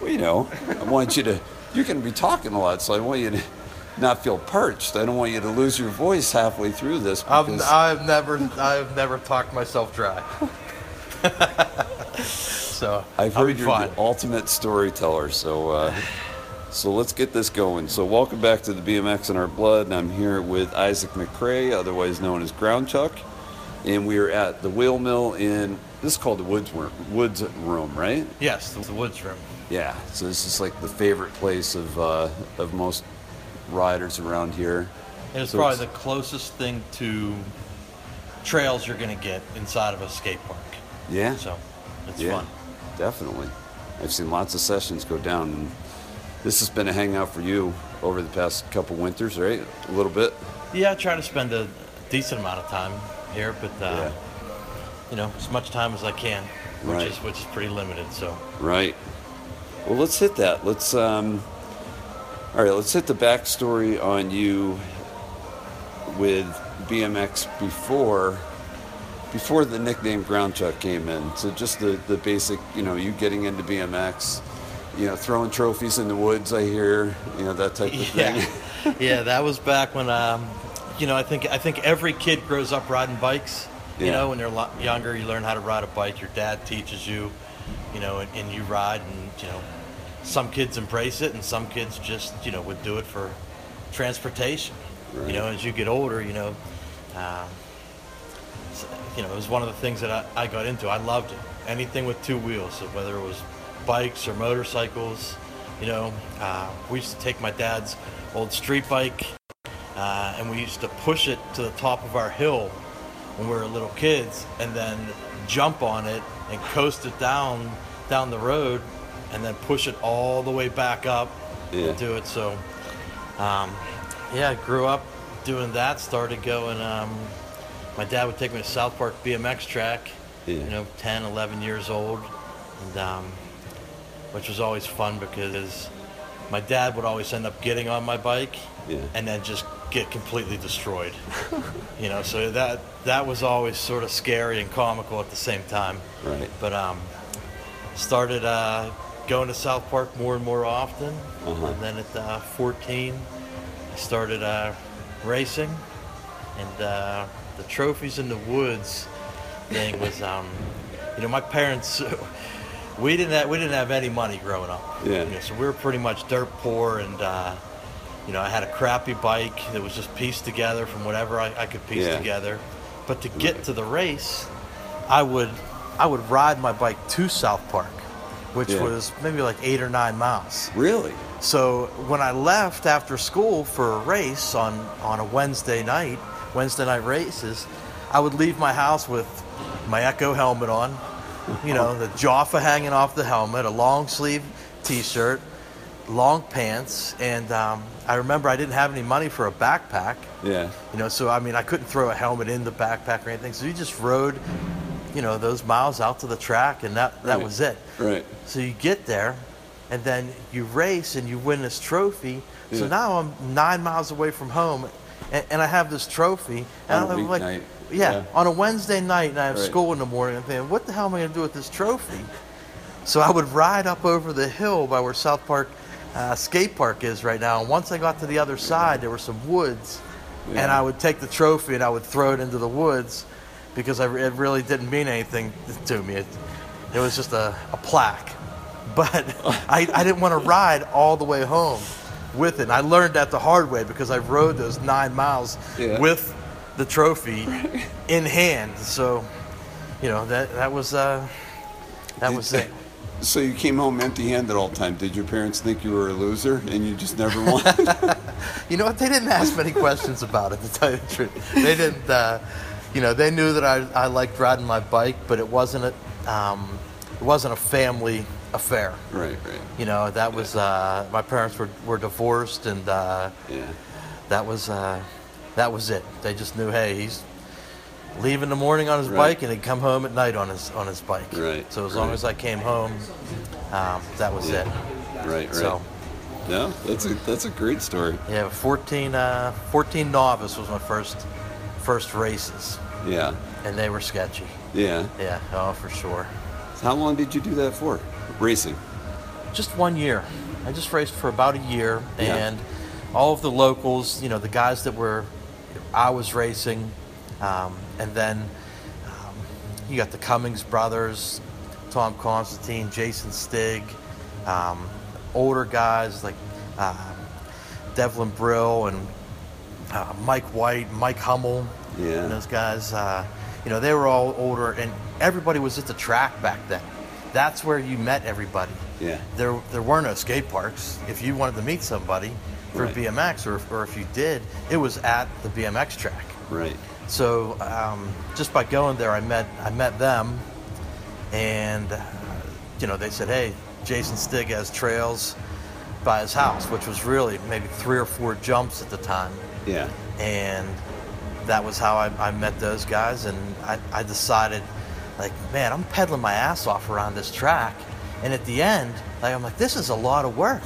Well, you know, I want you to, you're going to be talking a lot, so I want you to not feel perched. I don't want you to lose your voice halfway through this. I've, Because, I've never I've never talked myself dry. so I've I'll be heard you're fine. the ultimate storyteller, so uh, so let's get this going. So welcome back to the BMX in Our Blood, and I'm here with Isaac McCrae, otherwise known as Ground Chuck, and we are at the Wheel Mill in this is called the Woods Room, Woods Room, right? Yes, the, the woods room. Yeah. So this is like the favorite place of uh, of most riders around here. And it's So probably it's- the closest thing to trails you're going to get inside of a skate park. Yeah. So it's yeah, fun. Definitely. I've seen lots of sessions go down. And this has been a hangout for you over the past couple winters, right? A little bit. Yeah, I try to spend a decent amount of time here, but uh, you know, as much time as I can, which Right. is which is pretty limited. So Right. Well, let's hit that. Let's. Um, all right. Let's hit the backstory on you with BMX before before the nickname Ground Chuck came in. So just the the basic, you know, you getting into BMX, you know, throwing trophies in the woods. I hear, you know, that type of yeah, thing. yeah, that was back when um, you know, I think I think every kid grows up riding bikes. You Yeah. know, when they're lo- younger, you learn how to ride a bike. Your dad teaches you, you know, and, and you ride, and you know, some kids embrace it, and some kids just you know would do it for transportation. You Right. know, as you get older, you know. Uh, s- you know, it was one of the things that I, I got into. I loved it. Anything with two wheels, so whether it was bikes or motorcycles, you know, uh, we used to take my dad's old street bike uh, and we used to push it to the top of our hill when we were little kids and then jump on it and coast it down down the road and then push it all the way back up Yeah. and do it. So, um, yeah, I grew up doing that, started going. Um, my dad would take me to South Park BMX track, Yeah. you know, 10, 11 years old, and, um, which was always fun because my dad would always end up getting on my bike Yeah. and then just get completely destroyed. you know, so that that was always sort of scary and comical at the same time. Right. But um, started uh, going to South Park more and more often, Uh-huh. and then at uh, 14, I started uh, racing, and uh, the trophies in the woods thing was, um, you know, my parents. We didn't have, we didn't have any money growing up. Yeah. You know, so we were pretty much dirt poor, and uh, you know I had a crappy bike that was just pieced together from whatever I, I could piece Yeah. together. But to get to the race, I would I would ride my bike to South Park, which Yeah. was maybe like eight or nine miles. Really? So when I left after school for a race on, on a Wednesday night, Wednesday night races, I would leave my house with my Echo helmet on, you know, the Jaffa hanging off the helmet, a long sleeve t shirt, long pants, and um, I remember I didn't have any money for a backpack. Yeah. You know, so I mean, I couldn't throw a helmet in the backpack or anything. So you just rode, you know, those miles out to the track, and that, that Right. was it. Right. So you get there, and then you race and you win this trophy. So Yeah. now I'm nine miles away from home, and, and I have this trophy. And On a I'm weeknight. yeah, Yeah. on a Wednesday night, and I have Right. school in the morning. I'm thinking, what the hell am I going to do with this trophy? So I would ride up over the hill by where South Park uh, skate park is right now. And once I got to the other side, there were some woods, and Yeah. I would take the trophy and I would throw it into the woods because I, it really didn't mean anything to me. It, it was just a, a plaque. But I, I didn't want to ride all the way home with it. And I learned that the hard way because I rode those nine miles Yeah. with the trophy in hand. So, you know, that, that was, uh, that was it. So you came home empty-handed all the time. Did your parents think you were a loser and you just never won? You know what? They didn't ask many questions about it, to tell you the truth. They didn't, uh, you know, they knew that I, I liked riding my bike, but it wasn't a, um, it wasn't a family affair. right, right. You know, that was, uh, my parents were, were divorced and uh, Yeah. that was, uh, that was it. They just knew, hey, he's leaving in the morning on his Right. bike and he'd come home at night on his, on his bike. Right, So as long right. as I came home, um, that was Yeah. it. Right, right. So- No, that's a that's a great story. Yeah, 14, uh, 14 novice was my first first races, Yeah. and they were sketchy. Yeah. Yeah, oh for sure. How long did you do that for? Racing. just one year. I just raced for about a year, Yeah. and all of the locals, you know, the guys that were I was racing, um, and then um, you got the Cummings brothers, Tom Constantine, Jason Stig, um, older guys like um, Devlin Brill and uh, Mike White, Mike Hummel, Yeah. and those guys. Uh, you know, they were all older, and everybody was at the track back then. That's where you met everybody. Yeah. There, there were no skate parks. If you wanted to meet somebody for Right. BMX, or, if- or if you did, it was at the BMX track. Right. So um, just by going there, I met I met them, and uh, you know they said, "Hey, Jason Stig has trails by his house," which was really maybe three or four jumps at the time Yeah. and that was how I, I met those guys and I, I decided like man i'm pedaling my ass off around this track and at the end like i'm like this is a lot of work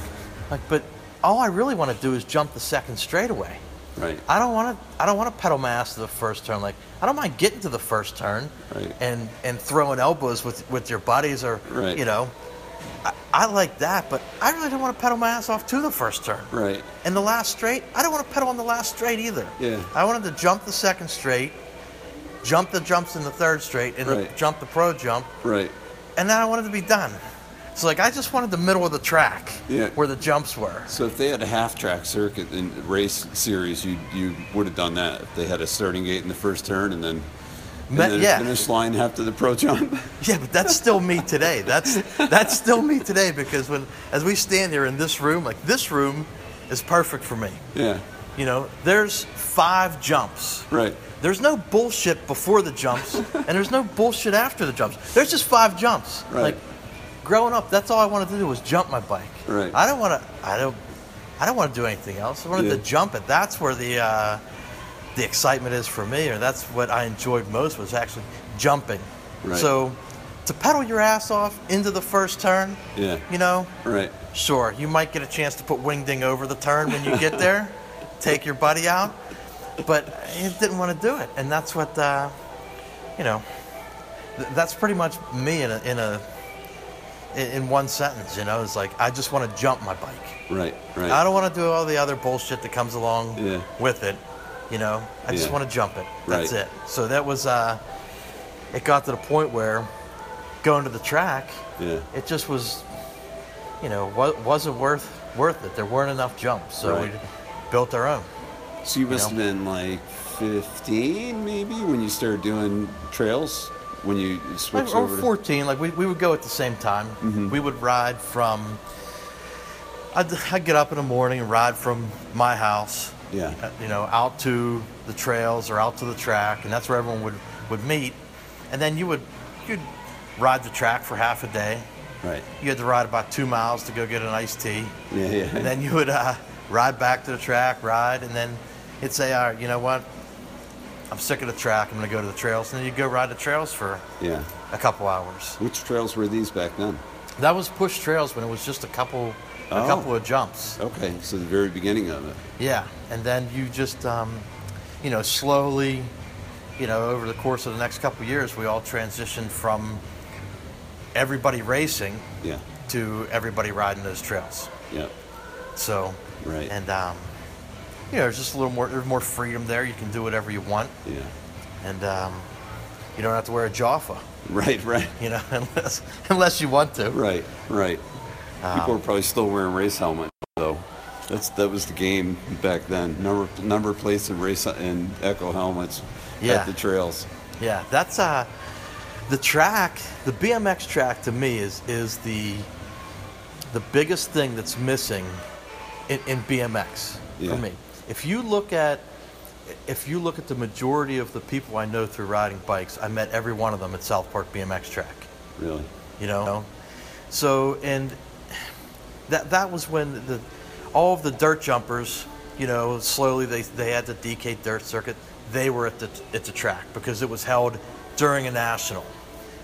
like but all i really want to do is jump the second straightaway Right. i don't want to i don't want to pedal my ass to the first turn like i don't mind getting to the first turn Right. and and throwing elbows with with your buddies or Right. you know I, I like that but i really don't want to pedal my ass off to the first turn Right. and the last straight, I don't want to pedal on the last straight either. Yeah. I wanted to jump the second straight, jump the jumps in the third straight, and Right. jump the pro jump, Right. and then I wanted to be done. So like I just wanted the middle of the track Yeah. where the jumps were. So if they had a half track circuit and race series, you you would have done that. If they had a starting gate in the first turn and then, and Ma- then a yeah. finish line after the pro jump. Yeah, but that's still me today. That's that's still me today because when as we stand here in this room, like this room is perfect for me. yeah. You know, there's five jumps. Right. There's no bullshit before the jumps, and there's no bullshit after the jumps. There's just five jumps. Right. Like growing up, that's all I wanted to do was jump my bike. Right. I don't want to. I don't. I don't want to do anything else. I wanted Yeah. to jump it. That's where the uh, the excitement is for me, or that's what I enjoyed most was actually jumping. Right. So to pedal your ass off into the first turn, Yeah. you know, Right. Sure, you might get a chance to put wingding over the turn when you get there, take your buddy out, but he didn't want to do it, and that's what uh, you know. th- That's pretty much me in a in a in in one sentence. You know, it's like I just want to jump my bike. Right. Right. I don't want to do all the other bullshit that comes along Yeah. with it. You know, I just Yeah. want to jump it. That's Right. it. So that was uh, it. Got to the point where going to the track yeah. it just was, you know, wa- wasn't worth worth it. There weren't enough jumps, so we Right. built our own. So you must have know? been like 15 maybe when you started doing trails when you Like, switched or over. to- 14, like we, we would go at the same time. We would ride from. I'd, I'd get up in the morning and ride from my house, Yeah. uh, you know, out to the trails or out to the track, and that's where everyone would, would meet. And then you would you'd ride the track for half a day. Right. You had to ride about two miles to go get an iced tea. Yeah. Yeah. And then you would uh, ride back to the track, ride, and then it'd say, all right, you know what? I'm sick of the track. I'm going to go to the trails. And then you'd go ride the trails for yeah. a couple hours. Which trails were these back then? That was push trails when it was just a couple, Oh. a couple of jumps. Okay, so the very beginning of it. Yeah. And then you just, um, you know, slowly, you know, over the course of the next couple of years, we all transitioned from everybody racing Yeah. to everybody riding those trails. Yeah. So, Right. and um, you know, there's just a little more, there's more freedom there. You can do whatever you want, Yeah. and um, you don't have to wear a Jaffa, Right. Right. you know, unless unless you want to. Right, right. Um, People are probably still wearing race helmets, though. That's that was the game back then. Number number plates and race and echo helmets Yeah. at the trails. Yeah, that's uh, the track, the BMX track to me is is the the biggest thing that's missing in, in BMX Yeah. for me. If you look at if you look at the majority of the people I know through riding bikes, I met every one of them at South Park BMX track. Really, you know so and that that was when the all of the dirt jumpers you know slowly they they had the DK dirt circuit they were at the at the track because it was held during a national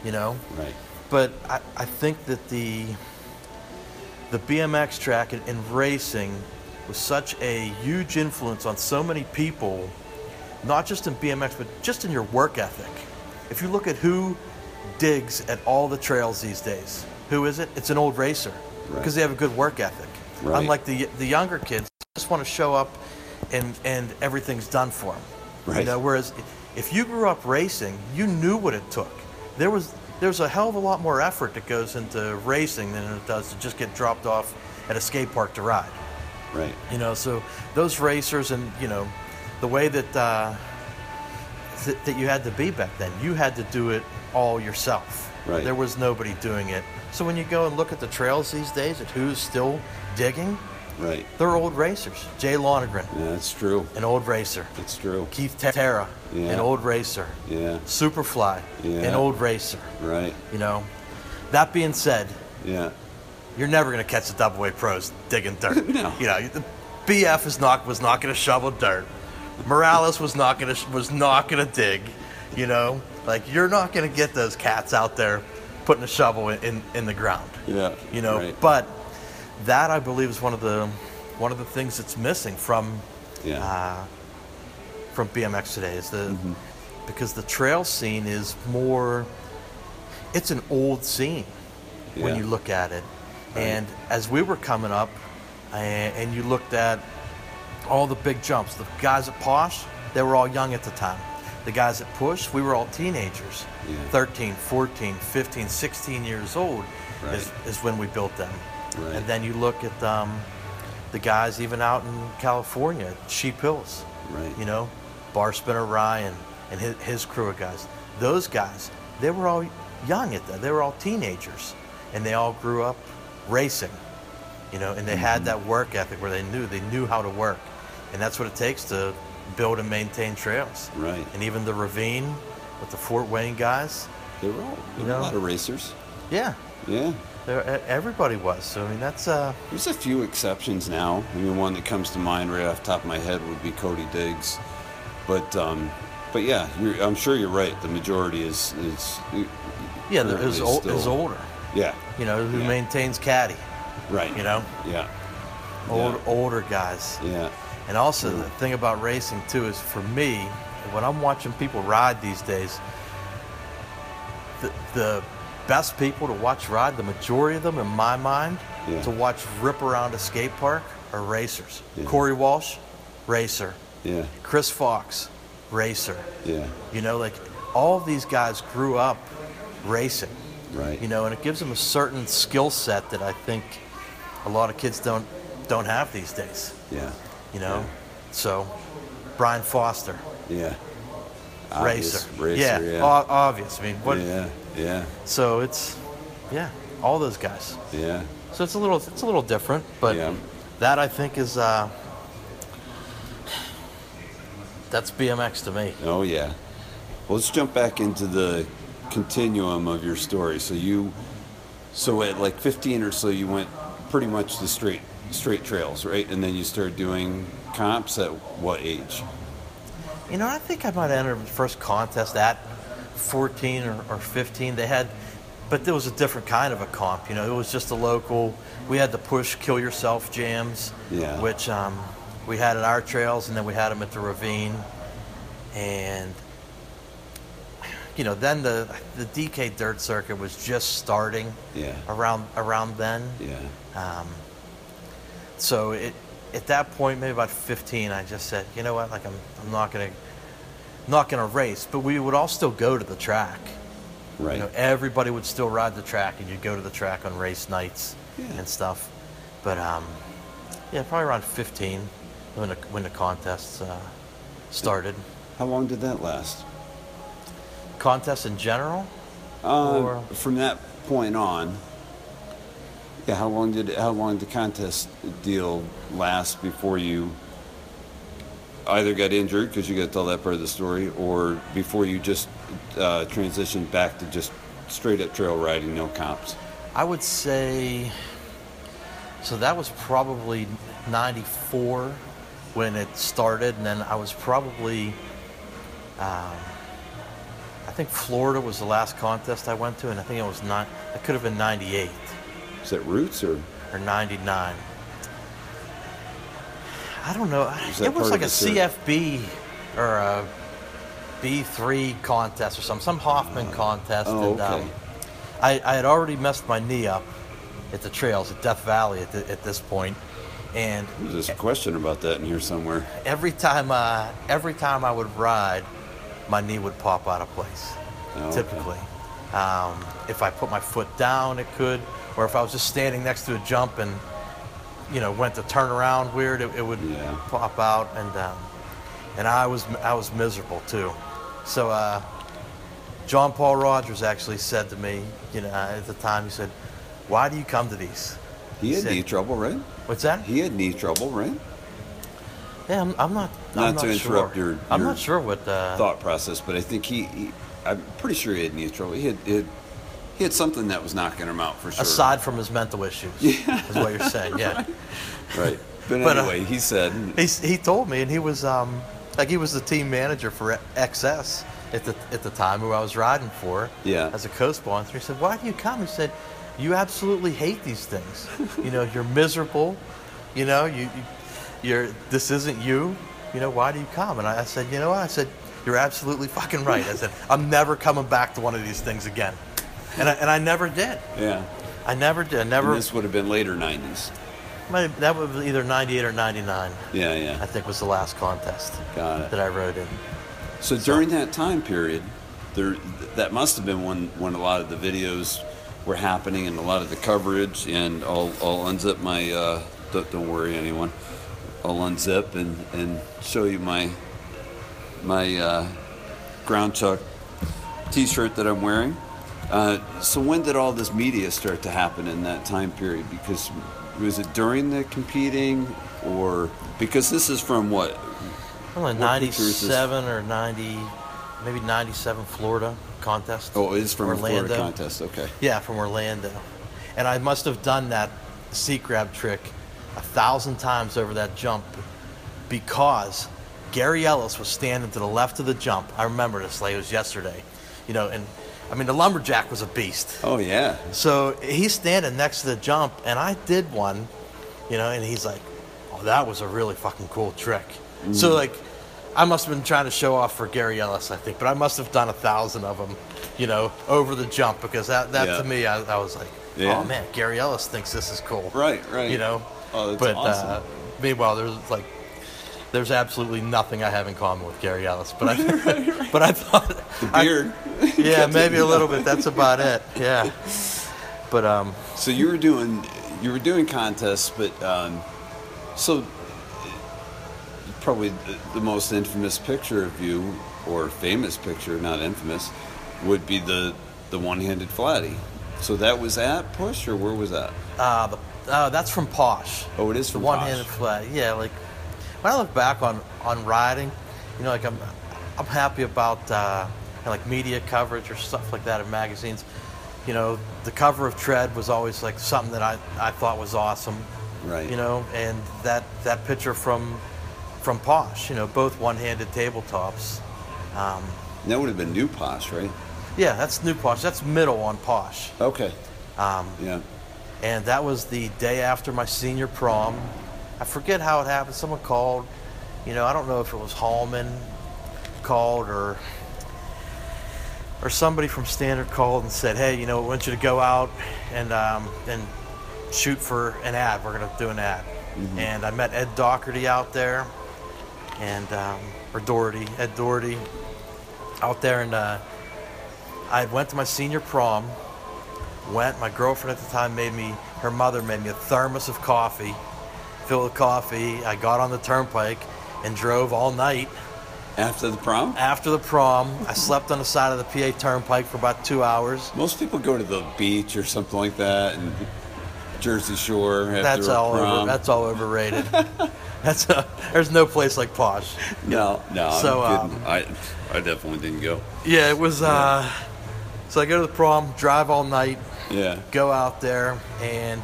you know right, but I, I think that the the BMX track and, and racing was such a huge influence on so many people, not just in BMX, but just in your work ethic. If you look at who digs at all the trails these days, Who is it? It's an old racer Right. because they have a good work ethic. Right. Unlike the the younger kids, just want to show up, and and everything's done for them. You Right. know, whereas if you grew up racing, you knew what it took. There was there's a hell of a lot more effort that goes into racing than it does to just get dropped off at a skate park to ride. Right. You know, so those racers and you know, the way that uh, th- that you had to be back then, you had to do it all yourself. Right. There was nobody doing it. So when you go and look at the trails these days, at who's still digging, Right. they're old racers. Jay Lonergan, Yeah, that's true. an old racer. That's true. Keith Terra, Yeah. an old racer. Yeah. Superfly, an Yeah. old racer. Right. You know. That being said, Yeah. you're never going to catch the double A pros digging dirt. No. You know, the BF is not was not going to shovel dirt. Morales was not going to was not going to dig. You know, like you're not going to get those cats out there putting a shovel in, in, in the ground. Yeah. You know, Right. but that I believe is one of the one of the things that's missing from Yeah. Mm-hmm. uh, from BMX today is the because the trail scene is more it's an old scene when Yeah. you look at it and as we were coming up and, and you looked at all the big jumps the guys at posh they were all young at the time the guys at push we were all teenagers Yeah. 13 14 15 16 years old is, Right. is when we built them Right. and then you look at um, the guys even out in California, Sheep Hills. Right. You know, Bar Spinner Ryan and his, his crew of guys. Those guys, they were all young at that. They were all teenagers, and they all grew up racing. You know, and they Mm-hmm. had that work ethic where they knew they knew how to work, and that's what it takes to build and maintain trails. Right. And even the ravine with the Fort Wayne guys. There were all there You were a know? lot of racers. Yeah. Yeah. There, e- everybody was. So I mean, that's uh, There's a few exceptions now. I mean, one that comes to mind right off the top of my head would be Cody Diggs, but um, but yeah, you're, I'm sure you're right. The majority is is yeah, there- it was, currently old, it was still- older. Yeah, you know, who Yeah. maintains caddy, right. you know, Yeah, old Yeah. older guys. yeah, And also the thing about racing too is for me, when I'm watching people ride these days, the, the best people to watch ride, the majority of them in my mind, Yeah. to watch rip around a skate park are racers. Yeah. Corey Walsh, racer. yeah, Chris Fox, racer. yeah. You know, like all of these guys grew up racing. Right. you know, and it gives them a certain skill set that I think a lot of kids don't don't have these days. Yeah. You know, so Brian Foster, Yeah. Obvious racer, Racer. yeah, Yeah. o- obvious. I mean, what? yeah. Yeah. So it's, yeah, all those guys. Yeah. So it's a little it's a little different, but Yeah. that I think is uh, that's BMX to me. Oh yeah. Well, let's jump back into the continuum of your story. So you, so at like 15 or so, you went pretty much the straight straight trails, right? And then you started doing comps at what age? You know, I think I might enter the first contest at 14 or, or 15. They had, but there was a different kind of a comp. You know, it was just a local. We had the push kill yourself jams, Yeah. which um, we had at our trails, and then we had them at the ravine, and you know, then the the DK dirt circuit was just starting Yeah. around around then. Yeah. Um, so it, at that point, maybe about 15, I just said, you know what, like I'm, I'm not gonna, not gonna race. But we would all still go to the track. Right. You know, everybody would still ride the track, and you'd go to the track on race nights Yeah. and stuff. But um, yeah, probably around 15 when the when the contests uh, started. How long did that last? Contests in general, Uh, Or- from that point on. Yeah. How long did how long did the contest deal last before you? Either got injured because you got to tell that part of the story, or before you just uh, transitioned back to just straight up trail riding, no comps. I would say. So that was probably 94 when it started, and then I was probably, um, I think Florida was the last contest I went to, and I think it was not. It could have been 98 Is that roots or or 99. I don't know. Is that It was part like a of the circuit? CFB or a B3 contest or something, some Hoffman contest. Oh, and, okay. um, I, I had already messed my knee up at the trails at Death Valley at, the, at this point, and There's a question about that in here somewhere. every time I every time I would ride, my knee would pop out of place. Oh, okay. typically, um, if I put my foot down, it could, or if I was just standing next to a jump and you know went to turn around weird, it, it would Yeah. pop out, and um, and I was I was miserable too. So uh, John Paul Rogers actually said to me, you know, uh, at the time, he said, "Why do you come to these?" He had said- knee trouble, right? What's that? He had knee trouble, right? Yeah, I'm, I'm not. Not I'm not to interrupt sure. your- I'm your not sure what. Uh, Thought process, but I think he, he I'm pretty sure he had knee trouble. He had, he had, he had something that was knocking him out for sure. Aside from his mental issues, is what you're saying. Yeah. Right. But, But, uh, anyway, he said, He s he told me, and he was um like he was the team manager for XS at the at the time who I was riding for. Yeah. As a co-sponsor, he said, "Why do you come?" He said, "You absolutely hate these things. you know, you're miserable. You know, you, you you're this isn't you. You know, why do you come?" And I, I said, "You know what?" I said, "You're absolutely fucking right." I said, "I'm never coming back to one of these things again," and I, and I never did. yeah. I never did. I And never. this would have been later 90s. might- that was either 98 or 99, Yeah, I yeah. think was the last contest Got it. that I rode in. So during that time period, there that must have been when when a lot of the videos were happening and a lot of the coverage. And I'll I'll unzip my uh, don't, don't worry anyone. I'll unzip and and show you my my uh, ground chuck T-shirt that I'm wearing. Uh, so when did all this media start to happen in that time period? Because was it during the competing or because this is from what I'm like What picture is this? 97 or 90, maybe 97 Florida contest. Oh, it is from a Orlando. Florida contest. Okay. Yeah, from Orlando. And I must have done that sea grab trick a thousand times over that jump because Gary Ellis was standing to the left of the jump. I remember this like it was yesterday. You know, and I mean, the lumberjack was a beast. Oh yeah. So he's standing next to the jump, and I did one, you know, and he's like, "Oh, that was a really fucking cool trick." Mm. So like, I must have been trying to show off for Gary Ellis, I think, but I must have done a thousand of them, you know, over the jump because that that Yeah. to me, I, I was like, Yeah. "Oh man, Gary Ellis thinks this is cool." Right. Right. You know. Oh, that's but awesome. uh, meanwhile, there's like. There's absolutely nothing I have in common with Gary Ellis, but I, but I thought the Beard. yeah, maybe a little bit. That's about it. Yeah. But um, so you were doing you were doing contests, but um, so probably the, the most infamous picture of you or famous picture, not infamous, would be the the one-handed flatty. So that was at Push or where was that? uh, the, uh, that's from Posh. Oh, it is from one-handed Posh. flat. Yeah, like when I look back on on riding, you know, like I'm I'm happy about uh, you know, like media coverage or stuff like that in magazines. You know, the cover of Tread was always like something that I, I thought was awesome. Right. You know, and that that picture from from Posh, you know, both one-handed tabletops. Um, And that would have been New Posh, right? yeah, that's new Posh. That's middle on Posh. Okay. Um, Yeah. and that was the day after my senior prom. I forget how it happened. Someone called, you know, I don't know if it was Hallman called or or somebody from Standard called and said, "Hey, you know, we want you to go out and um, and shoot for an ad. We're gonna do an ad." And I met Ed Doherty out there, and um, or Doherty, Ed Doherty, out there, and uh, I had went to my senior prom went. My girlfriend at the time made me, her mother made me a thermos of coffee, filled with coffee. I got on the turnpike and drove all night. After the prom, After the prom, I slept on the side of the PA turnpike for about two hours. most people go to the beach or something like that, and Jersey Shore. After That's a all over, prom. that's all overrated. that's uh there's no place like Posh. No, uh, no. So, I'm kidding. um, I, I definitely didn't go. Yeah, it was. Uh, so I go to the prom, drive all night, Yeah. go out there, and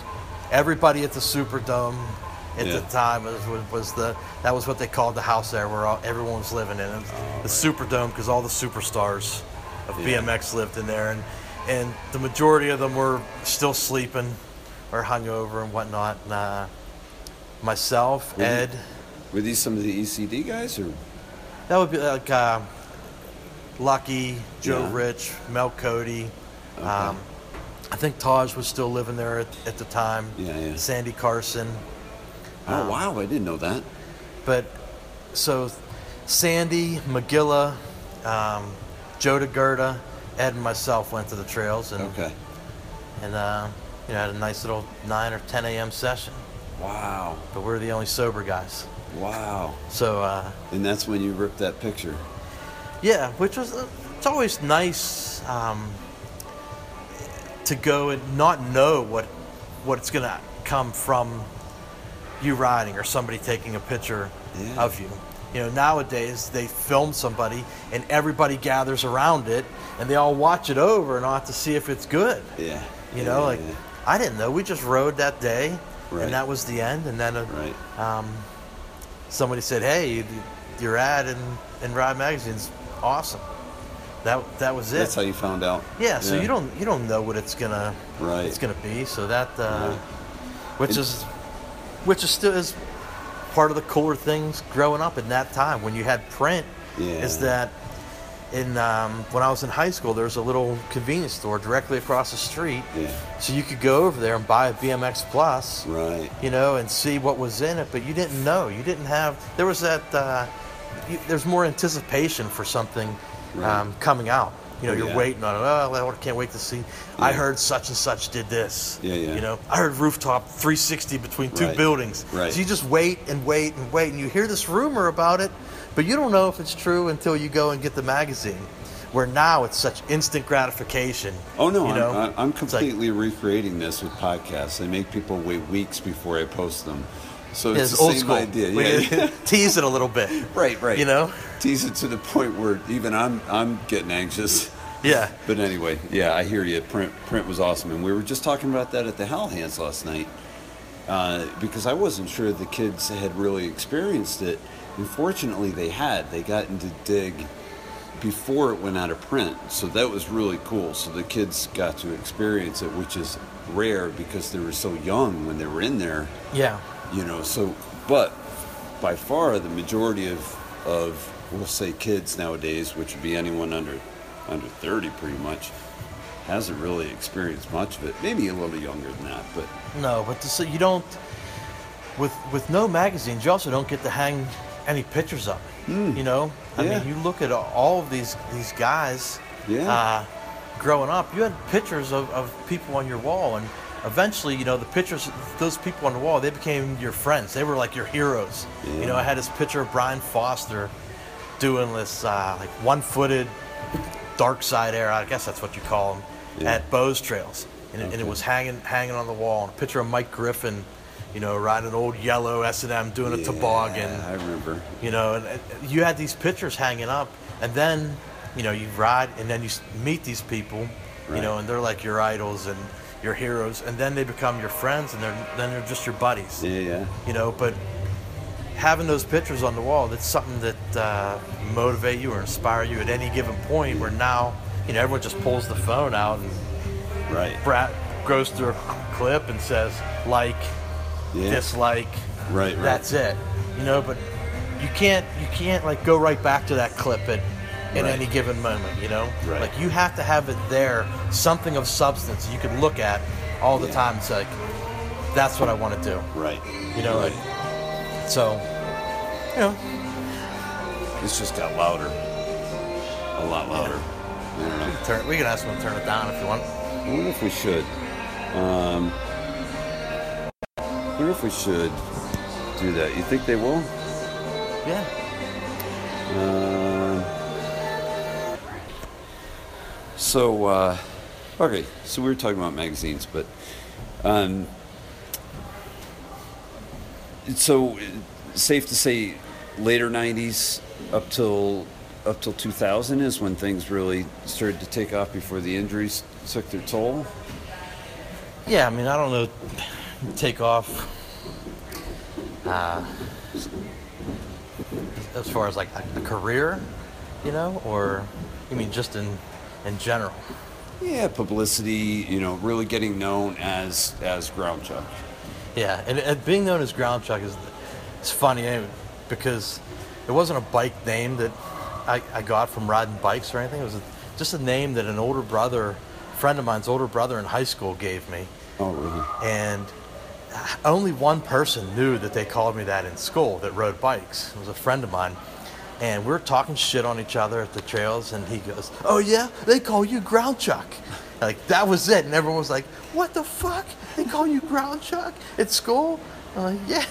everybody at the Superdome at Yeah. the time was, was, was the that was what they called the house there where all, everyone was living in. It was the Superdome because all the superstars of Oh, Yeah. BMX lived in there, and and the majority of them were still sleeping or hungover and whatnot. And, uh, myself, Were you- Ed, Were these some of the ECD guys or? that would be like uh, Lucky, Joe Yeah. Rich, Mel Cody. Um, I think Taj was still living there at, at the time. Yeah, yeah. Sandy Carson. Oh, wow, I didn't know that. But so Sandy, McGilla, um, Joe DeGurda, Ed, and myself went to the trails and, Okay. and uh, you know, had a nice little 9 or 10 a.m. session. Wow. But we're the only sober guys. Wow. So, uh, And that's when you ripped that picture. yeah, which was, uh, it's always nice um, to go and not know what what's going to come from you riding or somebody taking a picture Yeah. of you. You know, nowadays they film somebody and everybody gathers around it and they all watch it over and all have to see if it's good. Yeah. You know, Yeah, like yeah. I didn't know. We just rode that day, Right. and that was the end. And then uh Right. um, somebody said, "Hey, your ad in in Ride Magazine's awesome." That that was it. That's how you found out. yeah. So you don't you don't know what it's gonna Right. it's gonna be. So that uh, Right. which And- is which is still is part of the cooler things growing up in that time when you had print. Is Yeah. that in um, when I was in high school, there was a little convenience store directly across the street. Yeah. So you could go over there and buy a BMX Plus, Right. you know, and see what was in it, but you didn't know. You didn't have. There was that. Uh, you, there's more anticipation for something Right. um, coming out. You know, Oh, you're yeah. waiting on it. Oh, I can't wait to see. I Yeah. heard such and such did this. Yeah, yeah. You know, I heard rooftop 360 between two Right. buildings. Right. So you just wait and wait and wait, and you hear this rumor about it, but you don't know if it's true until you go and get the magazine. Where now it's such instant gratification. Oh no, you I'm, know? I- I'm It's like- completely recreating this with podcasts. I make people wait weeks before I post them, so it's, It's the old same school. idea. We Yeah, yeah. tease it a little bit. right, right. You know? tease it to the point where even I'm I'm getting anxious. Yeah. But anyway, yeah, I hear you. Print print was awesome, and we were just talking about that at the Hallhands last night uh, because I wasn't sure the kids had really experienced it. Unfortunately, they had. They got into Dig before it went out of print, so that was really cool. So the kids got to experience it, which is rare because they were so young when they were in there Yeah. you know so but by far the majority of of we'll say kids nowadays which would be anyone under under 30 pretty much hasn't really experienced much of it maybe a little younger than that but No, but to, so you don't. With with no magazines, you also don't get to hang any pictures up. You know, I Hmm. Yeah. mean, you look at all of these these guys. Yeah. Uh, growing up, you had pictures of, of people on your wall, and eventually, you know, the pictures those people on the wall they became your friends. They were like your heroes. You know, Yeah. I had this picture of Brian Foster doing this uh, like one footed dark side air. I guess that's what you call them Yeah. at Bose Trails, and it, and it Okay. was hanging hanging on the wall. And a picture of Mike Griffin, you know, riding an old yellow S and M, doing a Yeah, i toboggan. remember You know, and and you had these pictures hanging up, and then you know you ride, and then you s- meet these people, you know, Right. and they're like your idols and your heroes, and then they become your friends, and they're then they're just your buddies. yeah yeah You know, but having those pictures on the wall, that's something that uh, motivate you or inspire you at any given point. Where now, you know, everyone just pulls the phone out and right Brat goes through a clip and says like, yeah dislike. Right, right. That's it. You know, but you can't you can't like go right back to that clip at in Right. any given moment. You know, Right. like you have to have it there, something of substance you can look at all the Yeah. time. It's like that's what I want to do. right You know, right. So, you know, it's just got louder a lot louder I don't know. turn, we can ask them to turn it down if you want. I wonder if we should. Um, I wonder if we should do that. You think they will? Yeah. Um, so, uh, okay, so we were talking about magazines, but. Um, so, it's safe to say later 90s up till up till 2000 is when things really started to take off before the injuries took their toll Yeah, I mean, I don't know. Take off. Uh, as far as like a, a career, you know, or you mean just in in general? Yeah, publicity, you know, really getting known as as ground chuck. Yeah, and, and being known as Ground Chuck is it's funny eh, because it wasn't a bike name that I, I got from riding bikes or anything. It was a, just a name that an older brother friend of mine's older brother in high school gave me, Oh, really? and uh, only one person knew that they called me that in school that rode bikes. It was a friend of mine. And we were talking shit on each other at the trails, and he goes, Oh, yeah, they call you Ground Chuck. Like, that was it. And everyone was like, What the fuck? They call you Ground Chuck at school? I'm like, Yeah,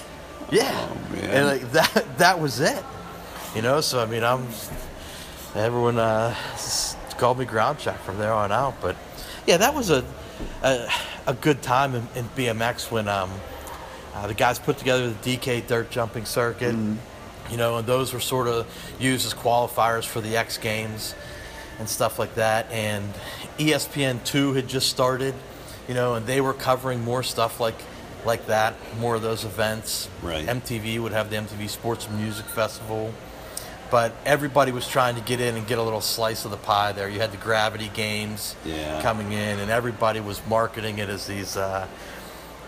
yeah. Oh, man. And like, that, that was it. You know, so I mean, I'm everyone uh, s- called me ground check from there on out. But yeah, that was a a, a good time in, in BMX when um, uh, the guys put together the DK dirt jumping circuit. Mm-hmm. You know, and those were sort of used as qualifiers for the X Games and stuff like that. And E ESPN two had just started. You know, and they were covering more stuff like like that, more of those events. Right. MTV would have the MTV Sports and Music Festival but everybody was trying to get in and get a little slice of the pie there. You had the gravity games Yeah. coming in, and everybody was marketing it as these uh,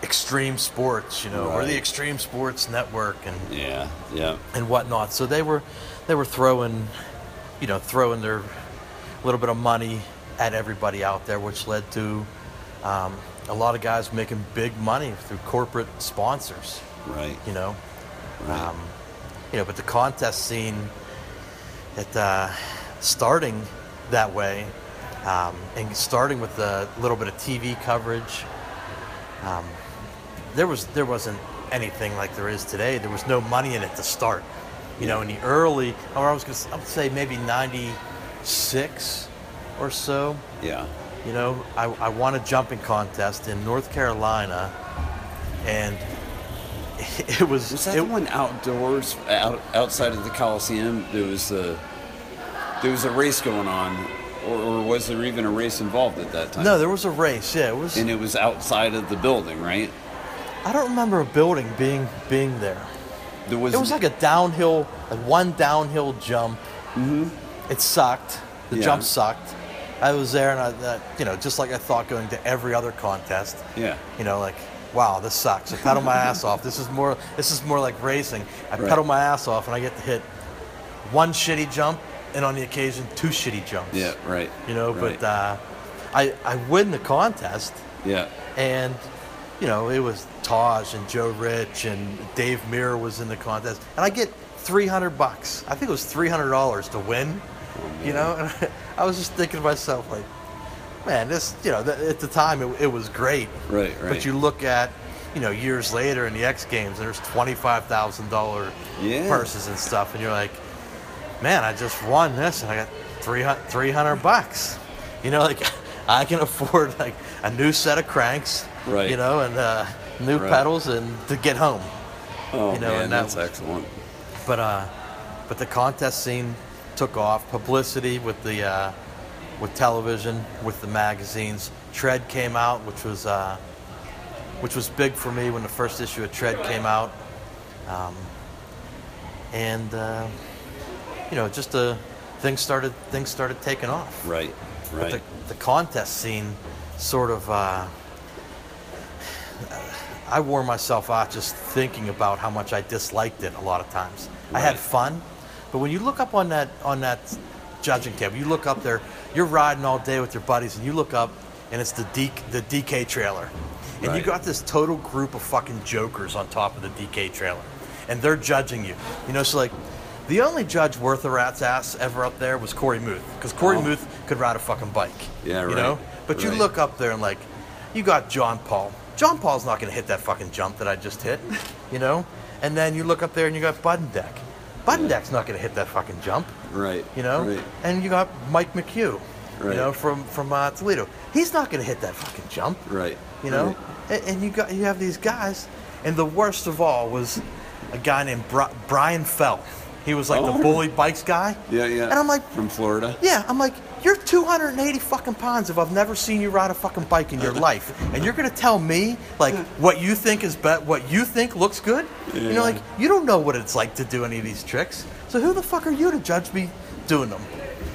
extreme sports, you know, or Right. the Extreme Sports Network and, Yeah, yeah. and whatnot. So they were they were throwing, you know, throwing their little bit of money at everybody out there, which led to um, a lot of guys making big money through corporate sponsors Right. you know. Right. Um, you know, but the contest scene, it uh, starting that way, um, and starting with a little bit of TV coverage. Um, there was there wasn't anything like there is today. There was no money in it to start. You know, in the early, or I was gonna, I would say maybe '96 or so. Yeah. You know, I, I won a jumping contest in North Carolina, and it was Was that it, the one outdoors, out, outside of the Coliseum? There was a there was a race going on, or, or was there even a race involved at that time? No, there was a race. Yeah, it was. and it was outside of the building, right? I don't remember a building being being there. There was. It was like a downhill, like one downhill jump. Mm-hmm. It sucked. The Yeah. jump sucked. I was there, and I, uh, you know, just like I thought going to every other contest. Yeah. You know, like, wow, this sucks. I pedal my ass off. This is more. This is more like racing. I Right. pedal my ass off, and I get to hit one shitty jump, and on the occasion, two shitty jumps. Yeah. Right. You know, right. but uh, I I win the contest. yeah. and you know it was Taj and Joe Rich and Dave Mirror was in the contest, and I get 300 bucks. I think it was 300 dollars to win. you know, Oh, and I was just thinking to myself like, man, this you know th- at the time it, it was great. Right, right. But you look at you know years later in the X Games, there's 25,000 dollar Yeah. purses and stuff, and you're like, man, I just won this and I got 300, 300 bucks. You know, like I can afford like a new set of cranks, Right. you know, and uh, new Right. pedals and to get home. Oh you know, man, and that that's was- excellent. But uh, but the contest scene took off. Publicity with the uh, with television, with the magazines. Tread came out, which was uh, which was big for me when the first issue of Tread came out, um, and uh, you know, just uh, things started things started taking off. Right. Right. But the, the contest scene sort of. Uh, I wore myself out just thinking about how much I disliked it a lot of times. I had Right. fun, but when you look up on that on that judging table, you look up there, you're riding all day with your buddies, and you look up, and it's the D, the DK trailer, and you Right. got this total group of fucking jokers on top of the DK trailer, and they're judging you. You know, so like. The only judge worth a rat's ass ever up there was Corey Muth, because Corey Oh. Muth could ride a fucking bike. Yeah, you right, know? But you right. look up there and like, you got John Paul. John Paul's not going to hit that fucking jump that I just hit, you know? And then you look up there and you got Button Deck. Button Deck's not going to hit that fucking jump, right. you know? Right. And you got Mike McHugh, you Right. know, from from uh, Toledo. He's not going to hit that fucking jump, Right. you know? Right. And, and you got you have these guys, and the worst of all was a guy named Bri- Brian Fell. He was like Oh. the bully bikes guy. Yeah. Yeah. And I'm like, from Florida. yeah, I'm like, you're 280 fucking pounds if I've never seen you ride a fucking bike in your life, and you're gonna tell me like what you think is bet, what you think looks good. You Yeah. know, like you don't know what it's like to do any of these tricks. So who the fuck are you to judge me doing them?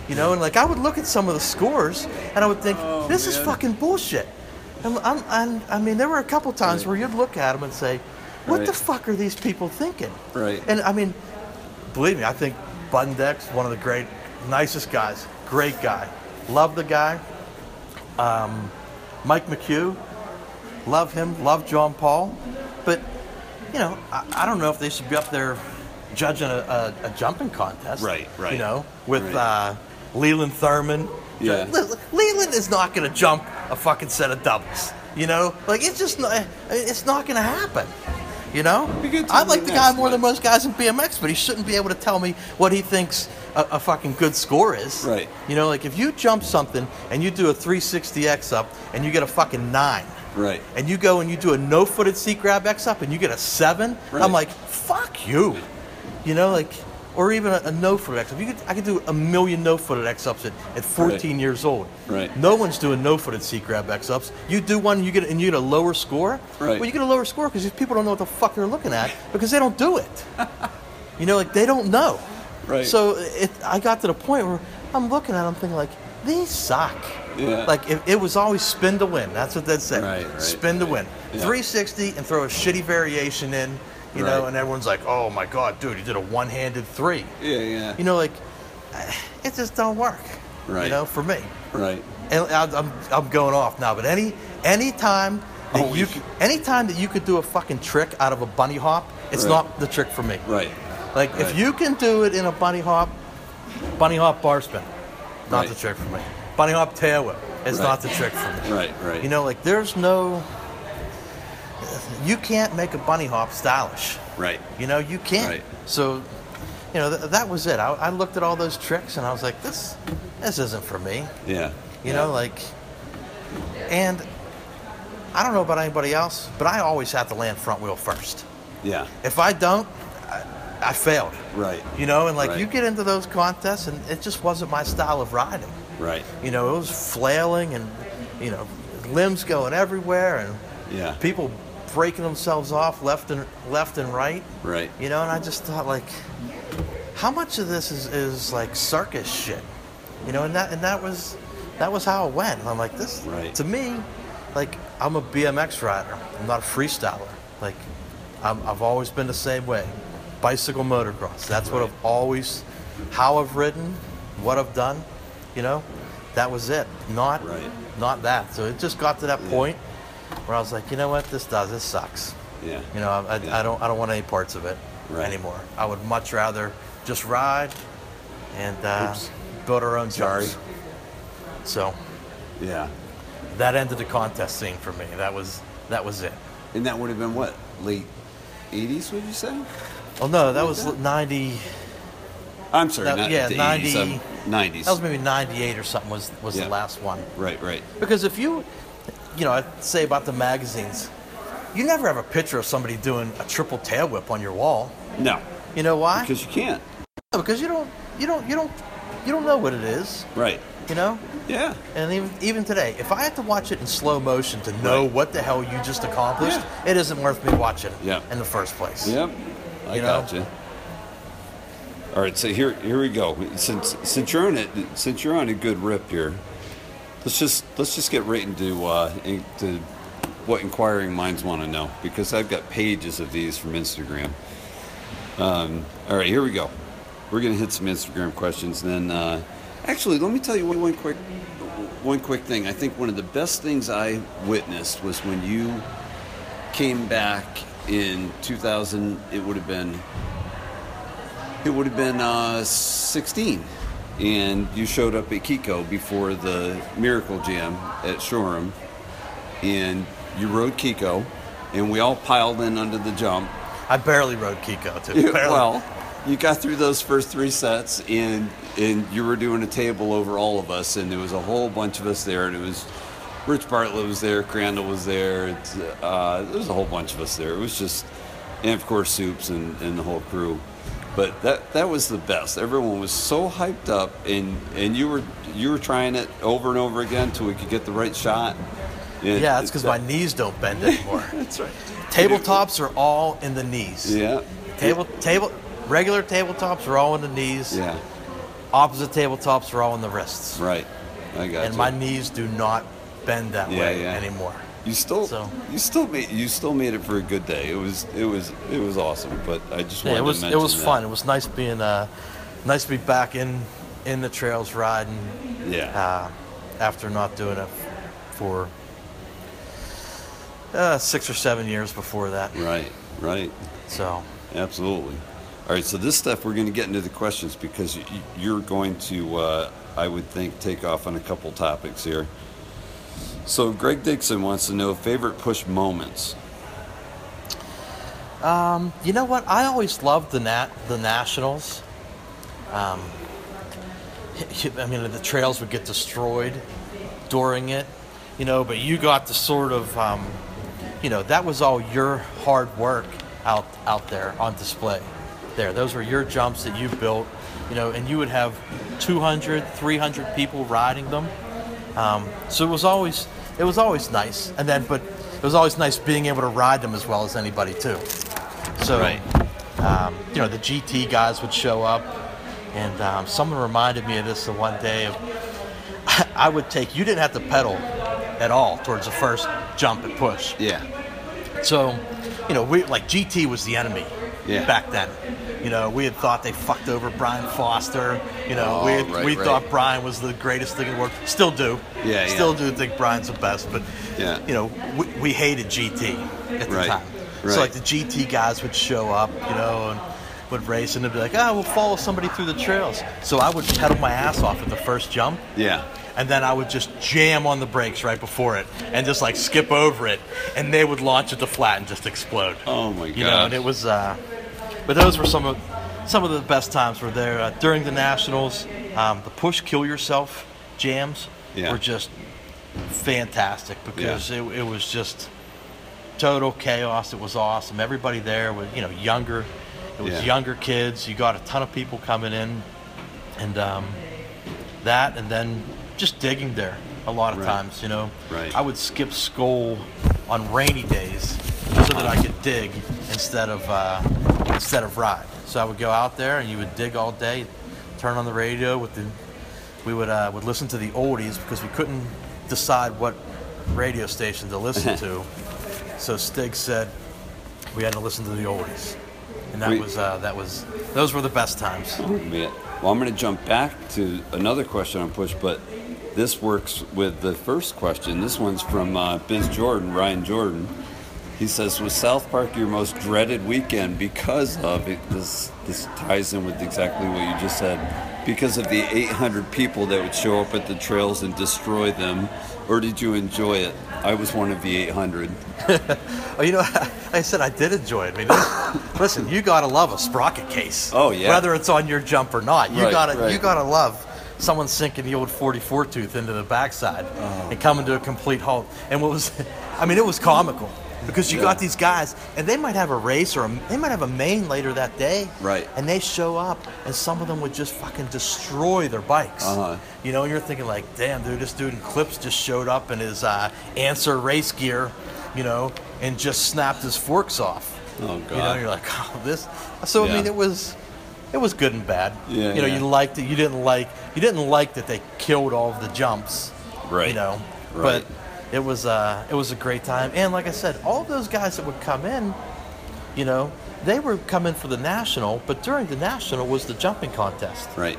You know, and like I would look at some of the scores, and I would think Oh, this is man. fucking bullshit. And I'm, I'm, I mean, there were a couple times Right. where you'd look at them and say, what Right. the fuck are these people thinking? Right. And I mean, believe me, I think Bundeck's one of the great, nicest guys. Great guy. Love the guy. Mike McHugh, love him, love John Paul, but you know, I, I don't know if they should be up there judging a, a, a jumping contest. Right, right. You know, with Right. uh, Leland Thurman. Yeah. Le- Leland is not going to jump a fucking set of doubles. You know, like it's just not, I mean, it's not going to happen. You know, Be good to I like the the guy next more than one. most guys in BMX, but he shouldn't be able to tell me what he thinks a, a fucking good score is. Right. You know, like if you jump something and you do a 360x up and you get a fucking nine, Right. and you go and you do a no footed seat grab X up and you get a seven, Right. I'm like, fuck you. You know, like, or even a, a no footed X up. You could, I could do a million no footed X ups at, at 14 years old. Right. No one's doing no footed seat grab X ups. You do one you get, and you get a lower score. Right. Well, you get a lower score because these people don't know what the fuck they're looking at because they don't do it. you know, like, they don't know. Right. So it, I got to the point where I'm looking at them thinking, like, these suck. Yeah. Like, it, it was always spin to win. That's what that said Right, right, spin to win. Yeah. 360 and throw a shitty variation in, you know, Right. and everyone's like, oh my God, dude, you did a one handed three. Yeah, yeah. You know, like, it just don't work, you Right. know, for me. right. And I- I'm, I'm going off now, but any any time that Oh, you you- c- any time that you could do a fucking trick out of a bunny hop, it's Right. not the trick for me. Right. Like Right. if you can do it in a bunny hop, bunny hop bar spin, not Right. the trick for me. Bunny hop tail whip is Right. not the trick for me. Right, right. You know, like there's no. You can't make a bunny hop stylish. Right. You know, you can't. Right. So, you know, th- that was it. I, I looked at all those tricks and I was like, this, this isn't for me. Yeah. You know, like, and I don't know about anybody else, but I always have to land front wheel first. Yeah. If I don't, I, I failed. Right. You know, and like Right. you get into those contests, and it just wasn't my style of riding. Right. You know, it was flailing and, you know, limbs going everywhere and Yeah. people breaking themselves off left and left and right. Right. You know, and I just thought like, how much of this is, is like circus shit? You know, and that and that was that was how it went. And I'm like, this Right. to me, like I'm a BMX rider. I'm not a freestyler. Like I'm, I've always been the same way. Bicycle motocross. That's what I've always, how I've ridden, what I've done. You know, that was it. Not Right. not that. So it just got to that point where I was like, you know what, this does, this sucks. Yeah. You know, I, I, Yeah. I don't, I don't want any parts of it Right. anymore. I would much rather just ride and uh, Oops. build our own Sorry. jumps. So Yeah. that ended the contest scene for me. That was, that was it. And that would have been what? Late 80s, would you say? Oh no, that was 90. I'm sorry, No, not yeah, the 90 80s. I'm- 90s. That was maybe 98 or something. Was was Yeah. the last one. right, right. Because if you, you know, I say about the magazines, you never have a picture of somebody doing a triple tail whip on your wall. No, You know why? because you can't. No, because you don't, you don't, you don't, you don't know what it is. Right. You know. Yeah. And even even today, if I have to watch it in slow motion to know Right. what the hell you just accomplished, it isn't worth me watching Yeah. in the first place. Yep. I You know? got you. All right, so here here we go. Since since you're on it, since you're on a good rip here, let's just let's just get right into uh, into what inquiring minds want to know because I've got pages of these from Instagram. Um, all right, here we go. We're gonna hit some Instagram questions, and then uh, actually, let me tell you one, one quick one quick thing. I think one of the best things I witnessed was when you came back in 2000 it would have been it would have been uh, 16 and you showed up at kiko before the miracle jam at shoreham and you rode kiko and we all piled in under the jump I barely rode Kiko too. You- barely. well you got through those first three sets and and you were doing a table over all of us and there was a whole bunch of us there and it was rich bartlett was there crandall was there it's, uh, there was a whole bunch of us there it was just and of course soups and, and the whole crew but that that was the best everyone was so hyped up and and you were you were trying it over and over again till we could get the right shot And yeah, it's because my that- knees don't bend anymore. that's right Tabletops are all in the knees. yeah Table table regular tabletops are all in the knees. yeah Opposite tabletops are all in the wrists. right i got And you. my knees do not bend that Yeah, way yeah. anymore. You still, So- you still made, you still made it for a good day. It was, it was, it was awesome. But I just wanted Yeah, it was to it mention was that. fun. It was nice being uh, nice to be back in in the trails riding Yeah, uh, after not doing it for uh, six or seven years before that. Right, right. So, Absolutely. All right, so this stuff we're going to get into the questions because y- y- you're going to, uh, I would think, take off on a couple topics here. So Greg Dixon wants to know favorite push moments. um, you know what? I always loved the nat the nationals. Um, I mean, the trails would get destroyed during it, you know. But you got the sort of, um, you know, that was all your hard work out out there on display. There, those were your jumps that you built, you know, and you would have 200, 300 people riding them. Um, so it was always it was always nice, and then but it was always nice being able to ride them as well as anybody too. So Right. um, you know, the GT guys would show up, and um, someone reminded me of this the one day. Of, I would take you didn't have to pedal at all towards the first jump and push. Yeah. So, you know, we like GT was the enemy Yeah. back then. You know, we had thought they fucked over Brian Foster. You know, Oh, we had, right, we right. thought Brian was the greatest thing in the world. Still do. Yeah, Still yeah. do think Brian's the best, but Yeah. you know, we, we hated GT at the Right, time. right. So like the GT guys would show up, you know, and would race and they'd be like, "Ah, we'll follow somebody through the trails." So I would pedal my ass off at the first jump Yeah. and then I would just jam on the brakes right before it and just like skip over it, and they would launch it to flat and just explode. Oh my god. you know, and it was. Uh, but those were some of some of the best times were there uh, during the nationals. Um, the push kill yourself jams Yeah. were just fantastic because Yeah. it, it was just total chaos. It was awesome. Everybody there was you know younger. It was Yeah. younger kids. You got a ton of people coming in, and um, that, and then just digging there a lot of Right. times. You know, Right. I would skip school on rainy days so that I could dig instead of uh, instead of ride. So I would go out there and you would dig all day, turn on the radio with the we would uh, would listen to the oldies because we couldn't decide what radio station to listen to. So Stig said we had to listen to the oldies, and that We- was uh, that was those were the best times. Yeah. Well, I'm going to jump back to another question on push, but this works with the first question. This one's from uh, Biz Jordan, Ryan Jordan. He says, "Was South Park your most dreaded weekend because of it?" This this ties in with exactly what you just said. Because of the 800 people that would show up at the trails and destroy them, or did you enjoy it? I was one of the 800. Oh, you know, like I said I did enjoy it. I mean, this- listen, you gotta love a sprocket case. Oh, yeah. Whether it's on your jump or not, you Right, gotta right. you gotta love someone sinking the old 44 tooth into the backside Oh. and coming to a complete halt. And what was, I mean, it was comical because you Yeah. got these guys and they might have a race or a, they might have a main later that day. Right. And they show up and some of them would just fucking destroy their bikes. Uh-huh. You know, you're thinking like, damn, dude, this dude in clips just showed up in his uh, answer race gear, you know, and just snapped his forks off. Oh, You know, God. you're like, oh, this. So I mean, Yeah. it was, it was good and bad. Yeah, you know, yeah. you liked it. You didn't like. You didn't like that they killed all of the jumps. Right. You know, Right. but it was uh, it was a great time. And like I said, all those guys that would come in, you know, they were coming for the national. But during the national was the jumping contest. Right,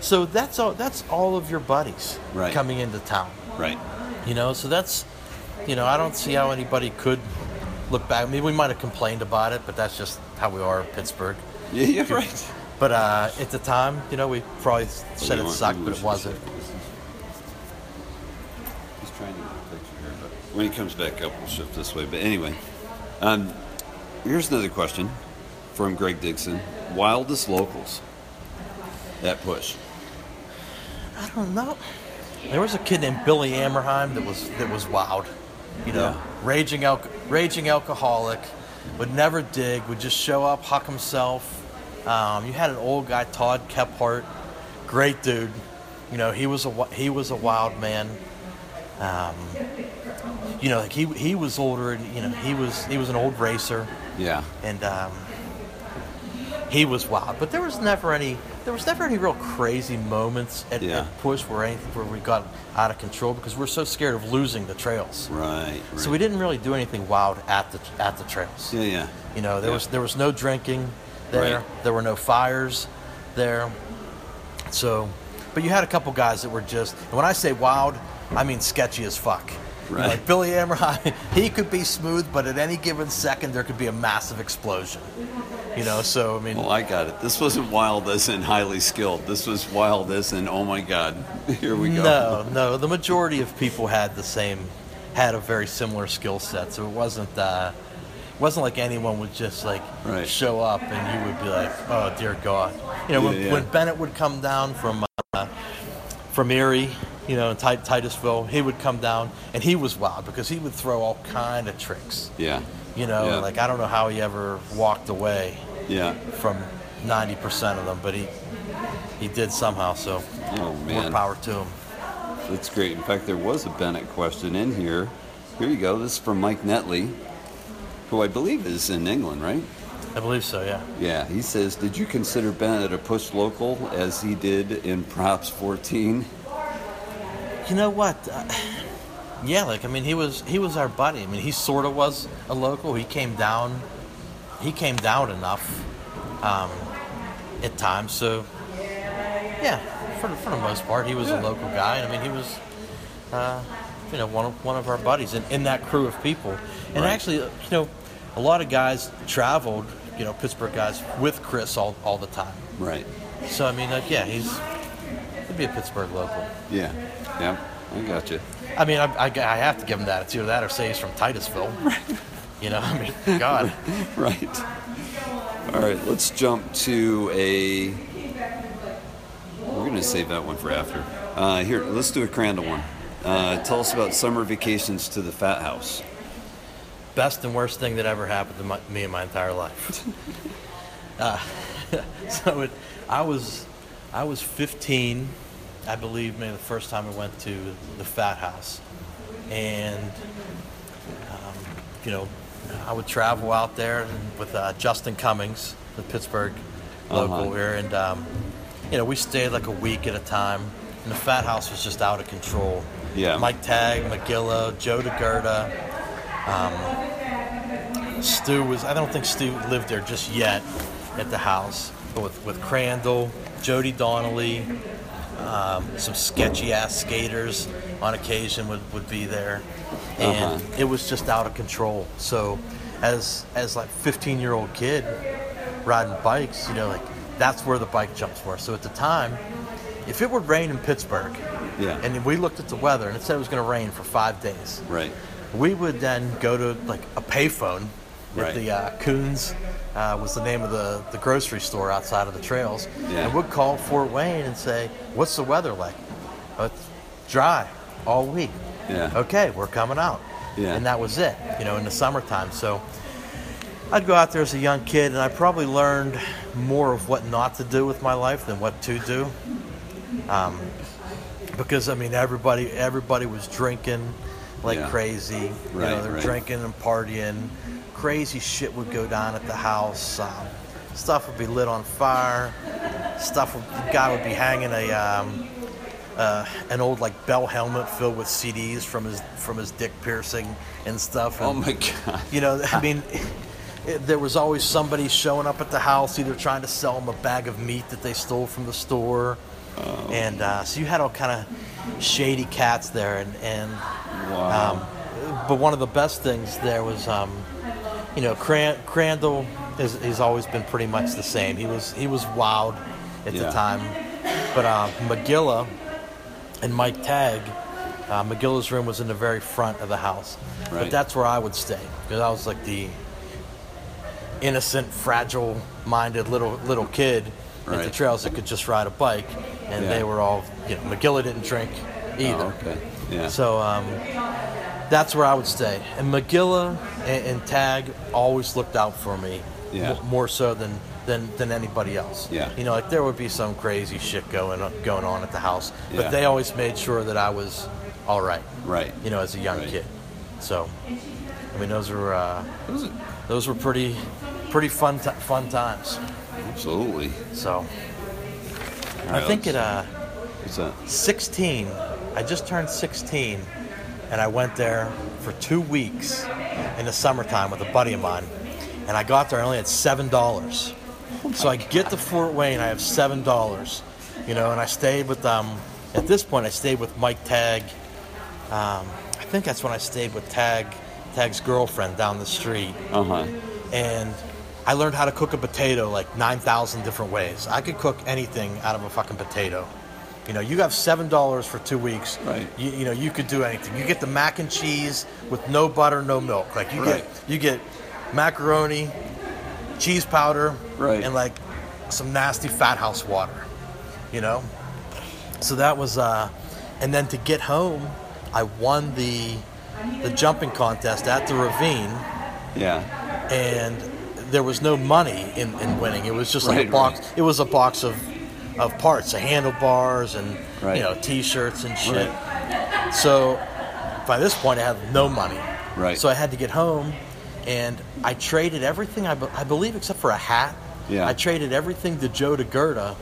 So that's all. That's all of your buddies Right. coming into town. right, You know, so that's, you know, I don't see how anybody could look back. I mean, we might have complained about it, but that's just how we are in Pittsburgh. yeah, yeah, right. But uh, at the time, you know, we probably said Hold it on, sucked, maybe but we it should wasn't. check this. He's trying to get a picture here, but when he comes back up, we'll shift this way. But anyway, um, here's another question from Greg Dixon: Wildest locals that push? I don't know. There was a kid named Billy Ammerheim that was that was wild. You know, Yeah. raging al- raging alcoholic, would never dig, would just show up, huck himself. Um, you had an old guy, Todd Kephart, great dude. You know, he was a wi- he was a wild man. Um, you know, like he he was older, and you know, he was he was an old racer Yeah, and um, he was wild. But there was never any there was never any real crazy moments at, Yeah. at push where anything where we got out of control because we're so scared of losing the trails. right. right. So we didn't really do anything wild at the at the trails. Yeah, yeah, You know, there Yeah. was there was no drinking there. Right. There were no fires there. So, but you had a couple guys that were just. And when I say wild, I mean sketchy as fuck. Right. Like Billy Amrheim, he could be smooth, but at any given second there could be a massive explosion. You know, so I mean, Well, I got it. This wasn't wild as in highly skilled. This was wild as in, oh my God, here we go. No, no. The majority of people had the same, had a very similar skill set. So it wasn't, uh, it wasn't like anyone would just like Right. show up and you would be like, oh dear God. You know, when, Yeah, yeah. when Bennett would come down from uh, from Erie, you know, in Tit- Titusville, he would come down and he was wild because he would throw all kind of tricks. Yeah. You know, Yeah. like I don't know how he ever walked away Yeah. from 90% of them, but he he did somehow. So Oh, more man. power to him. That's great. In fact, there was a Bennett question in here. Here you go. This is from Mike Netley, who I believe is in England, right? I believe so, yeah. Yeah. He says, Did you consider Bennett a push local as he did in Props 14? You know what? Uh, yeah, like I mean, he was he was our buddy. I mean, he sort of was a local. He came down, he came down enough um, at times. So yeah, for the- for the most part, he was a local guy. And I mean, he was uh, you know one of, one of our buddies in, in that crew of people. And Right. actually, uh, you know, a lot of guys traveled. You know, Pittsburgh guys with Chris all, all the time. Right. So I mean, like yeah, he's he'd be a Pittsburgh local. Yeah. Yeah. I got you. I mean, I, I, I have to give him that. It's either that or say he's from Titusville. You know, I mean, God. Right. All right, let's jump to a. We're going to save that one for after. Uh, here, let's do a Crandall one. Uh, tell us about summer vacations to the Fat House. Best and worst thing that ever happened to my, me in my entire life. uh, so it, I was, I was 15, I believe, maybe the first time I went to the Fat House, and um, you know, I would travel out there with uh, Justin Cummings, the Pittsburgh local Uh-huh. here, and um, you know, we stayed like a week at a time, and the fat house was just out of control. Yeah. Mike Tag, McGillo, Joe DeGerda, um, Stu was. I don't think Stu lived there just yet at the house, but with with Crandall, Jody Donnelly, um, some sketchy ass skaters on occasion would, would be there and Uh-huh. it was just out of control so as as like 15 year old kid riding bikes you know like that's where the bike jumps were so at the time if it would rain in pittsburgh Yeah. and we looked at the weather and it said it was going to rain for five days Right. we would then go to like a payphone at Right. the uh, Coons uh, was the name of the, the grocery store outside of the trails, Yeah. and would call Fort Wayne and say, "What's the weather like?" "Oh, It's dry all week. Yeah. Okay, we're coming out. Yeah. And that was it. You know, in the summertime. So I'd go out there as a young kid, and I probably learned more of what not to do with my life than what to do Um, because I mean everybody everybody was drinking like Yeah. crazy. you know, Right, they're right. drinking and partying. Crazy shit would go down at the house. Um, stuff would be lit on fire. Stuff would, the guy would be hanging a um, uh, an old like bell helmet filled with CDs from his from his dick piercing and stuff. Oh And- my God. you know, I mean, it, there was always somebody showing up at the house, either trying to sell them a bag of meat that they stole from the store, Oh. and uh, so you had all kind of shady cats there. And, and Wow. um, but one of the best things there was, um, you know, Cran- Crandall is he's always been pretty much the same. He was he was wild at Yeah. the time, but uh, McGilla and Mike Tag. Uh, McGilla's room was in the very front of the house, but Right. that's where I would stay because I was like the innocent, fragile-minded little little kid at the Right. trails that could just ride a bike, and Yeah. they were all you know. McGilla didn't drink Oh, either, okay. Yeah. so um, that's where I would stay. And McGilla and, and Tag always looked out for me, Yeah. mo- more so than, than than anybody else. Yeah. You know, like there would be some crazy shit going on, going on at the house, but Yeah. they always made sure that I was all right. Right. You know, as a young Right. kid. So, I mean, those were uh, Those are- those were pretty pretty fun ti fun times. Absolutely. So, I right, think let's- at uh, What's that? 16. I just turned 16, and I went there for two weeks in the summertime with a buddy of mine. And I got there, I only had seven dollars. So I get to Fort Wayne, I have seven dollars, you know. And I stayed with um. At this point, I stayed with Mike Tag. Um, I think that's when I stayed with Tag, Tag's girlfriend down the street, Uh huh. and I learned how to cook a potato like nine thousand different ways. I could cook anything out of a fucking potato. You know, you have seven dollars for two weeks. Right. You, you know, you could do anything. You get the mac and cheese with no butter, no milk. Like you Right. get you get macaroni, cheese powder, Right. and like some nasty fat house water. You know, so that was, uh, and then to get home, I won the the jumping contest at the ravine, Yeah. and there was no money in, in winning. It was just like a Right, box. right. It was a box of of parts, a handlebars, and Right. you know, t-shirts and shit. So by this point, I had no money. Right. So I had to get home, and I traded everything I, be- I believe except for a hat. Yeah. I traded everything to Joe DeGurda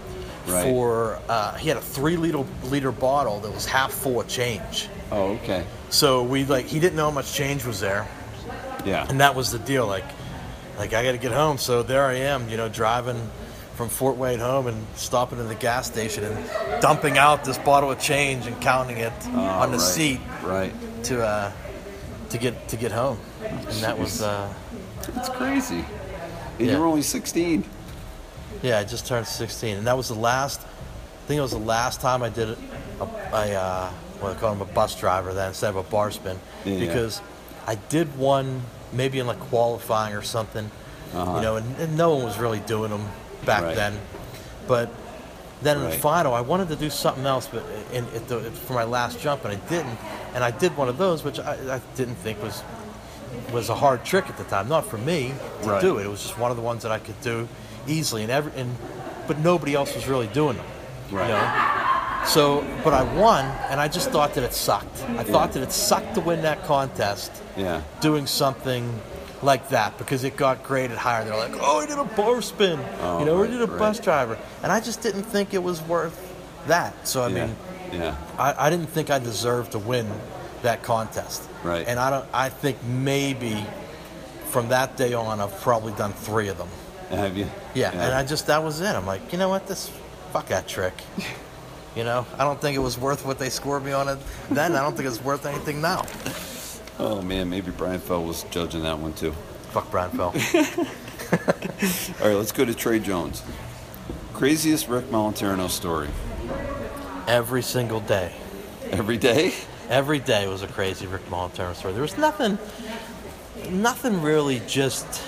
Right. for uh, he had a three liter liter bottle that was half full of change. Oh, okay. So we like he didn't know how much change was there, Yeah. and that was the deal. Like, like I got to get home. So there I am, you know, driving from Fort Wayne home and stopping at the gas station and dumping out this bottle of change and counting it Ah, on the right, seat Right. to uh, to get to get home, and that was uh, It's crazy. And Yeah. you were only 16. yeah. I just turned 16, and that was the last. I think it was the last time I did a, a uh, well, I call him a bus driver then instead of a barspin Yeah. because I did one maybe in like qualifying or something, Uh-huh. you know, and, and no one was really doing them back Right. then, but. Then in the Right. final, I wanted to do something else, but in, at the, for my last jump, and I didn't. And I did one of those, which I, I didn't think was was a hard trick at the time. Not for me to Right. do it. It was just one of the ones that I could do easily, and every and but nobody else was really doing them. you Right. know? So, but I won, and I just thought that it sucked. I thought that it sucked to win that contest, Yeah. doing something like that because it got graded higher. They're like, "Oh, he did a bar spin," Oh, you know, right, or he did a right. bus driver, and I just didn't think it was worth that. So I yeah. mean, yeah. I, I didn't think I deserved to win that contest. Right. And I don't. I think maybe from that day on, I've probably done three of them. Have you? Yeah. And I just that was it. I'm like, you know what? This fuck that trick. You know, I don't think it was worth what they scored me on it then. I don't think it's worth anything now. oh man, maybe Brian Fell was judging that one too. Fuck Brian Fell. All right, let's go to Trey Jones. Craziest Rick Moliterno story. Every single day. Every day? Every day was a crazy Rick Molentano story. There was nothing, nothing really. Just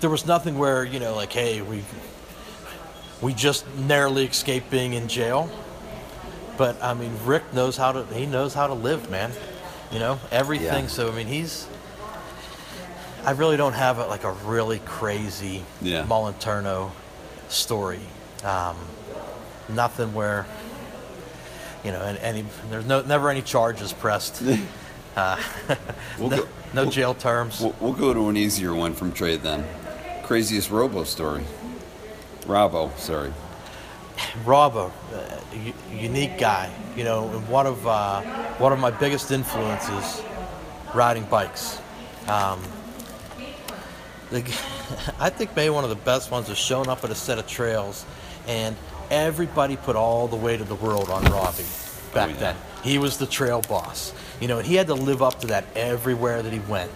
there was nothing where you know, like, hey, we we just narrowly escaped being in jail. But I mean, Rick knows how to. He knows how to live, man. You know everything. Yeah. So I mean, he's. I really don't have like a really crazy Yeah. Molentano story. Um, nothing where you know, and any there's no never any charges pressed. Uh, We'll no, go- no jail terms. We'll, we'll go to an easier one from Trey then. Craziest Robo story. Robo, sorry. Robbo, uh, u- unique guy, you know, and one of uh, one of my biggest influences riding bikes. Um, the, g- I think maybe one of the best ones was showing up at a set of trails, and everybody put all the weight of the world on Robbie back Oh, yeah. then. He was the trail boss, you know, and he had to live up to that everywhere that he went,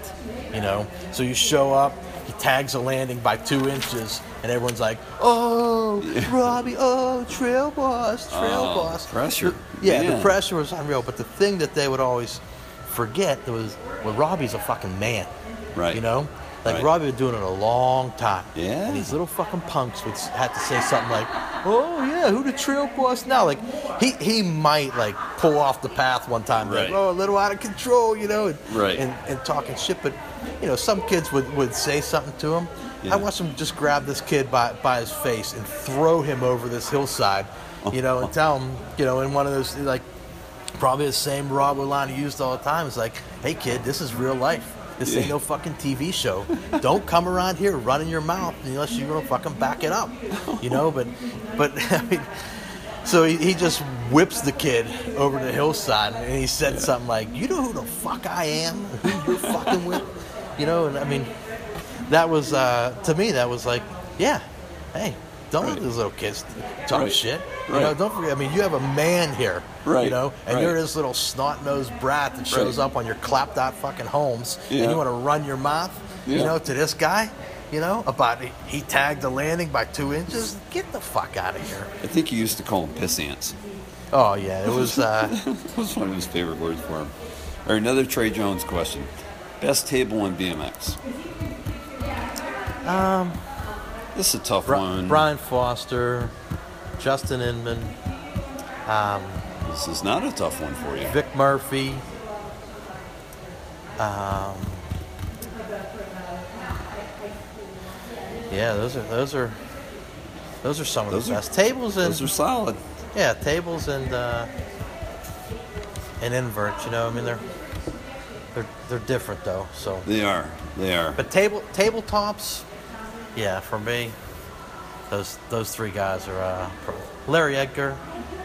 you know. So you show up, he tags a landing by two inches, and everyone's like, "Oh, Robbie! Oh, trail boss, trail Oh, boss!" pressure. The- yeah, the Man. pressure was unreal. But the thing that they would always forget was, well, Robbie's a fucking man, Right. You know, like Right. Robbie was doing it a long time. Yeah. And these little fucking punks would s- have to say something like, "Oh yeah, who the trail boss now?" Like he he might like pull off the path one time, like, Right. "Oh, a little out of control," you know, and, Right. and and talking shit. But you know, some kids would would say something to him. Yeah. I watched him just grab this kid by by his face and throw him over this hillside, you know, and tell him, you know, in one of those like probably the same Rob line he used all the time. It's like, hey kid, this is real life. This ain't Yeah. no fucking TV show. Don't come around here running your mouth unless you're gonna fucking back it up, you know. But, but I mean, so he, he just whips the kid over the hillside and he said something like, You know who the fuck I am? Who you're fucking with? You know, and I mean, that was, uh, to me, that was like, Yeah, hey, Don't Right. let these little kids talk Right. shit. You Right. know, don't forget. I mean, you have a man here, Right. You know, and Right. you're this little snot-nosed brat that shows Right. up on your clapped-out fucking homes, Yeah. and you want to run your mouth, Yeah. you know, to this guy, you know, about he, he tagged the landing by two inches. Get the fuck out of here. I think you used to call them piss ants. Oh yeah, it was. Uh, that was one of his favorite words for him. Or another Trey Jones question. Best table in BMX? Um, this is a tough Um, Bri- one. Brian Foster, Justin Inman, This is not a tough one for you. Vic Murphy. Um, yeah, those are those are those are some of Those the are- best tables and Those are solid. yeah tables and uh, and inverts. You know, I mean they're they're they're different though. So, They are. They are. but table tabletops, yeah, for me, those those three guys are uh, pro- Larry Edgar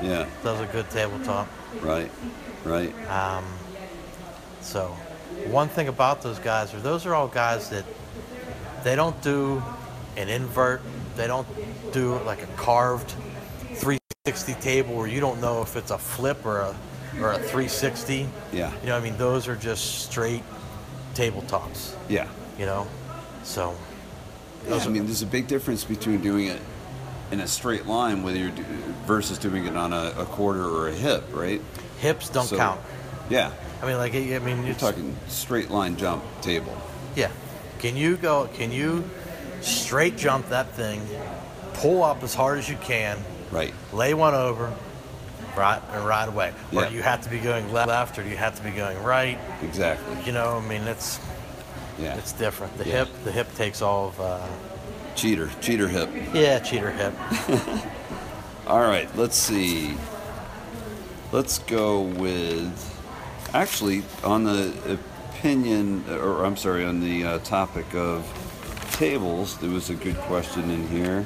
Yeah. does a good tabletop. Right. Right. Um, so, one thing about those guys are those are all guys that they don't do an invert, they don't do like a carved 360 table where you don't know if it's a flip or a or a 360. Yeah. You know, what I mean, those are just straight tabletops. Yeah. You know, so Yeah, I mean, there's a big difference between doing it in a straight line, whether you're do, versus doing it on a, a quarter or a hip, right? hips don't So- count. Yeah, I mean, like I mean, you're talking straight line jump table. Yeah. Can you go? Can you straight jump that thing? Pull up as hard as you can. Right. Lay one over. Right and right away. Or Yeah. do you have to be going le- left, or do you have to be going right? Exactly. You know, I mean, it's Yeah. it's different. The Yeah. hip, the hip takes all of. Uh, cheater. Cheater hip. yeah, cheater hip. All right. Let's see. Let's go with. Actually, on the opinion, or I'm sorry, on the uh, topic of tables, there was a good question in here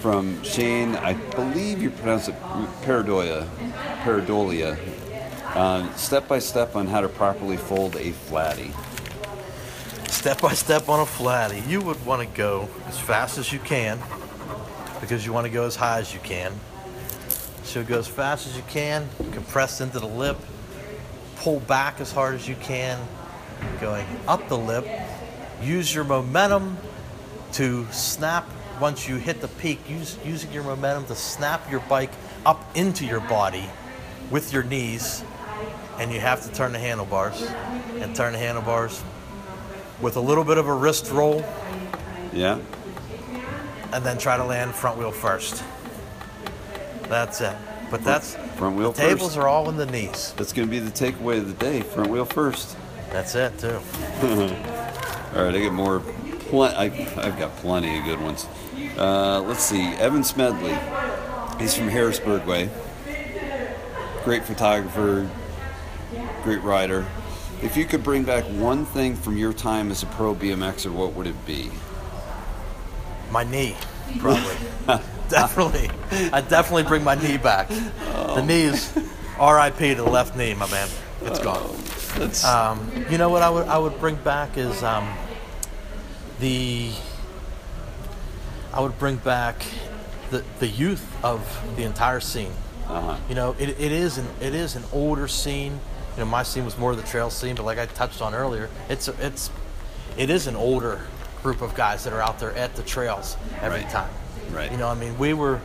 from Shane. I believe you pronounce it Paradoia. Paradolia. Um, Step by step on how to properly fold a flatty. step by step on a flatty. You would want to go as fast as you can because you want to go as high as you can. So go as fast as you can, compress into the lip, pull back as hard as you can, going up the lip. Use your momentum to snap once you hit the peak, use, using your momentum to snap your bike up into your body with your knees, and you have to turn the handlebars and turn the handlebars with a little bit of a wrist roll Yeah. and then try to land front wheel first. That's it. But that's front wheel the first. tables are all in the knees. That's going to be the takeaway of the day. Front wheel first. That's it too. All right, I get more. Pl- I, I've got plenty of good ones. Uh, let's see. Evan Smedley. He's from Harrisburg Way. Great photographer, great writer. If you could bring back one thing from your time as a pro BMXer, what would it be? My knee, probably. definitely. I definitely bring my knee back. The knees, R.I.P. to the left knee, my man. It's gone. That's Um, you know what I would I would bring back is um, the I would bring back the the youth of the entire scene. Uh-huh. You know, it, it is an it is an older scene. You know, my scene was more of the trail scene, but like I touched on earlier, it's it's it is an older group of guys that are out there at the trails every Right. time. Right. You know, I mean, we were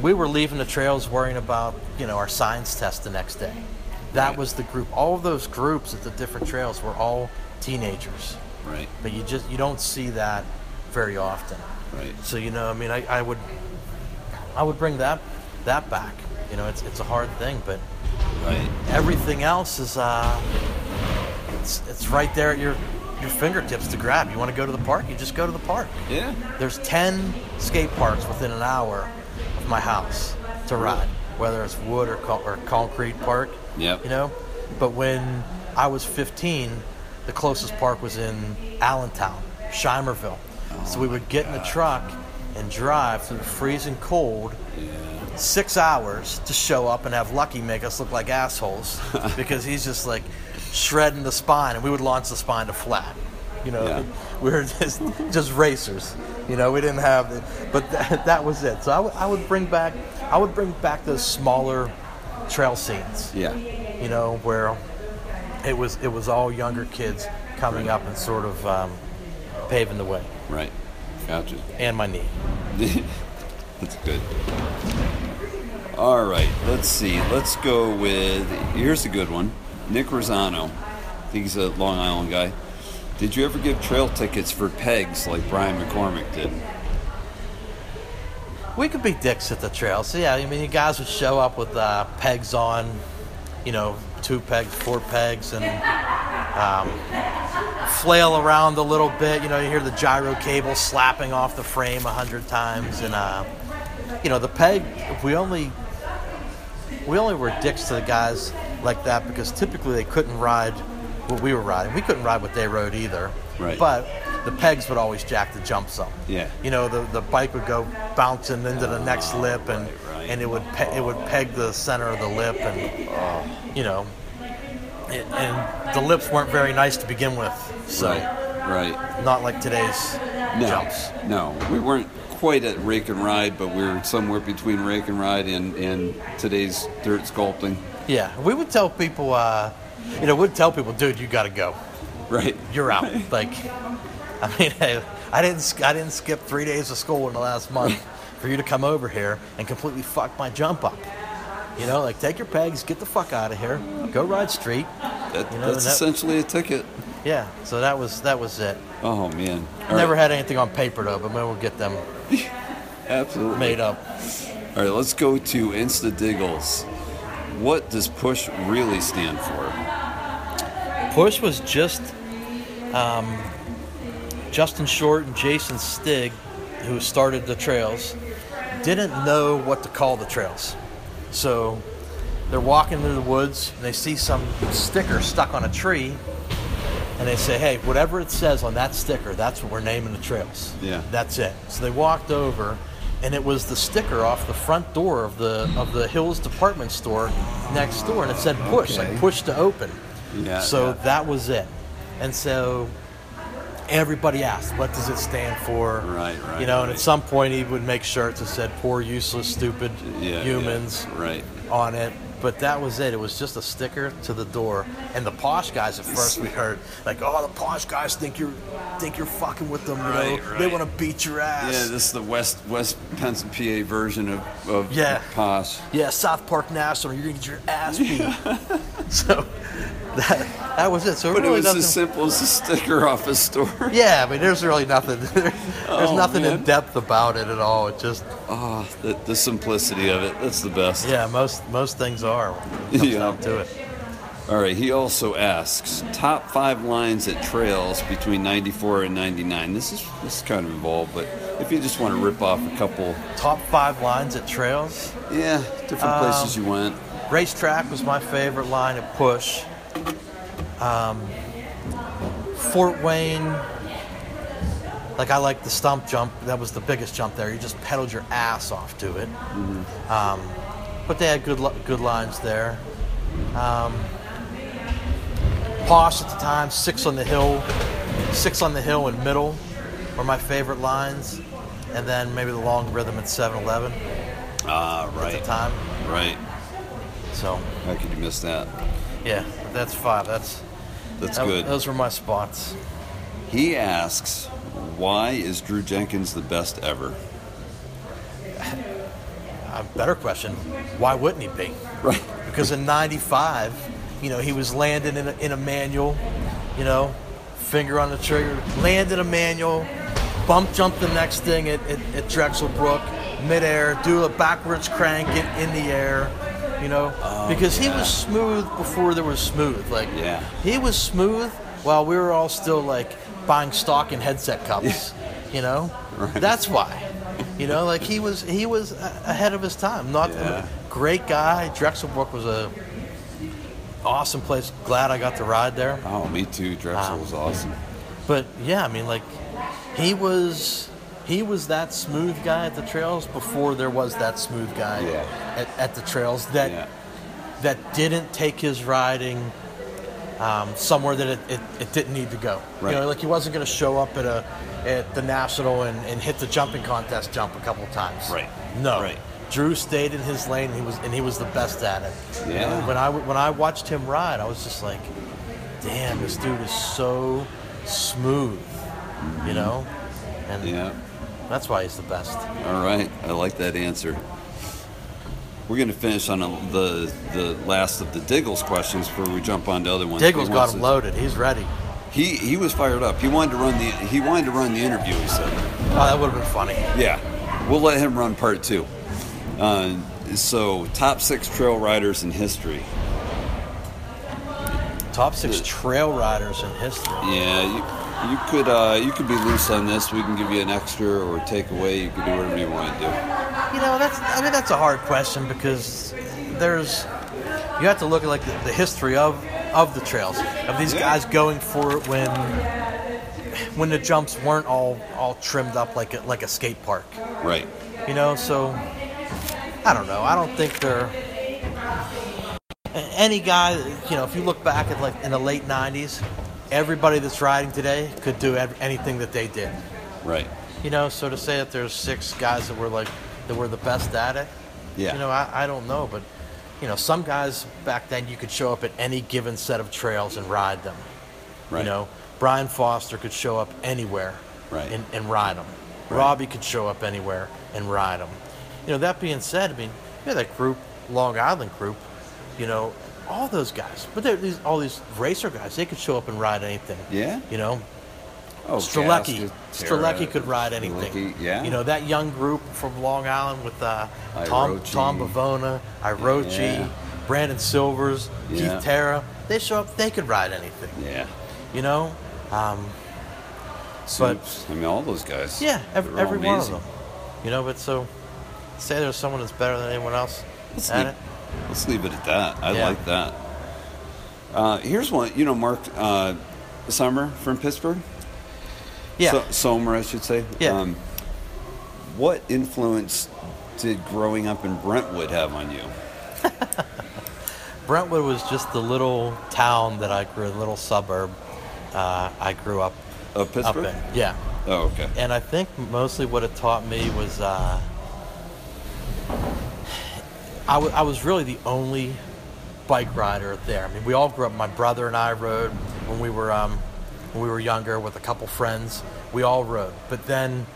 we were leaving the trails worrying about you know our science test the next day. That Right. was the group. All of those groups at the different trails were all teenagers, right, but you just you don't see that very often. right. So you know, I mean, I, I would I would bring that that back. You know, it's it's a hard thing, but Right. everything else is uh, it's it's right there at your your fingertips to grab. You want to go to the park, you just go to the park. Yeah. There's 10 skate parks within an hour of my house to ride, whether it's wood or, co- or concrete park. Yep. You know? But when I was 15, the closest park was in Allentown, Shimerville. so we would get in the truck and drive through the freezing cold six hours to show up and have Lucky make us look like assholes because he's just like shredding the spine, and we would launch the spine to flat. You know, Yeah. we were just just racers. You know, we didn't have, the, but that, that was it. So I would- I would bring back I would bring back those smaller trail scenes. Yeah. You know, where it was it was all younger kids coming up and sort of um, paving the way. Right. Gotcha. And my knee. That's good. All right. Let's see. Let's go with here's a good one. Nick Rosano. I think he's a Long Island guy. Did you ever give trail tickets for pegs like Brian McCormick did? We could be dicks at the trail. So yeah, I mean, you guys would show up with uh, pegs on, you know, two pegs, four pegs, and um, flail around a little bit. You know, you hear the gyro cable slapping off the frame a hundred times, and uh, you know, the peg. We only we only were dicks to the guys like that because typically they couldn't ride what we were riding. We couldn't ride what they rode either. Right. But the pegs would always jack the jumps up Yeah. you know the, the bike would go bouncing into the next lip and Ah, right, right. and it would pe- it would peg the center of the lip and Oh. you know it, and the lips weren't very nice to begin with so Right. Right. not like today's No, jumps no, we weren't quite at rake and ride, but we were somewhere between rake and ride and, and today's dirt sculpting. yeah we would tell people uh, you know we'd tell people dude you got to go Right. you're out like I mean I, I didn't sk- I didn't skip three days of school in the last month for you to come over here and completely fuck my jump up you know like take your pegs get the fuck out of here go ride street That, You know, that's that- essentially a ticket. Yeah, so that was that was it. Oh man. All Never right. had anything on paper though, but maybe we'll get them Absolutely. made up. All right, let's go to Insta Diggles. What does push really stand for? Push was just um, Justin Short and Jason Stig, who started the trails, didn't know what to call the trails. So they're walking through the woods and they see some sticker stuck on a tree, and they say, "Hey, whatever it says on that sticker, that's what we're naming the trails." Yeah. that's it. So they walked over, and it was the sticker off the front door of the of the Hills department store next door, and it said "Push," Okay. like push to open. Yeah, So yeah. that was it, and so everybody asked, "What does it stand for?" Right, right, You know, and right. at some point he would make shirts that said "Poor, useless, stupid Yeah. humans." yeah, right. on it. But that was it. It was just a sticker to the door. And the posh guys at first we heard like, "Oh, the posh guys think you're think you're fucking with them. You Right, know, right. they want to beat your ass." Yeah, this is the West West Pennsylvania PA version of, of Yeah. Posh. yeah, South Park National, you're gonna get your ass beat. so that that was it. So it But it really was nothing. as simple as a sticker off a store. yeah, I mean, there's really nothing. there's Oh, nothing man. in depth about it at all. It just Oh, the, the simplicity of it. That's the best. yeah, most most things are. when it Comes Yeah. down to it. All right, he also asks top five lines at trails between 94 and 99. This is this is kind of involved, but if you just want to rip off a couple, Top five lines at trails. yeah, different Um, places you went. Racetrack was my favorite line at Push. Um, Fort Wayne, like I like the stump jump. That was the biggest jump there. You just pedaled your ass off to it. Um, but they had good li- good lines there. Um, Posh at the time, six on the hill, six on the hill and middle were my favorite lines, and then maybe the long rhythm at 7-Eleven Ah, at the right, time. right. So How could you miss that? Yeah, that's five. That's That's that- good. Those were my spots. He asks, why is Drew Jenkins the best ever? A better question: Why wouldn't he be? Right, Because in '95, you know, he was landing in a, in a manual, you know, finger on the trigger, landed a manual, bump jump the next thing at, at, at Drexel Brook, midair, do a backwards crank in, in the air, you know, because he was smooth before there was smooth. Like, Yeah. he was smooth while we were all still like buying stock in headset cups, you know. That's why, you know, like he was he was a- ahead of his time. Not Yeah. great guy. Drexel Brook was a awesome place. Glad I got to ride there. Oh, me too. Ah. Drexel was awesome. But yeah, I mean, like he was he was that smooth guy at the trails before there was that smooth guy Yeah. at, at the trails that Yeah, that didn't take his riding um, somewhere that it, it, it didn't need to go. Right. You know, like he wasn't going to show up at a at the national and, and hit the jumping contest jump a couple times. Right. No. Right. Drew stayed in his lane. He was and he was the best at it. You Yeah. know, When I w- when I watched him ride, I was just like, damn, this dude is so smooth. You know, and Mm-hmm. Yeah. that's why he's the best. All right, I like that answer. We're going to finish on a, the the last of the Diggles questions before we jump on to other ones. Diggle's He got wants him to- loaded. He's ready. He he was fired up. He wanted to run the he wanted to run the interview. He said, Oh, that would have been funny. "Yeah, we'll let him run part two. Uh, so, top six trail riders in history. Top six trail riders in history. Yeah, you, you could uh, you could be loose on this. We can give you an extra or take away. You can do whatever you want to do. You know, that's I mean that's a hard question because there's you have to look at like the, the history of of the trails of these Yeah. guys going for it when when the jumps weren't all all trimmed up like a, like a skate park. Right. You know, so I don't know. I don't think they're a- any guy. You know, if you look back at like in the late '90s, everybody that's riding today could do ev- anything that they did. Right. You know, so to say that there's six guys that were like that were the best at it. Yeah. You know, I, I don't know, but you know, some guys back then you could show up at any given set of trails and ride them. Right. You know, Brian Foster could show up anywhere Right. and, and ride them. Right. Robbie could show up anywhere and ride them. You know, that being said, I mean, yeah, that group, Long Island group, you know, all those guys, but they're these all these racer guys, they could show up and ride anything. Yeah? You know, Oh, Strelecki. Gaston, Tara, Strelecki could ride anything. Strelecki, yeah. You know, that young group from Long Island with uh, Tom, Irochi. Tom Bavona, Irochi, Yeah. Brandon Silvers, Yeah. Keith Terra. They show up, they could ride anything. Yeah. You know? Um, Soups. I mean, all those guys. yeah, ev- they're all every one of amazing. them. You know, but so say there's someone that's better than anyone else Let's at leave, it. let's leave it at that. I Yeah. like that. Uh, here's one. You know, Mark uh, Summer from Pittsburgh. Yeah. So, Somer, I should say. Um, Yeah. what influence did growing up in Brentwood have on you? Brentwood was just the little town that I grew, the little suburb uh, I grew up, Of up Pittsburgh. in. Yeah. Oh, okay. and I think mostly what it taught me was uh, I, w- I was really the only bike rider there. I mean, we all grew up. My brother and I rode when we were um, when we were younger with a couple friends. We all rode, but then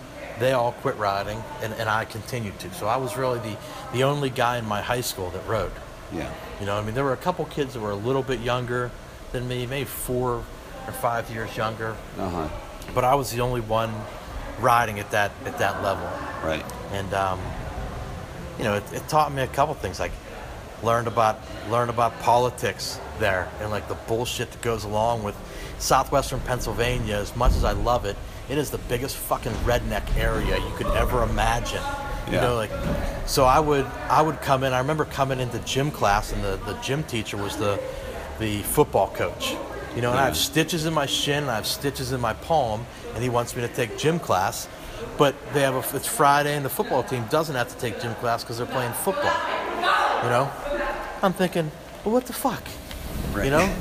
they all quit riding, and, and I continued to. So I was really the the only guy in my high school that rode. Yeah. You know, I mean, there were a couple kids that were a little bit younger than me, maybe four or five years younger Uh huh. but I was the only one riding at that at that level, Right. and um, you know, it, it taught me a couple things. Like learned about learned about politics there, and like the bullshit that goes along with southwestern Pennsylvania. As much as I love it, it is the biggest fucking redneck area you could ever imagine. You Yeah. know, like so I would I would come in. I remember coming into gym class, and the, the gym teacher was the the football coach. You know, and I have Yeah. stitches in my shin, and I have stitches in my palm, and he wants me to take gym class. But they have a, it's Friday, and the football team doesn't have to take gym class because they're playing football. You know, I'm thinking, well, what the fuck? Right. You know,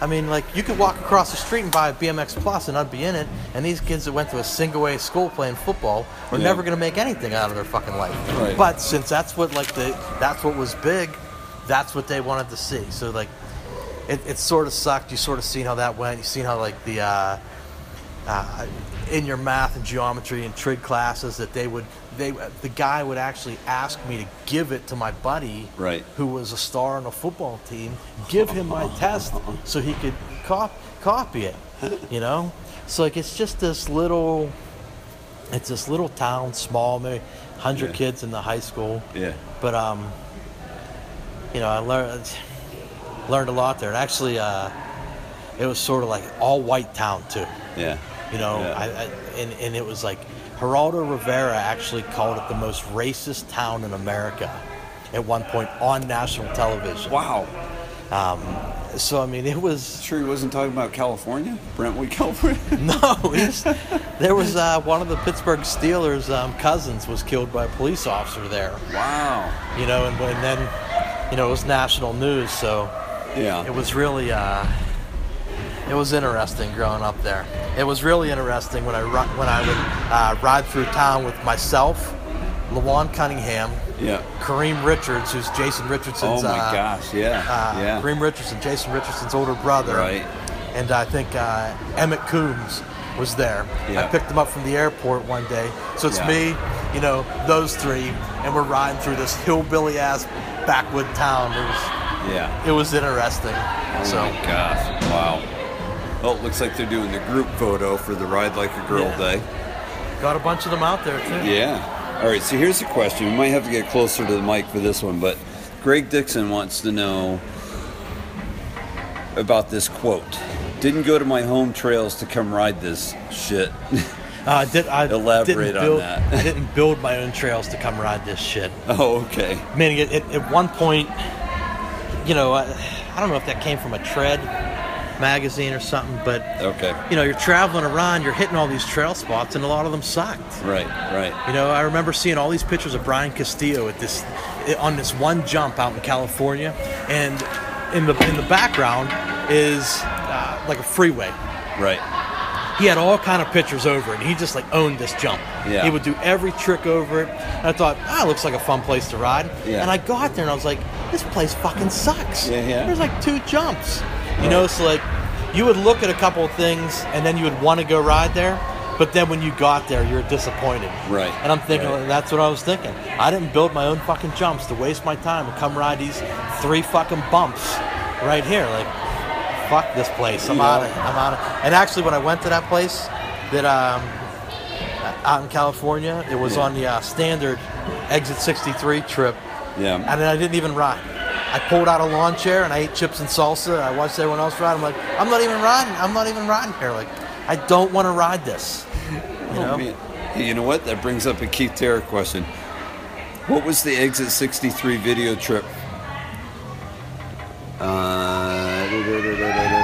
I mean, like you could walk across the street and buy a BMX Plus, and I'd be in it. And these kids that went to a single A school playing football were Yeah. never going to make anything out of their fucking life. Right. But since that's what like the that's what was big, that's what they wanted to see. So like, it, it sort of sucked. You sort of seen how that went. You seen how like the. Uh, uh, in your math and geometry and trig classes that they would they the guy would actually ask me to give it to my buddy Right. who was a star on a football team give him my test so he could cop- copy it you know so like it's just this little it's this little town small maybe 100 Yeah. kids in the high school Yeah. but um, you know, I learned learned a lot there. And actually, uh, it was sort of like all white town too. Yeah. You know, Yeah. I, I, and and it was like Geraldo Rivera actually called it the most racist town in America at one point on national television. Wow. So I mean, it was Sure, he wasn't talking about California, Brentwood, California. no. It was, there was uh, one of the Pittsburgh Steelers um, cousins was killed by a police officer there. wow. You know, and, and then you know it was national news, so. Yeah. It was really, uh, it was interesting growing up there. It was really interesting when I ri- when I would uh, ride through town with myself, Lawan Cunningham, Yeah. Kareem Richards, who's Jason Oh Richardson's. my uh, gosh. Yeah. uh, yeah. Kareem Richardson, Jason Richardson's older brother. Right. And I think uh, Emmett Coombs was there. Yeah. I picked him up from the airport one day. So it's Yeah. me, you know, those three, and we're riding through this hillbilly ass backwood town. It yeah. was, it was interesting. Oh so my gosh. Wow. Well, it looks like they're doing the group photo for the Ride Like a Girl Yeah. Day. got a bunch of them out there too. Yeah. All right. So here's a question. We might have to get closer to the mic for this one, but Greg Dixon wants to know about this quote. Didn't go to my home trails to come ride this shit. Uh, I did, I Elaborate didn't on build, that. I didn't build my own trails to come ride this shit. oh, okay. Meaning, at, at, at one point, you know, I, I don't know if that came from a tread magazine or something, but Okay. you know, you're traveling around, you're hitting all these trail spots, and a lot of them sucked. Right. Right. You know, I remember seeing all these pictures of Brian Castillo at this on this one jump out in California, and in the in the background is uh, like a freeway. Right. He had all kind of pictures over it. And he just like owned this jump. Yeah. He would do every trick over it. And I thought, ah, looks like a fun place to ride. Yeah. And I got there and I was like, this place fucking sucks. Yeah, yeah. There's like two jumps. You know, so like you would look at a couple of things and then you would want to go ride there, but then when you got there, you're disappointed. Right, And I'm thinking right. that's what I was thinking. I didn't build my own fucking jumps to waste my time and come ride these three fucking bumps right here. Like, fuck this place. I'm Yeah. out of. I'm out of. And actually, when I went to that place, that um, out in California, it was Yeah. on the uh, standard exit 63 trip, Yeah. and then I didn't even ride. I pulled out a lawn chair and I ate chips and salsa. I watched everyone else ride. I'm like, I'm not even riding. I'm not even riding here. Like, I don't want to ride this. You know? Oh, man. Hey, you know what? That brings up a Keith Terra question. What was the Exit 63 video trip? Uh, da, da, da, da, da, da.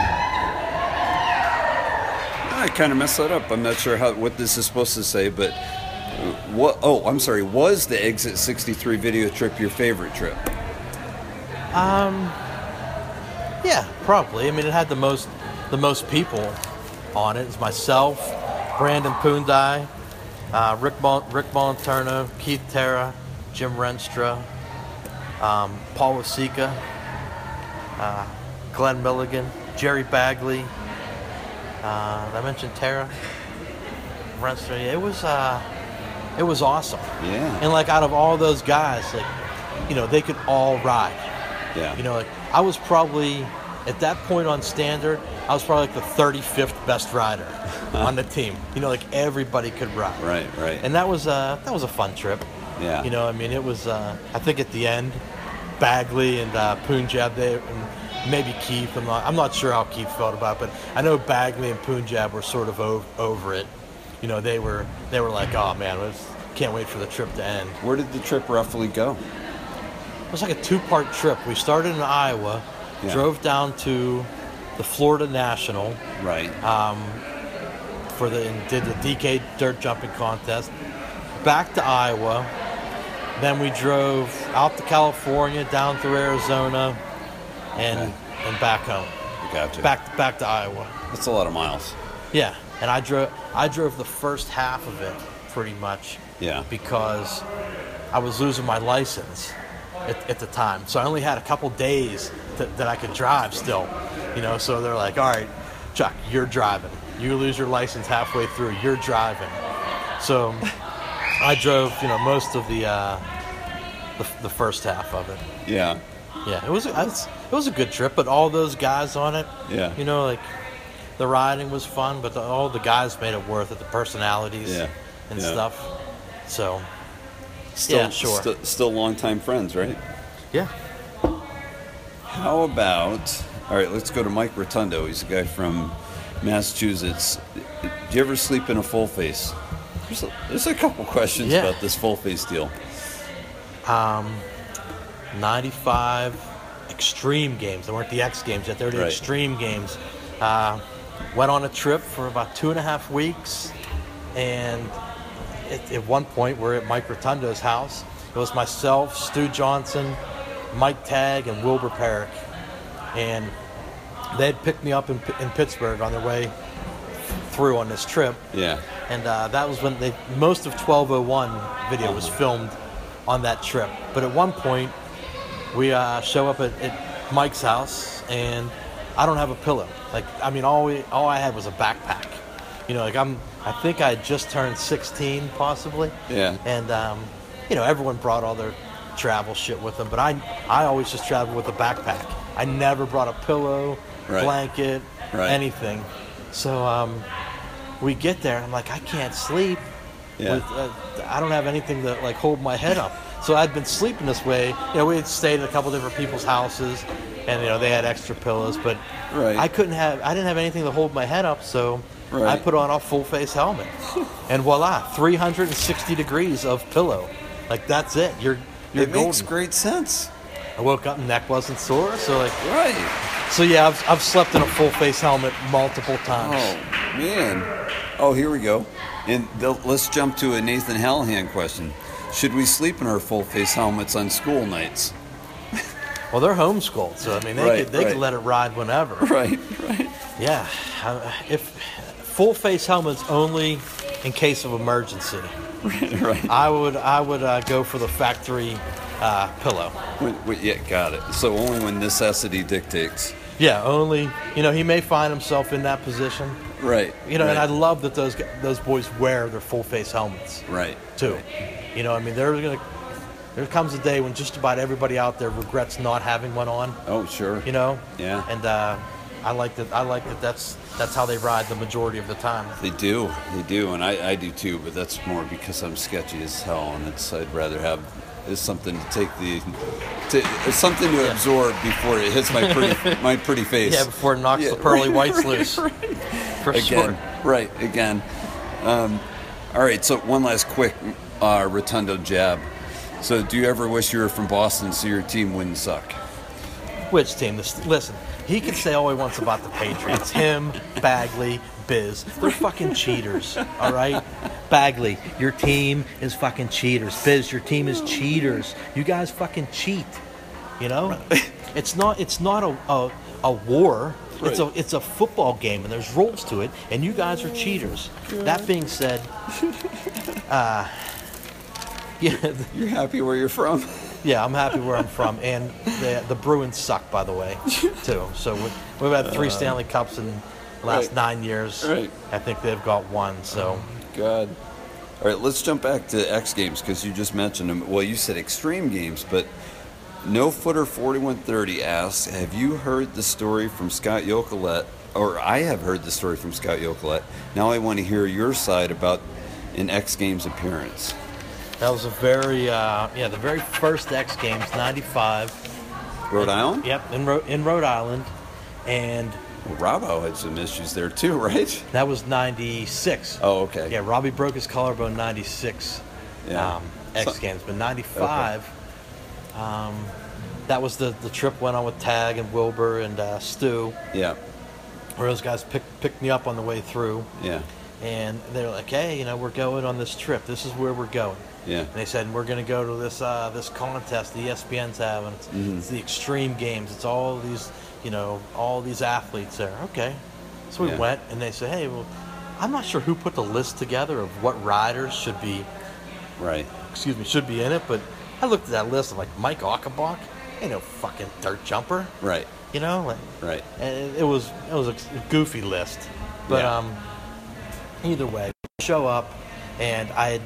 I kind of messed that up. I'm not sure how what this is supposed to say, but uh, what? Oh, I'm sorry. Was the Exit 63 video trip your favorite trip? Yeah, probably. I mean, it had the most the most people on it. It's myself, Brandon Pundai, uh, Rick bon- Rick Bonterno, Keith Terra, Jim Renstra, um, Paul Wasika, uh, Glenn Milligan, Jerry Bagley. Uh, did I mentioned Terra, Renstra. It was uh, it was awesome. Yeah. And like out of all those guys, like you know, they could all ride. Yeah. You know, like I was probably at that point on standard, I was probably like the 35th best rider on the team. You know, like everybody could ride. Right. Right. And that was uh, that was a fun trip. Yeah. You know, I mean, it was. Uh, I think at the end, Bagley and uh, Punjab, they and maybe Keith. I'm not. I'm not sure how Keith felt about, it, but I know Bagley and Punjab were sort of o- over it. You know, they were. They were like, oh man, let's, can't wait for the trip to end. Where did the trip roughly go? It was like a two-part trip. We started in Iowa, Yeah. drove down to the Florida National Right. for the and did the DK dirt jumping contest. Back to Iowa, then we drove out to California, down through Arizona, and and back home. gotcha. Back back to Iowa. That's a lot of miles. Yeah, and I drove I drove the first half of it pretty much. Yeah. Because I was losing my license at, at the time, so I only had a couple days that that I could drive still. You know, so they're like, "All right, Chuck, you're driving. You lose your license halfway through. You're driving." So I drove, you know, most of the uh, the, the first half of it. Yeah. Yeah, it was it was- it was a good trip, but all those guys on it. Yeah. You know, like the riding was fun, but the, all the guys made it worth it. The personalities. Yeah, And yeah. stuff. So. Still, Yeah, sure. sti- still longtime friends, right? Yeah. How about? All right, let's go to Mike Rotundo. He's a guy from Massachusetts. Do you ever sleep in a full face? There's a, there's a couple questions Yeah. about this full face deal. Ninety-five extreme games. They weren't the X games yet. They were the Right. extreme games. Uh, went on a trip for about two and a half weeks, and at, at one point we're at Mike Rotundo's house. It was myself, Stu Johnson, Mike Tag, and Wilbur Parrick. And they had picked me up in, in Pittsburgh on their way through on this trip, Yeah. and uh, that was when they most of 1201 video was filmed on that trip. But at one point, we uh, show up at, at Mike's house, and I don't have a pillow. Like I mean, all we, all I had was a backpack. You know, like I'm I think I had just turned 16 possibly. Yeah. And um, you know, everyone brought all their travel shit with them, but I I always just traveled with a backpack. I never brought a pillow, Right. blanket, Right. anything. So um, we get there and I'm like, I can't sleep. Yeah. With, uh, I don't have anything to like hold my head up. So I'd been sleeping this way. You know, we had stayed at a couple different people's houses, and you know they had extra pillows, but Right. I couldn't have. I didn't have anything to hold my head up, so I Right. put on a full face helmet, and voila, 360 degrees of pillow. Like that's it. You're you're it golden. makes great sense. I woke up, neck wasn't sore, so like Right. so yeah, I've, I've slept in a full face helmet multiple times. Oh man. Oh, here we go. And the, let's jump to a Nathan Hallahan question. Should we sleep in our full face helmets on school nights? Well, they're homeschooled, so I mean they Right, could they right. could let it ride whenever. Right. Right. Yeah, I- if full face helmets only in case of emergency. right. I would I would uh, go for the factory uh, pillow. Wait, wait, yeah, got it. So only when necessity dictates. Yeah, only you know he may find himself in that position. Right. You know, and I right, love that those g- those boys wear their full face helmets Right. too. You know, I mean, there's gonna there comes a day when just about everybody out there regrets not having one on. Oh, sure. You know. Yeah. And uh, I like that. I like that. That's that's how they ride the majority of the time. They do, they do, and I, I do too. But that's more because I'm sketchy as hell, and it's I'd rather have is something to take the, to, it's something to absorb before it hits my pretty my pretty face. Yeah, before it knocks Yeah, the pearly right, whites right, loose. For again, sure. right again. Um, all right, so one last quick uh, rotundo jab. So, do you ever wish you were from Boston so your team wouldn't suck? Which team? This, listen, he can say all he wants about the Patriots. Him, Bagley, Biz. They're fucking cheaters, all right? Bagley, your team is fucking cheaters. Biz, your team is cheaters. You guys fucking cheat, you know? It's not, it's not a, a, a war. It's, a, Right. it's a football game and there's rules to it, and you guys are cheaters. That being said, uh, yeah, You're happy where you're from. yeah, I'm happy where I'm from, and the the Bruins suck, by the way, too. So we, we've had three Stanley Cups in the last Uh, right. nine years. Right. I think they've got one. So God. All right, let's jump back to X Games because you just mentioned them. Well, you said Extreme Games, but No Footer 4130 asks Have you heard the story from Scott Yokelet? Or I have heard the story from Scott Yokelet. Now I want to hear your side about an X Games appearance. that was a very uh, yeah the very first X Games '95. Rhode Island? Yep, in Ro- in Rhode Island, and Well, Robbo had some issues there too, right? that was '96. Oh, okay. Yeah, Robbie broke his collarbone '96. Yeah. Um, X So- Games, but '95. Um, that was the, the trip went on with Tag and Wilbur and uh, Stu. Yeah. where those guys picked picked me up on the way through, Yeah. and they're like, "Hey, you know, we're going on this trip. This is where we're going." Yeah. And they said, "We're going to go to this uh, this contest the ESPN's having. It's, it's the Extreme Games. It's all these, you know, all these athletes there." Okay, so we Yeah. went, and they said, "Hey, well, I'm not sure who put the list together of what riders should be, Right. excuse me, should be in it." But I looked at that list. I'm like, Mike Achenbach, ain't no fucking dirt jumper, Right. you know, like. Right. And it was it was a goofy list, but Yeah. um, either way, show up, and I had,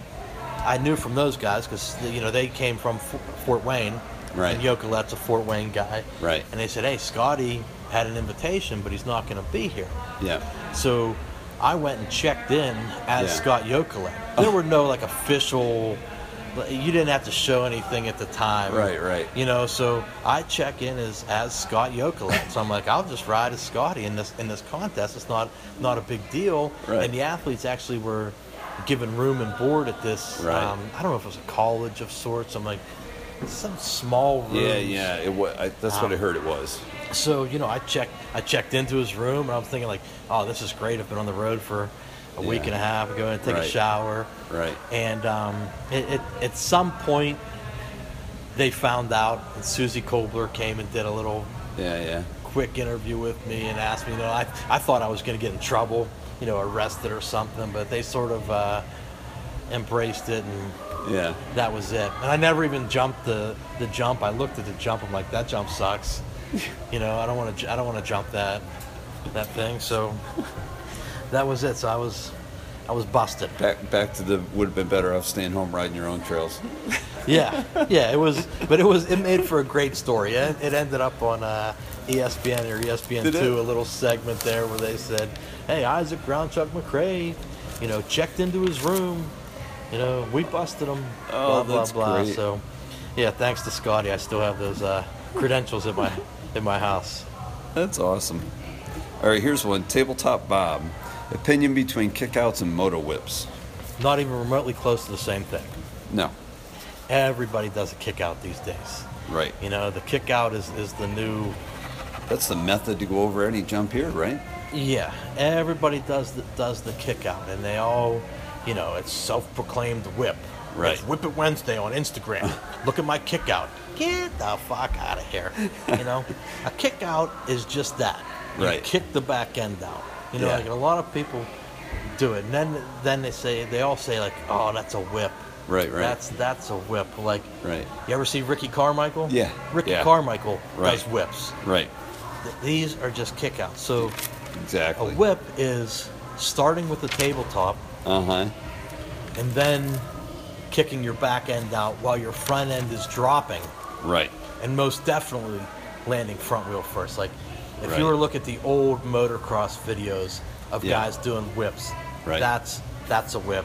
I knew from those guys because you know they came from Fo- Fort Wayne, Right. And Yokolet's a Fort Wayne guy, Right. And they said, hey, Scotty had an invitation, but he's not going to be here. Yeah. So I went and checked in as Yeah. Scott Yokolet. There were no like official. You didn't have to show anything at the time, Right, right. You know, so I check in as as Scott Yokolet. so I'm like, I'll just ride as Scotty in this in this contest. It's not not a big deal. Right. And the athletes actually were given room and board at this. Right. Um, I don't know if it was a college of sorts. I'm like, some small room. Yeah, yeah. It wa- I, that's what I heard it was. So you know, I checked. I checked into his room, and I'm thinking like, "Oh, this is great. I've been on the road for a week Yeah. and a half. I'm going to take a Right. shower." Right. And um, it, it, at some point, they found out, and Susie Kobler came and did a little Yeah, yeah. quick interview with me and asked me, you know, I, I thought I was going to get in trouble, you know, arrested or something, but they sort of uh, embraced it and Yeah. that was it. And I never even jumped the, the jump. I looked at the jump. I'm like, that jump sucks. You know, I don't want to. I don't want to jump that that thing. So that was it. So I was I was busted. Back back to the would have been better off staying home riding your own trails. Yeah, yeah. It was, but it was. It made for a great story. It, it ended up on uh, ESPN or E ESPN Did it? two. A little segment there where they said, "Hey, Isaac Brownchuck McRae, you know, checked into his room. You know, we busted him. Oh, blah that's blah blah." great. So, yeah. Thanks to Scotty, I still have those uh, credentials in my in my house. That's awesome. All right, here's one. Tabletop Bob. Opinion between kickouts and moto whips. Not even remotely close to the same thing. No. Everybody does a kick out these days. Right. You know, the kick out is, is the new That's the method to go over any jump here, right? Yeah, everybody does the, does the kick out, and they all, you know, it's self-proclaimed whip. Right. It's Whip It Wednesday on Instagram. Look at my kick out. Get the fuck out of here. You know, a kick out is just that. You Right. Kick the back end out. You know, Yeah. like a lot of people do it, and then then they say they all say like, oh, that's a whip. Right, right. That's that's a whip. Like, Right. You ever see Ricky Carmichael? Yeah, Ricky yeah. Carmichael Right. does whips. Right. Th- These are just kickouts. So a Exactly. whip is starting with the tabletop Uh huh. and then kicking your back end out while your front end is dropping Right. and most definitely landing front wheel first. Like if Right. you were to look at the old motocross videos of Yeah. guys doing whips, Right. that's that's a whip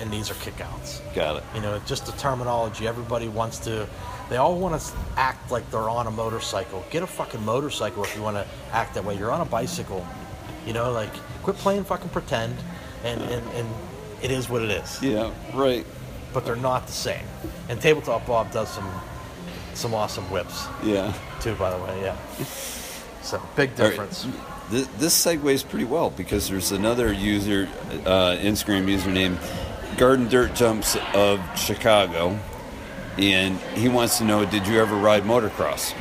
and these are kickouts. Got it. You know, just the terminology. Everybody wants to. They all want to act like they're on a motorcycle. Get a fucking motorcycle if you want to act that way. You're on a bicycle. You know, like quit playing fucking pretend, and and, and it is what it is. Yeah. Right. But they're not the same. And Tabletop Bob does some some awesome whips Yeah. too, by the way. Yeah. So big All right. difference. Th- This segues pretty well because there's another user, uh, Instagram username, Garden Dirt Jumps of Chicago, and he wants to know, did you ever ride motocross?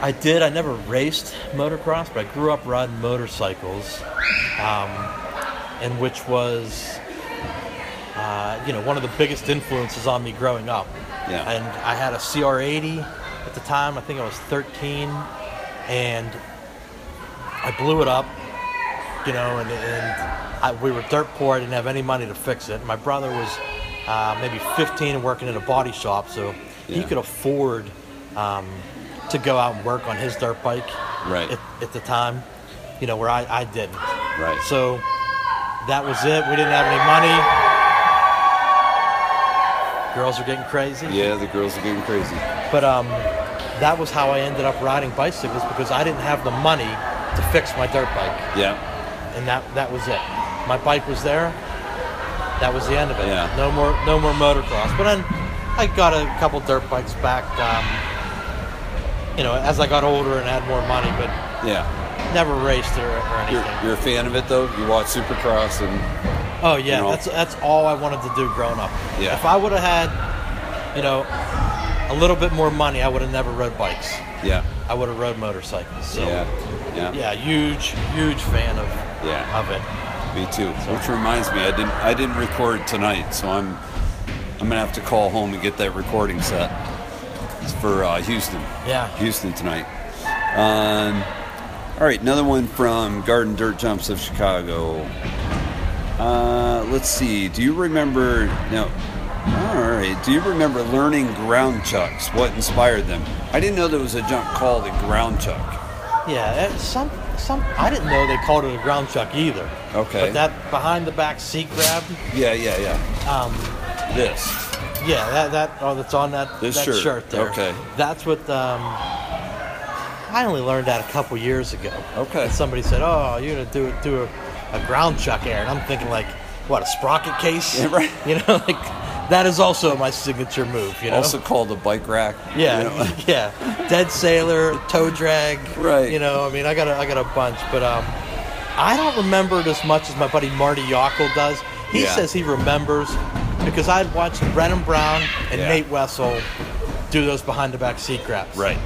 I did. I never raced motocross, but I grew up riding motorcycles, um, and which was, uh, you know, one of the biggest influences on me growing up. Yeah. And I had a CR80 at the time. I think I was 13, and I blew it up, you know, and, and I, we were dirt poor. I didn't have any money to fix it. My brother was uh, maybe 15 and working in a body shop, so he Yeah. could afford um, to go out and work on his dirt bike Right. at, at the time, you know, where I, I didn't. Right. So that was it. We didn't have any money. Girls are getting crazy. Yeah, the girls are getting crazy. But um, that was how I ended up riding bicycles because I didn't have the money to fix my dirt bike, Yeah. and that that was it. My bike was there. That was the end of it. Yeah. No more no more motocross. But then I got a couple dirt bikes back. Um, you know, as I got older and had more money, but Yeah. never raced or, or You're, anything. you're a fan of it though? You watch Supercross and Oh yeah, you know? that's that's all I wanted to do growing up. Yeah. If I would have had, you know, a little bit more money, I would have never rode bikes. yeah. I would have rode motorcycles. So Yeah. Yeah. yeah, huge, huge fan of Yeah. of it. Me too. Which reminds me, I didn't I didn't record tonight, so I'm I'm gonna have to call home and get that recording set. It's for uh, Houston. Yeah. Houston tonight. Um, all right, another one from Garden Dirt Jumps of Chicago. Uh, let's see. Do you remember now? All right. Do you remember learning ground chucks? What inspired them? I didn't know there was a jump called a ground chuck. Yeah, it- some some I didn't know they called it a ground chuck either. Okay. But that behind the back seat grab, Yeah, yeah, yeah. um, This. yeah, that that oh, that's on that This that shirt, shirt, there. okay. That's what um. I only learned that a couple years ago. Okay. And somebody said, "Oh, you're gonna do do a, a ground chuck air," and I'm thinking like, what a sprocket case, Yeah, right. You know, like that is also my signature move. You know, Also called a bike rack. yeah, you know? yeah, dead sailor, toe drag, Right. You know, I mean, I got a, I got a bunch, but um, I don't remember it as much as my buddy Marty Yockel does. He Yeah. says he remembers because I'd watched Brennan Brown and Yeah. Nate Wessel do those behind the back seat grabs, Right.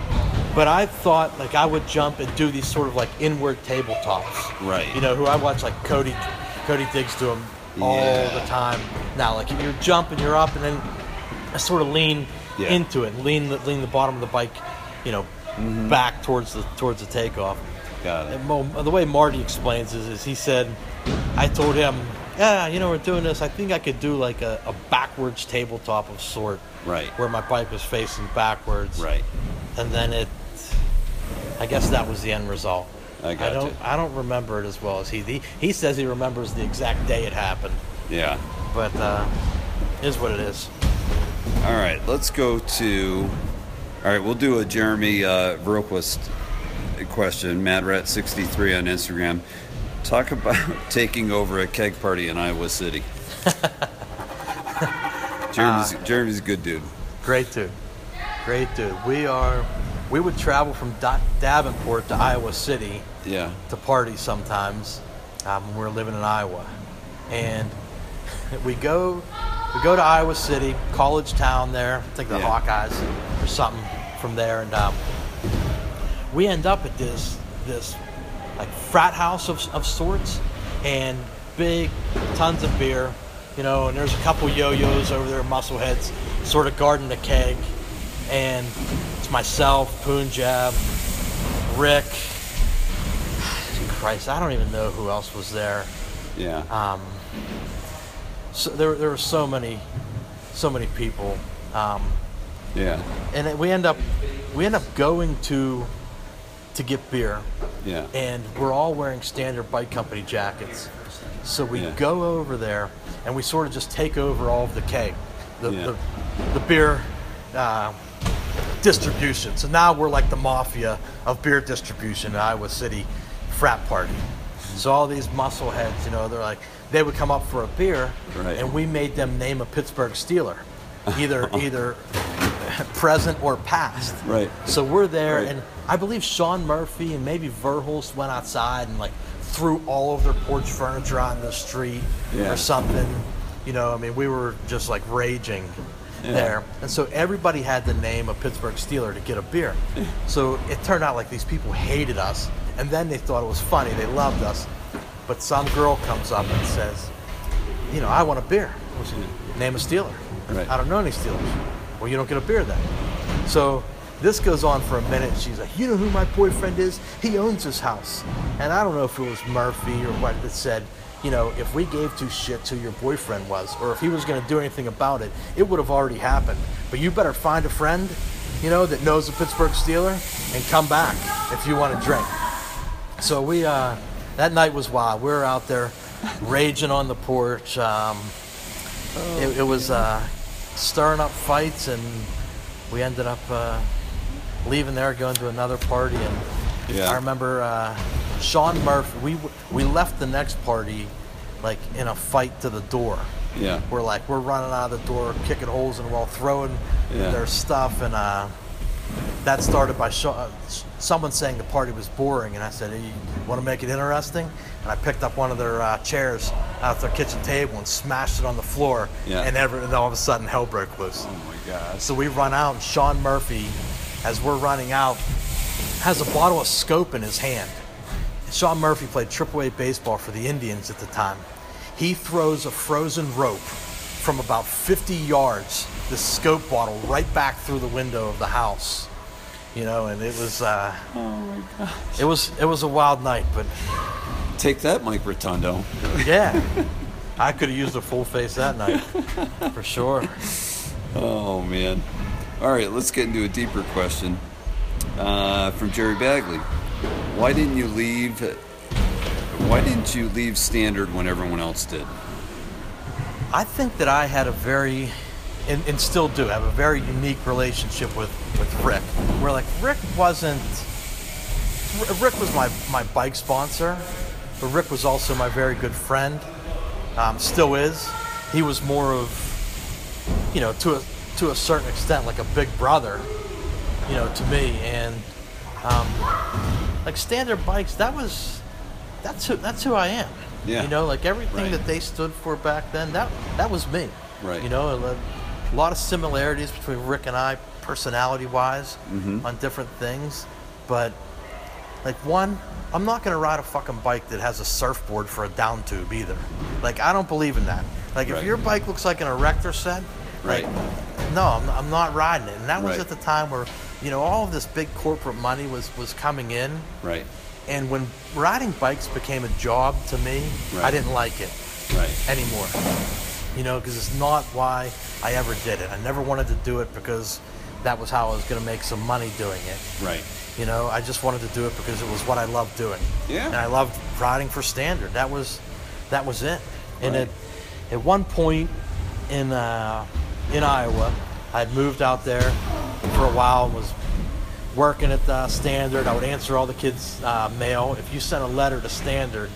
But I thought like I would jump and do these sort of like inward tabletops. Right. You know, who I watch like Cody Cody Diggs do them all Yeah. the time. Now like you're jumping, you're up and then I sort of lean Yeah. into it, lean the lean the bottom of the bike, you know, Mm-hmm. back towards the towards the takeoff. Got it. And Mo- the way Marty explains this is he said, I told him, yeah, you know, we're doing this. I think I could do like a, a backwards tabletop of sort. Right. Where my bike was facing backwards. Right. And then it, I guess that was the end result. I I gotcha. don't, I don't remember it as well as he. He, he says he remembers the exact day it happened, Yeah. but uh, is what it is. All right, let's go to. All right, we'll do a Jeremy uh, Verquist question. Mad Rat 63 on Instagram. Talk about taking over a keg party in Iowa City. Jeremy's, Jeremy's a good dude. Great dude. Great dude. We are, we would travel from Da- Davenport to Iowa City. Yeah. to party sometimes um, when we we're living in Iowa, and we go we go to Iowa City, college town there. I think the Yeah. Hawkeyes or something from there, and um, we end up at this this like frat house of, of sorts, and big tons of beer, you know. And there's a couple yo-yos over there, muscleheads, sort of guarding the keg, and it's myself, Punjab, Rick, Christ, I don't even know who else was there. Yeah. Um, so there, there were so many, so many people, um, yeah. and it- we end up, we end up going to, to get beer, Yeah. and we're all wearing standard bike company jackets. So we Yeah. go over there, and we sort of just take over all of the keg, the, Yeah. the, the beer. Uh, distribution. So now we're like the mafia of beer distribution in Iowa City frat party. So all these muscleheads, you know, they're like they would come up for a beer, Right. and we made them name a Pittsburgh Steeler, either either present or past. Right. So we're there, Right. and I believe Sean Murphy and maybe Verhulst went outside and like threw all of their porch furniture on the street Yeah. or something. You know, I mean, we were just like raging there. And so everybody had the name of Pittsburgh Steeler to get a beer. So it turned out like these people hated us, and then they thought it was funny. They loved us. But some girl comes up and says, you know, I want a beer. We said, Name a Steeler. Right. I don't know any Steelers. Well, you don't get a beer then. So this goes on for a minute. She's like, you know who my boyfriend is? He owns this house. And I don't know if it was Murphy or what that said, you know, if we gave two shits who your boyfriend was or if he was going to do anything about it, it would have already happened. But you better find a friend, you know, that knows the Pittsburgh Steeler and come back if you want a drink. So we uh, that night was wild. We were out there raging on the porch. Um, it, it was uh, stirring up fights, and we ended up uh, leaving there, going to another party. And Yeah. I remember uh, Sean Murphy. We w- we left the next party like in a fight to the door. Yeah. We're like we're running out of the door, kicking holes in the wall, throwing Yeah. their stuff, and. Uh, that started by sh- uh, s- someone saying the party was boring, and I said, hey, "You want to make it interesting?" And I picked up one of their uh, chairs out of their kitchen table and smashed it on the floor, Yeah. and, every, and all of a sudden hell broke loose. Oh my gosh. So we run out, and Sean Murphy, as we're running out, has a bottle of scope in his hand. Sean Murphy played AAA baseball for the Indians at the time. He throws a frozen rope from about 50 yards, the scope bottle, right back through the window of the house. You know, and it was uh, it was it was a wild night, but Take that, Mike Rotundo. yeah, I could have used a full face that night for sure. Oh man. All right, let's get into a deeper question uh, from Jerry Bagley. Why didn't you leave? Why didn't you leave standard when everyone else did? I think that I had a very, and, and still do, have a very unique relationship with, with Rick. Where like Rick wasn't, R- Rick was my, my bike sponsor, but Rick was also my very good friend, um, still is. He was more of, you know, to a, to a certain extent, like a big brother, you know, to me. And um, like standard bikes, that was, that's who, that's who I am. Yeah. You know, like everything Right. that they stood for back then, that that was me. Right. You know, and, uh, a lot of similarities between Rick and I, personality-wise, Mm-hmm. on different things. But like one, I'm not gonna ride a fucking bike that has a surfboard for a down tube either. Like I don't believe in that. Like if Right. your bike looks like an erector set, Right. like no, I'm, I'm not riding it. And that was Right. at the time where, you know, all of this big corporate money was was coming in, Right. and when riding bikes became a job to me, I Right. didn't like it Right. anymore. You know, because it's not why I ever did it. I never wanted to do it because that was how I was going to make some money doing it. Right. You know, I just wanted to do it because it was what I loved doing. Yeah. And I loved riding for standard. That was, that was it. And Right. at, at one point in uh, in Iowa, I had moved out there for a while and was working at the standard. I would answer all the kids' uh, mail. If you sent a letter to standard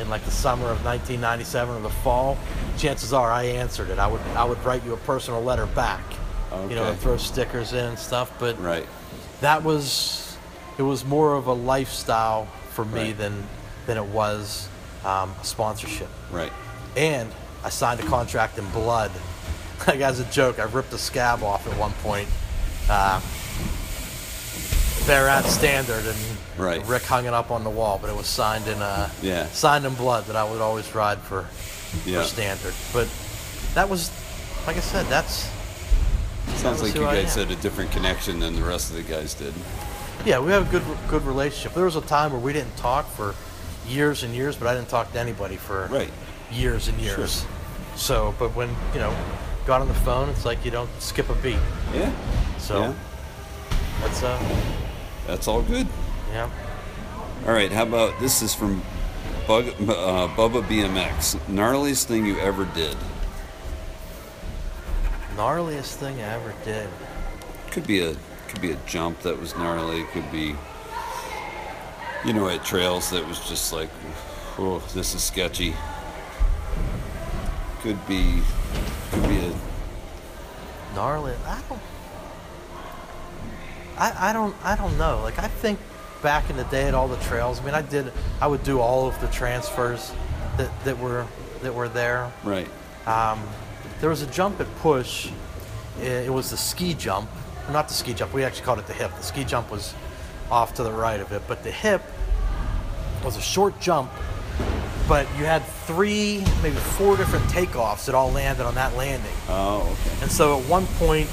in like the summer of 1997 or the fall, chances are I answered it. I would I would write you a personal letter back. You know, Okay. and throw stickers in and stuff, but Right. that was it was more of a lifestyle for me Right. than than it was um, a sponsorship Right. and i signed a contract in blood like as a joke i ripped a scab off at one point uh, they're at standard and Right. rick hung it up on the wall but it was signed in uh, Yeah. signed in blood that i would always ride for Yeah. for standard but that was like i said that's Sounds was like who you I guys am. had a different connection than the rest of the guys did. Yeah, we have a good good relationship. There was a time where we didn't talk for years and years, but I didn't talk to anybody for Right. years and years. So, but when you know, got on the phone, it's like you don't skip a beat. Yeah. So Yeah. that's uh, That's all good. yeah. All right. How about this is from Bug, uh, Bubba BMX. Gnarliest thing you ever did. Gnarliest thing I ever did. Could be a could be a jump that was gnarly. It could be you know at trails that was just like, oh, this is sketchy. Could be could be a Gnarly. I don't. I, I don't I don't know. Like I think back in the day at all the trails. I mean, I did I would do all of the transfers that that were that were there. right. Um, there was a jump at push. I- It was the ski jump, not the ski jump. We actually called it the hip. The ski jump was off to the right of it, but the hip was a short jump. But you had three, maybe four different takeoffs that all landed on that landing. Oh, okay. And so at one point,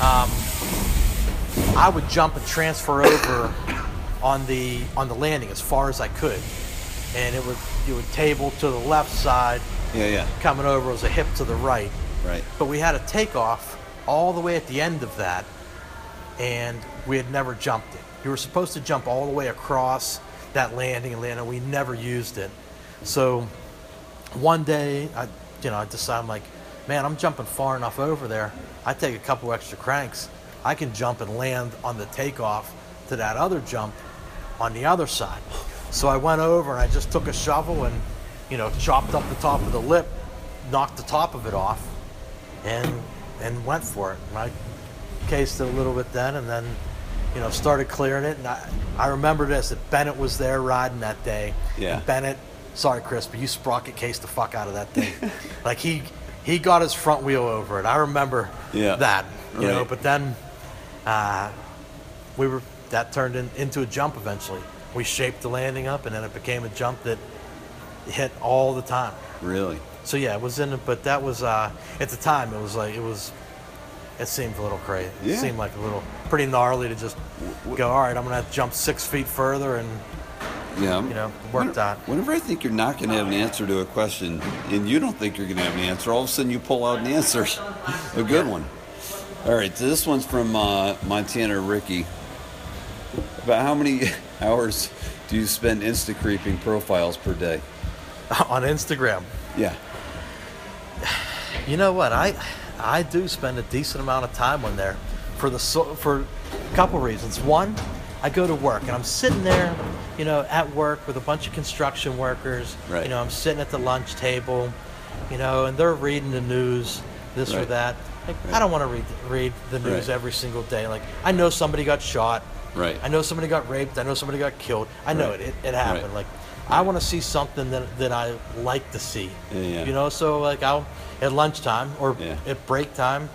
um, I would jump and transfer over on the on the landing as far as I could, and it would it would table to the left side, Yeah, coming over was a hip to the right. yeah. Right. But we had a takeoff all the way at the end of that, and we had never jumped it. You were supposed to jump all the way across that landing and land, and we never used it. So one day, I, you know, I decided, I'm like, man, I'm jumping far enough over there. I take a couple extra cranks. I can jump and land on the takeoff to that other jump on the other side. So I went over and I just took a shovel and, you know, chopped up the top of the lip, knocked the top of it off, and and went for it. And I cased it a little bit then, and then you know started clearing it. And I I remember this that Bennett was there riding that day. Yeah. And Bennett, sorry Chris, but you sprocket cased the fuck out of that thing. like he he got his front wheel over it. I remember Yeah. that. You know, Right. but then uh, we were that turned in, into a jump eventually. We shaped the landing up, and then it became a jump that hit all the time. Really? So yeah, it was in it, but that was uh, at the time it was like it was, it seemed a little crazy. It Yeah. seemed like a little pretty gnarly to just go. All right, I'm gonna have to jump six feet further, and Yeah. You know, worked whenever, on. Whenever I think you're not going to have an answer to a question, and you don't think you're going to have an answer, all of a sudden you pull out an answer, a good one. All right, so this one's from uh, Montana Ricky. About how many hours do you spend insta creeping profiles per day? on Instagram. Yeah. You know what? I I do spend a decent amount of time on there for the so, for a couple reasons. One, I go to work and I'm sitting there, you know, at work with a bunch of construction workers. Right. You know, I'm sitting at the lunch table, you know, and they're reading the news, this or Right. that. Like, I Right. don't want to read read the news Right. every single day. Like I know somebody got shot. Right. I know somebody got raped. I know somebody got killed. I know Right. it, it. It happened. Right. Like I want to see something that that I like to see. Yeah, yeah. You know, so like I'll at lunchtime or Yeah. at break time,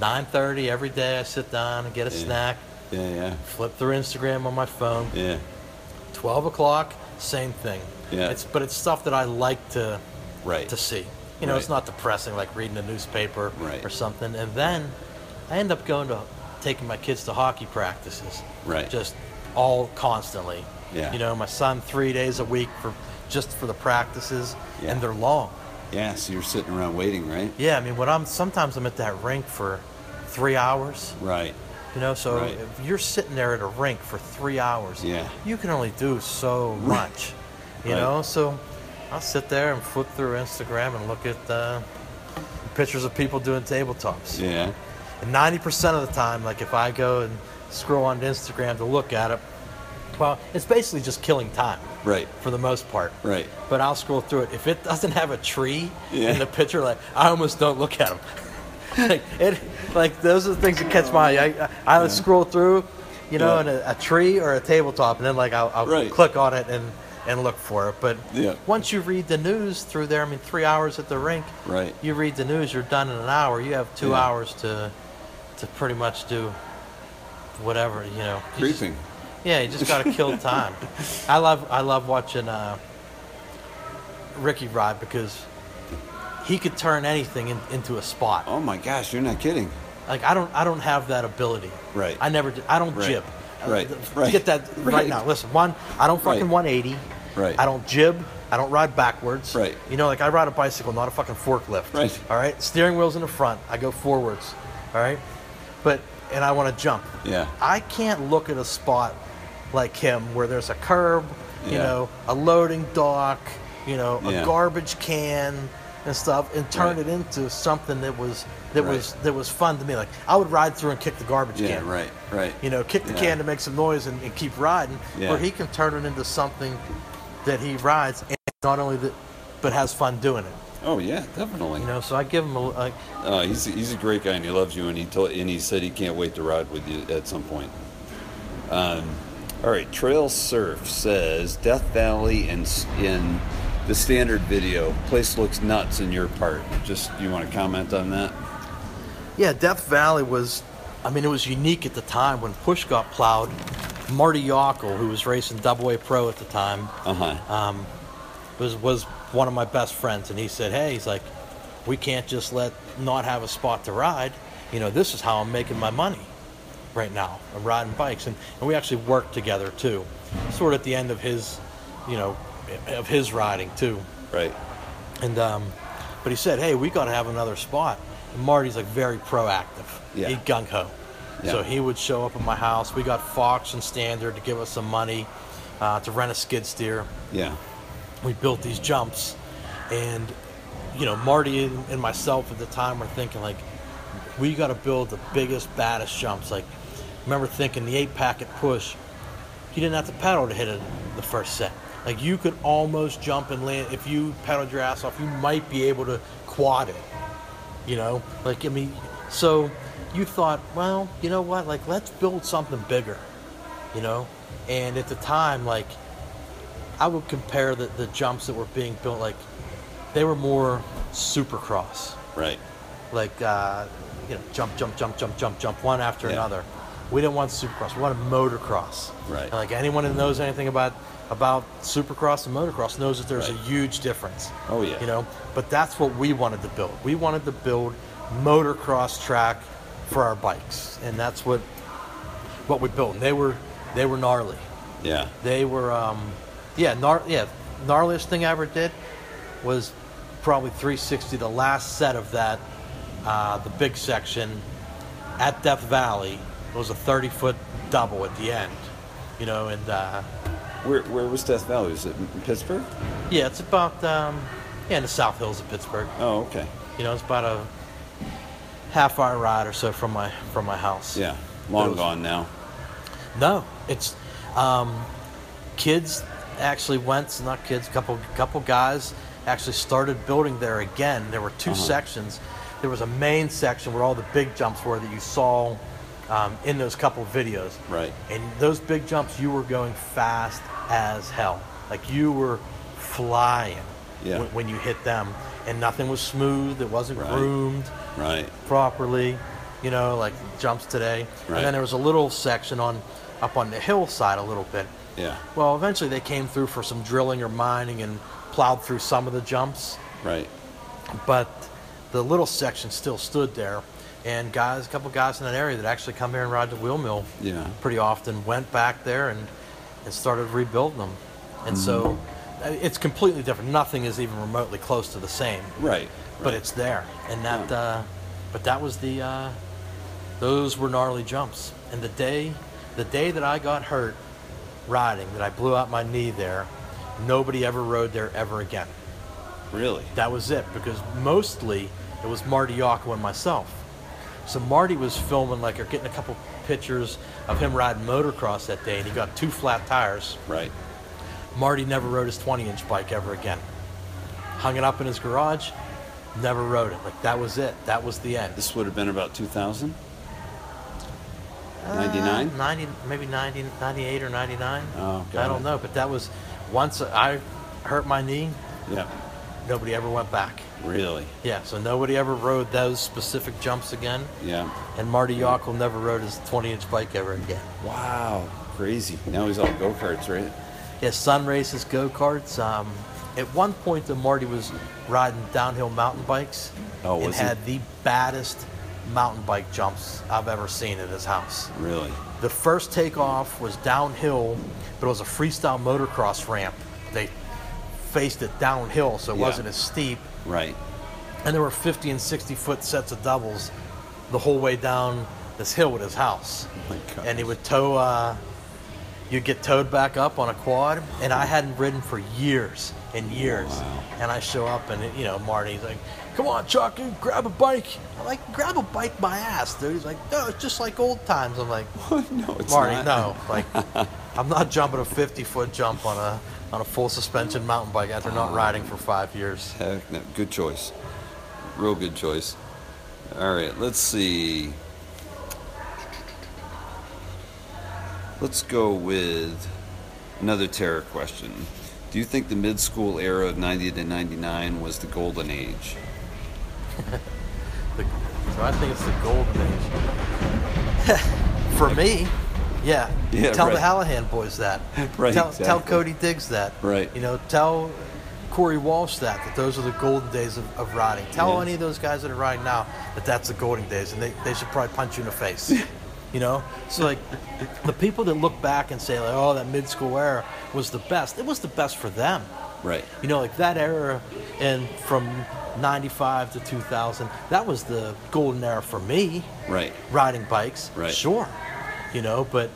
9:30 every day. I sit down and get a Yeah. snack, Yeah, yeah, flip through Instagram on my phone. yeah. 12 o'clock, same thing. Yeah. It's but it's stuff that I like to Right. to see. You know, it's Right. not depressing like reading the newspaper Right. or something. And then I end up going to taking my kids to hockey practices. Right. Just all constantly. Yeah. You know, my son three days a week for just for the practices, Yeah. and they're long. Yeah, so you're sitting around waiting, right? Yeah, I mean, when I'm sometimes I'm at that rink for three hours. Right. You know, so Right. if you're sitting there at a rink for three hours, Yeah. you can only do so much. You Right. know, so I'll sit there and flip through Instagram and look at uh, pictures of people doing tabletops. Yeah. And 90% of the time, like if I go and scroll on Instagram to look at it, well, it's basically just killing time Right. for the most part. Right. But I'll scroll through it. If it doesn't have a tree Yeah. in the picture, like I almost don't look at them. like it, like those are the things that catch my eye. I, I, will scroll through, you know, Yeah. and a, a tree or a tabletop, and then like I'll, I'll Right. click on it and and look for it. But Yeah. once you read the news through there, I mean, three hours at the rink. Right. You read the news, you're done in an hour. You have two Yeah. hours to to pretty much do whatever you know. You just- Creeping. yeah, you just gotta kill time. I love I love watching uh, Ricky Rod because he could turn anything in, into a spot. Oh my gosh, you're not kidding. Like I don't I don't have that ability. Right. I never did. I don't Right. jib. Right. Uh, Right. Get that right, Right. now. Listen, one I don't fucking Right. 180. Right. I don't jib. I don't ride backwards. Right. You know, like I ride a bicycle, not a fucking forklift. Right. All right. Steering wheel's in the front. I go forwards. All right. But and I want to jump. Yeah. I can't look at a spot like him where there's a curb, you Yeah. know, a loading dock, you know, a Yeah. garbage can and stuff, and turn Right. it into something that was that Right. was that was fun to me. Like I would ride through and kick the garbage Yeah, can, right, right. You know, kick the Yeah. can to make some noise and, and keep riding. Yeah. Where he can turn it into something that he rides, and not only that, but has fun doing it. Oh yeah, definitely. You know, so I give him a. a Uh, he's he's a great guy and he loves you and he told and he said he can't wait to ride with you at some point. Um, all right, Trail Surf says Death Valley and s- in the standard video place looks nuts in your part. Just you want to comment on that? Yeah, Death Valley was, I mean, it was unique at the time when Push got plowed. Marty Yockel, who was racing Double A Pro at the time, Uh huh. was was one of my best friends, and he said, "Hey, he's like, we can't just let not have a spot to ride. You know, this is how I'm making my money right now. I'm riding bikes, and, and we actually worked together too, sort of at the end of his, you know, of his riding too." Right. And um, but he said, "Hey, we got to have another spot." And Marty's like very proactive. Yeah. He gung ho. Yeah. So he would show up at my house. We got Fox and Standard to give us some money uh, to rent a skid steer. Yeah. We built these jumps, and you know Marty and, and myself at the time were thinking like, we got to build the biggest, baddest jumps. Like, remember thinking the eight pack at push, you didn't have to pedal to hit it the first set. Like you could almost jump and land if you pedaled your ass off. You might be able to quad it. You know, like I mean, so you thought, well, you know what? Like let's build something bigger. You know, and at the time, like I would compare the, the jumps that were being built, like they were more supercross Right. like uh, you know, jump, jump, jump, jump, jump, jump, one after Yeah. another. We didn't want supercross. We wanted motocross. Right. And, like anyone who knows anything about about supercross and motocross knows that there's a Right. huge difference. Oh, yeah. You know, but that's what we wanted to build. We wanted to build motocross track for our bikes, and that's what what we built. And they were they were gnarly. Yeah. They were, um, yeah, gnar- yeah, gnarliest thing I ever did was probably 360, the last set of that, uh, the big section at Death Valley. It was a 30 foot double at the end, you know, and uh, Where where was Death Valley? Was it in Pittsburgh? yeah, it's about, um, yeah, in the South Hills of Pittsburgh. Oh, okay. You know, it's about a half hour ride or so from my from my house. Yeah. Long Those- gone now. No, it's um, kids actually went. Not kids. Couple couple guys actually started building there again. There were Uh-huh. 2 sections. There was a main section where all the big jumps were that you saw um, in those couple videos. Right. And those big jumps, you were going fast as hell. Like you were flying Yeah. when, when you hit them, and nothing was smooth. It wasn't Right. groomed Right. properly. you know, like jumps today. Right. And then there was a little section on up on the hillside a little bit. Yeah. Well, eventually they came through for some drilling or mining and plowed through some of the jumps, Right. but the little section still stood there. And guys, a couple guys in that area that actually come here and ride the wheel mill Yeah. pretty often went back there and, and started rebuilding them. And Mm. so uh, it's completely different. Nothing is even remotely close to the same Right. but it's there and that Yeah. uh, but that was the uh, those were gnarly jumps and the day the day that i got hurt riding that i blew out my knee there nobody ever rode there ever again really. that was it because mostly it was marty yocko and myself so marty was filming like or getting a couple pictures of him riding motocross that day and he got two flat tires Right. Marty never rode his 20 inch bike ever again. Hung it up in his garage, never rode it. Like that was it. That was the end. This would have been about 2000. 99? Uh, 90, maybe 90, 98 or 99. Oh, got I don't it. know, but that was once I hurt my knee, Yeah. nobody ever went back. Really. Yeah, so nobody ever rode those specific jumps again, Yeah. and Marty Yockel never rode his 20 inch bike ever again. Wow. Crazy. Now he's all go karts, right? Yeah, sun races, go karts. Um, at one point, the Marty was riding downhill mountain bikes Oh, and was he? had the baddest mountain bike jumps I've ever seen at his house. Really. The first takeoff was downhill, but it was a freestyle motocross ramp. They faced it downhill, so it Yeah. wasn't as steep. Right. And there were 50 and 60 foot sets of doubles the whole way down this hill at his house Oh my God. and he would tow. Uh, you'd get towed back up on a quad, and I hadn't ridden for years and years. Oh, Wow. And I show up, and you know, Marty's like, "Come on, Chuck, you grab a bike." I'm like, "Grab a bike, my ass, dude." He's like, "No, it's just like old times." I'm like, no, it's "Marty, not. no, like, I'm not jumping a 50 foot jump on a on a full suspension mountain bike after not riding for five years." Heck no. Good choice. Real good choice. All right, let's see. Let's go with another Terra question. Do you think the mid school era of 90 to 99 was the golden age? The, so I think it's the golden age. For me, yeah. Yeah, tell the right. Hallahan boys that. Right, Tell, tell exactly. Cody Diggs that. Right. You know, tell Corey Walsh that, that those are the golden days of, of riding. Tell Yeah. any of those guys that are riding now that that's the golden days and they, they should probably punch you in the face. you know? So, like, the people that look back and say, like, oh, that mid school era was the best, it was the best for them. Right. You know, like that era, and from '95 to 2000, that was the golden era for me. Right. Riding bikes, Right. Sure, you know, but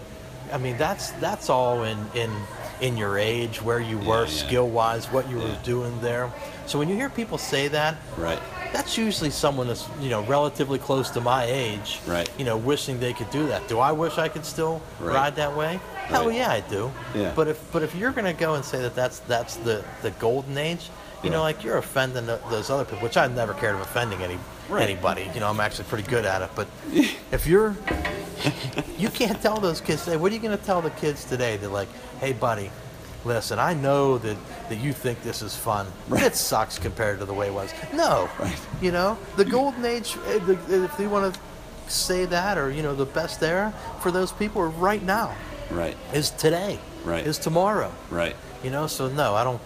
I mean, that's that's all in in in your age, where you were yeah. skill wise, what you were Yeah. doing there. So when you hear people say that, Right. that's usually someone that's you know relatively close to my age, Right. You know, wishing they could do that. Do I wish I could still Right. ride that way? Hell Right. yeah, I do. Yeah. But if but if you're gonna go and say that that's that's the the golden age, you know, Right. like you're offending th those other people, which I never cared of offending any Right. anybody. You know, I'm actually pretty good at it. But if you're you can't tell those kids today. What are you going to tell the kids today? They're like, hey, buddy, listen, I know that, that you think this is fun. It sucks compared to the way it was. No. Right. You know, the golden age, eh, the- if you want to say that or, you know, the best era for those people are right now, Right. is today, Right. is tomorrow. Right. You know, so no, I don't.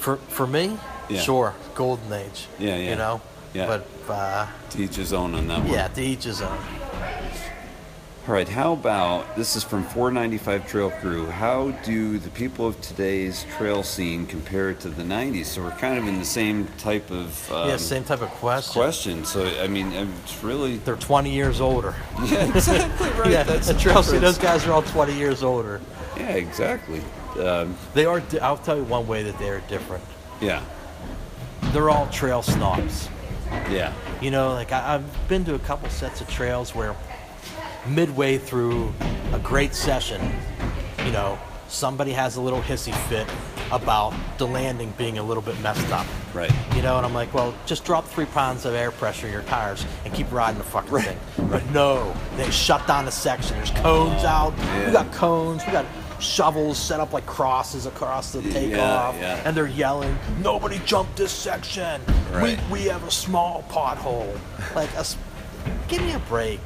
For, for me, Yeah. sure, golden age. Yeah, yeah. You know? Yeah. But, uh, To each his own on that one. yeah, to each his own. All right, how about this is from 495 Trail Crew. How do the people of today's trail scene compare to the 90s? So we're kind of in the same type of um, yeah, same type of question. question. So I mean, it's really They're 20 years older. yeah, exactly right. yeah, That's that's at Trail City, difference. those guys are all 20 years older. Yeah, exactly. Um, They are. di- I'll tell you one way that they are different. yeah, They're all trail snobs. yeah, You know, like I, I've been to a couple sets of trails where midway through a great session, you know, somebody has a little hissy fit about the landing being a little bit messed up. right. You know, and I'm like, well, just drop three pounds of air pressure in your tires and keep riding the fucking thing. But no, they shut down the section. There's cones out. man. We got cones. We got shovels set up like crosses across the takeoff. yeah. And they're yelling, nobody jump this section. Right. We, we have a small pothole. Like, a, s- give me a break.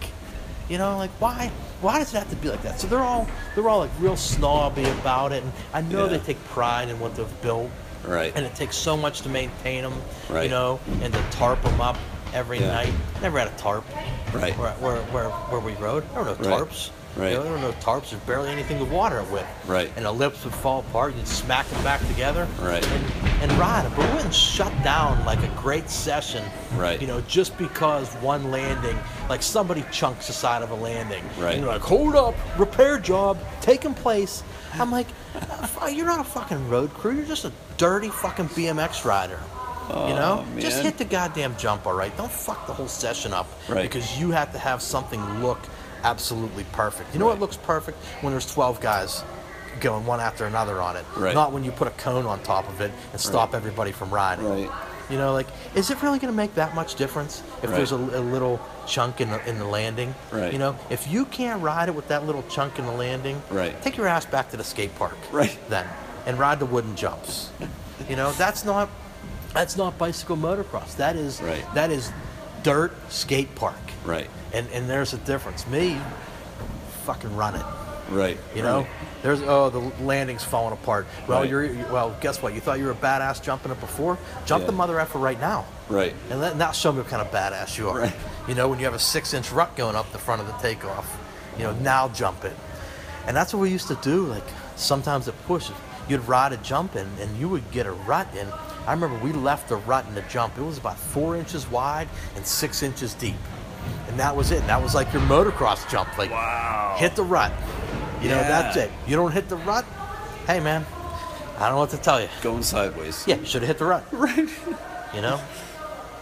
You know, like why? Why does it have to be like that? So they're all they're all like real snobby about it, and I know Yeah. they take pride in what they've built. Right. And it takes so much to maintain them. Right. You know, and to tarp them up every Yeah. night. Never had a tarp Right. where, where, where, where we rode. There were no Right. tarps. Right. You know, there were no tarps. There's barely anything to water it with. Right. And the lips would fall apart. You'd smack them back together. Right. And, and ride them. But we wouldn't shut down like a great session. Right. You know, just because one landing, like somebody chunks the side of a landing. Right. And you're like, hold up, repair job, taking place. I'm like, "Fu- you're not a fucking road crew. You're just a dirty fucking BMX rider. you know, Oh, just man. hit the goddamn jump, all right. Don't fuck the whole session up Right. because you have to have something look absolutely perfect. You know Right. what looks perfect when there's 12 guys going one after another on it, Right. not when you put a cone on top of it and stop everybody from riding. Right. You know, like, is it really going to make that much difference if Right. there's a, a little chunk in the, in the landing? Right. You know, if you can't ride it with that little chunk in the landing, Right. take your ass back to the skate park. Right. Then, and ride the wooden jumps. you know, that's not that's not bicycle motocross. That is Right. that is dirt skate park. Right. And and there's a difference. Me, fucking run it. Right. You know, Right. there's oh the landing's falling apart. Well, Right. you're you- well. Guess what? You thought you were a badass jumping it before. Jump Yeah. the mother effer right now. Right. And let, now show me what kind of badass you are. Right. You know, when you have a six-inch rut going up the front of the takeoff, you know now jump it. And that's what we used to do. Like sometimes it pushes. You'd ride a jump in, and you would get a rut in. I remember we left the rut in the jump. It was about four inches wide and six inches deep, and that was it. That was like your motocross jump. Like Wow. hit the rut. You know, Yeah. that's it. You don't hit the rut, hey man, I don't know what to tell you. Going sideways. Yeah, should have hit the rut. Right. You know?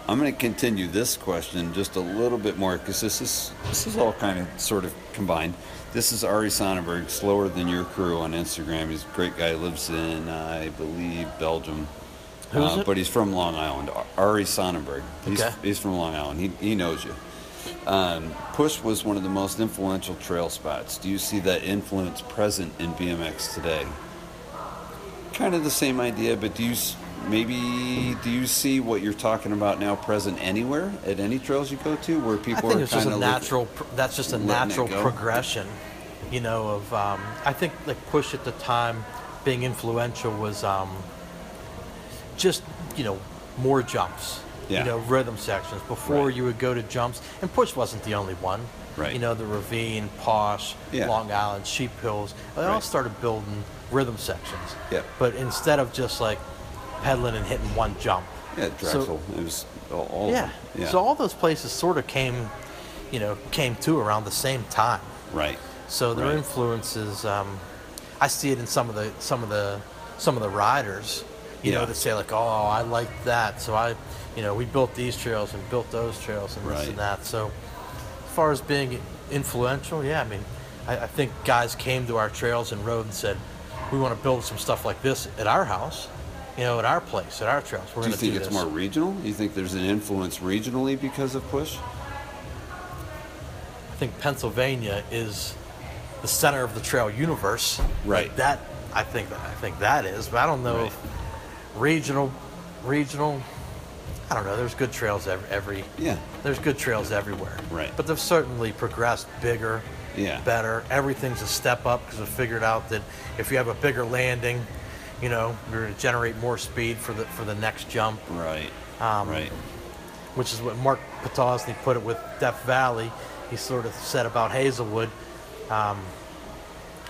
I'm going to continue this question just a little bit more because this is this is all kind of sort of combined. This is Ari Sonnenberg, slower than your crew on Instagram. He's a great guy. Lives in, I believe, Belgium. Uh, Who's it? But he's from Long Island. Ar- Ari Sonnenberg. He's, Okay. he's from Long Island. He, he knows you. Um, Push was one of the most influential trail spots. Do you see that influence present in BMX today? kind of the same idea, but do you s- maybe do you see what you're talking about now present anywhere at any trails you go to where I people think are it's just kind a of natural. pr- That's just a letting it natural go. progression, you know. Of um, I think like push at the time, being influential was um, just you know more jumps. Yeah. You know rhythm sections. Before Right. you would go to jumps, and push wasn't the only one. Right. You know the ravine, posh, Yeah. Long Island, Sheep Hills. They all Right. started building rhythm sections. Yep. But instead of just like pedaling and hitting one jump. yeah So- Drexel. it was all, all yeah. Of them. yeah So all those places sort of came, you know, came to around the same time. right So their Right. influences, um, I see it in some of the some of the some of the riders, you Yeah. know, that say like, "Oh, I like that," so I, you know, we built these trails and built those trails and this Right. and that. So as far as being influential, yeah, I mean, I, I think guys came to our trails and rode and said, "We want to build some stuff like this at our house." You know, at our place, at our trails, we're do you going to do think it's this. more regional you think there's an influence regionally because of push I think Pennsylvania is the center of the trail universe. Right. That I think I think that is, but I don't know if regional regional I don't know. There's good trails every, every Yeah. There's good trails everywhere. Right. But they've certainly progressed bigger. Yeah. Better. Everything's a step up because they've figured out that if you have a bigger landing, you know, you're going to generate more speed for the for the next jump right Um, right which is what Mark Potosny put it with Death Valley. He sort of said about Hazelwood. Um,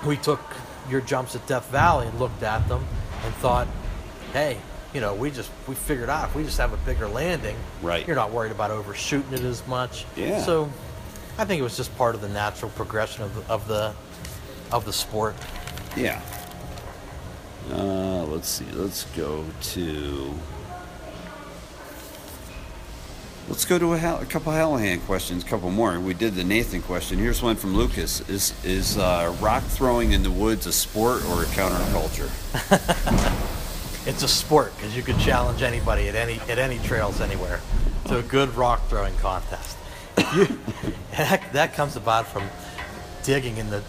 we took your jumps at Death Valley and looked at them and thought, hey, you know, we just we figured out if we just have a bigger landing, Right. You're not worried about overshooting it as much. Yeah. So, I think it was just part of the natural progression of the of the of the sport. yeah uh, let's see let's go to Let's go to a, Hal- a couple Hallahan questions, a couple more. We did the Nathan question. Here's one from Lucas: Is is uh, rock throwing in the woods a sport or a counterculture? It's a sport because you could challenge anybody at any at any trails anywhere to a good rock throwing contest. You, that, that comes about from digging in the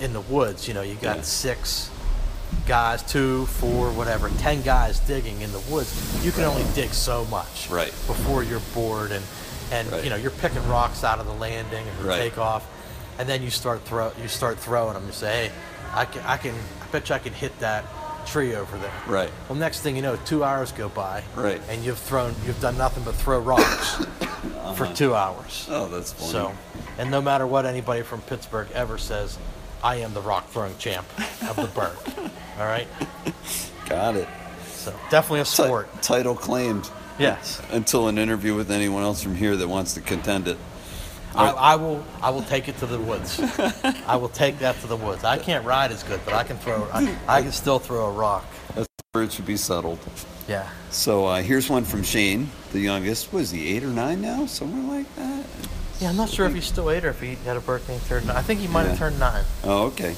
in the woods. You know, you got Yeah. six guys, two, four, whatever, ten guys digging in the woods. You can only dig so much Right. before you're bored and and Right. you know you're picking rocks out of the landing or Right. takeoff, and then you start throw you start throwing them. You say, hey, I can I can I bet you I can hit that tree over there. Right. Well, next thing you know, two hours go by. Right. And you've thrown you've done nothing but throw rocks for two hours. Oh, Uh-huh. that's funny. So, and no matter what anybody from Pittsburgh ever says, I am the rock throwing champ of the burg. All right. Got it. So definitely a Ti- sport. title claimed Yes. until an interview with anyone else from here that wants to contend it. I, I will. I will take it to the woods. I will take that to the woods. I can't ride as good, but I can throw. I, I can still throw a rock. That's where it should be settled. Yeah. So uh, here's one from Shane, the youngest. Was he eight or nine now? Somewhere like that. Yeah, I'm not sure if he's still eight or if he had a birthday and turned. nine. I think he might Yeah. have turned nine. Oh, okay.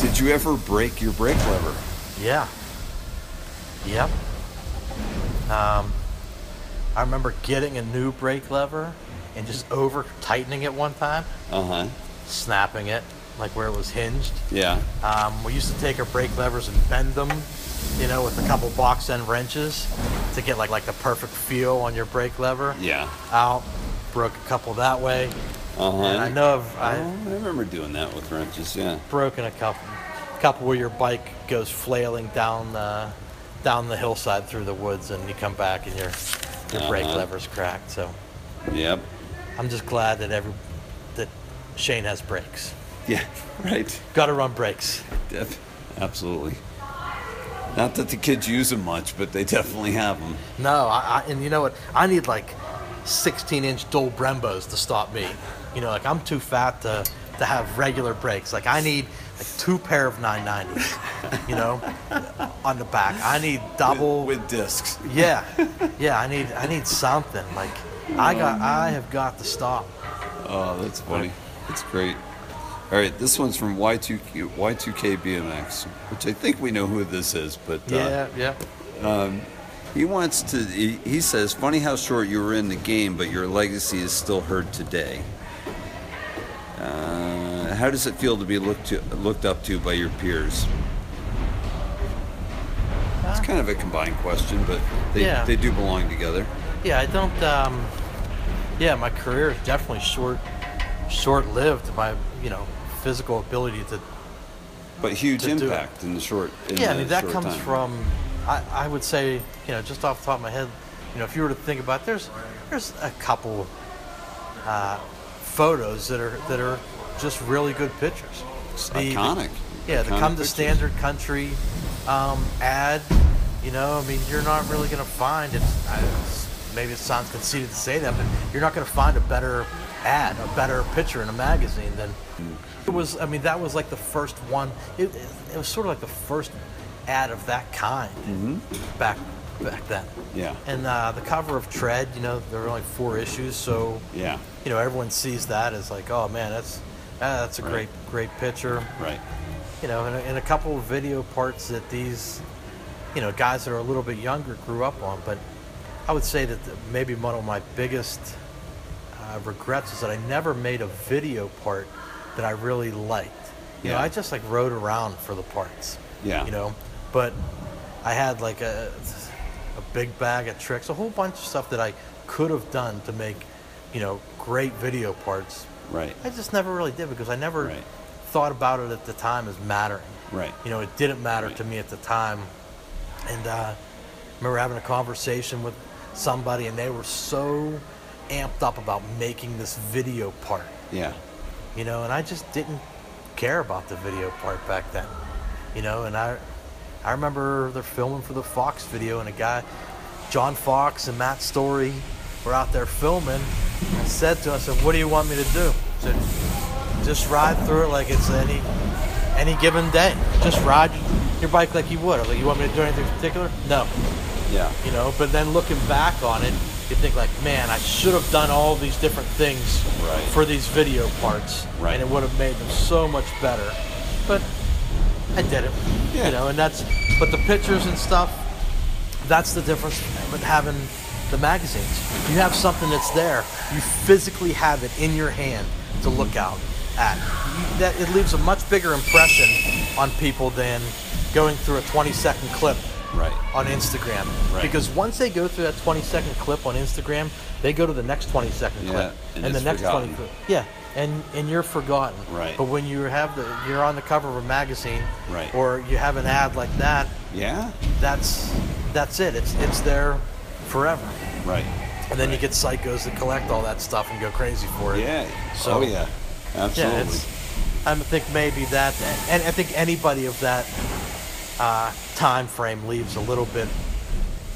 Did you ever break your brake lever? Yeah. Yep. Um, I remember getting a new brake lever and just over tightening it one time, Uh huh. snapping it like where it was hinged. Yeah. Um, we used to take our brake levers and bend them, you know, with a couple box end wrenches to get like like the perfect feel on your brake lever. Yeah. Out, broke a couple that way. Uh huh. And I know I've, Oh, I I've remember doing that with wrenches. Yeah. broken a couple, couple where your bike goes flailing down the down the hillside through the woods, and you come back and your your brake Uh-huh. lever's cracked. So Yep. I'm just glad that every that Shane has brakes. Yeah. Right. Got to run brakes. Def- absolutely. Not that the kids use them much, but they definitely have them. No, I, I, and you know what? I need like 16 inch dual Brembos to stop me. You know, like I'm too fat to, to have regular brakes. Like I need like two pair of 990s, you know, on the back. I need double. with discs. yeah, yeah. I need I need something. Like I got Mm-hmm. I have got to stop. Oh, that's funny. That's great. All right, this one's from Y2K, Y2K BMX, which I think we know who this is, but uh, Yeah, yeah. he wants to. He, he says, "Funny how short you were in the game, but your legacy is still heard today." Uh, how does it feel to be looked to, looked up to by your peers? It's kind of a combined question, but they, Yeah. they do belong together. Yeah, I don't. Um, yeah, my career is definitely short, short-lived. My you know physical ability to But huge To do it. impact in the short. In Yeah, I the mean that short comes time. from, I, I would say, you know, just off the top of my head, you know, if you were to think about, there's there's a couple uh, photos that are that are just really good pictures. It's iconic. yeah, the Iconic come to pictures. standard country um, ad. You know, I mean, you're not really going to find it. I- it's- Maybe it sounds conceited to say that, but you're not going to find a better ad, a better picture in a magazine than Mm. it was. I mean, that was like the first one. It, it, it was sort of like the first ad of that kind back back then. Mm-hmm. Yeah. And uh, the cover of Tread, you know, there were only four issues, so Yeah. you know everyone sees that as like, oh man, that's ah, that's a Right. great great picture Right. you know, and, a- and a couple of video parts that these, you know, guys that are a little bit younger grew up on. But I would say that the, maybe one of my biggest uh, regrets is that I never made a video part that I really liked. You know, Yeah. I just like rode around for the parts. Yeah. You know, but I had like a a big bag of tricks, a whole bunch of stuff that I could have done to make, you know, great video parts, Right. I just never really did because I never Right. thought about it at the time as mattering. Right. You know, it didn't matter Right. to me at the time. And uh, I remember having a conversation with somebody, and they were so amped up about making this video part, Yeah. you know, and I just didn't care about the video part back then, you know, and I. I remember they're filming for the Fox video, and a guy, John Fox and Matt Story, were out there filming. And said to us, "What do you want me to do?" I said, "Just ride through it like it's any any given day. Just ride your bike like you would." I was like, "You want me to do anything particular?" No, Yeah. you know. But then looking back on it, you think like, "Man, I should have done all these different things Right. for these video parts, Right. and it would have made them so much better." But I did it. Yeah. You know, and that's but the pictures and stuff, that's the difference with having the magazines. You have something that's there. You physically have it in your hand to look out at. You, that it leaves a much bigger impression on people than going through a 20 second clip Right. on Instagram. Right. Because once they go through that 20 second clip on Instagram, they go to the next 20 second Yeah, clip and the it's next forgotten. 20. Yeah, and and you're forgotten. Right. But when you have the you're on the cover of a magazine, Right. or you have an ad like that, Yeah. that's that's it. It's it's there forever. Right. And then you get psychos that collect all that stuff and go crazy for it. Yeah. So- oh yeah. Absolutely. Yeah, it's, I think maybe that, and I think anybody of that uh, time frame leaves a little bit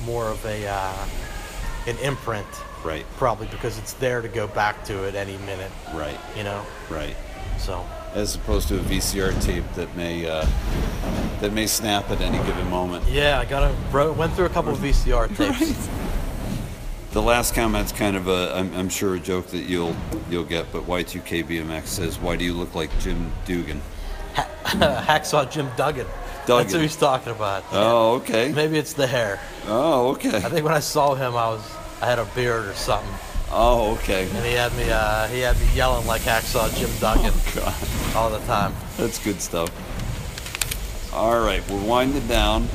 more of a uh, an imprint, right. probably because it's there to go back to at any minute, Right. you know. Right. So As opposed to a VCR tape that may uh, that may snap at any given moment. yeah, I got a bro, went through a couple of VCR tapes. The last comment's kind of a, I'm, I'm sure a joke that you'll you'll get, but Y2K BMX says, "Why do you look like Jim Dugan?" Hacksaw Jim Duggan. That's Duggan. who he's talking about. Oh, okay. Maybe it's the hair. Oh, okay. I think when I saw him, I was I had a beard or something, Oh, okay. and he had me uh, he had me yelling like Hacksaw Jim Duggan God, all the time. that's good stuff. All right, we're winding down.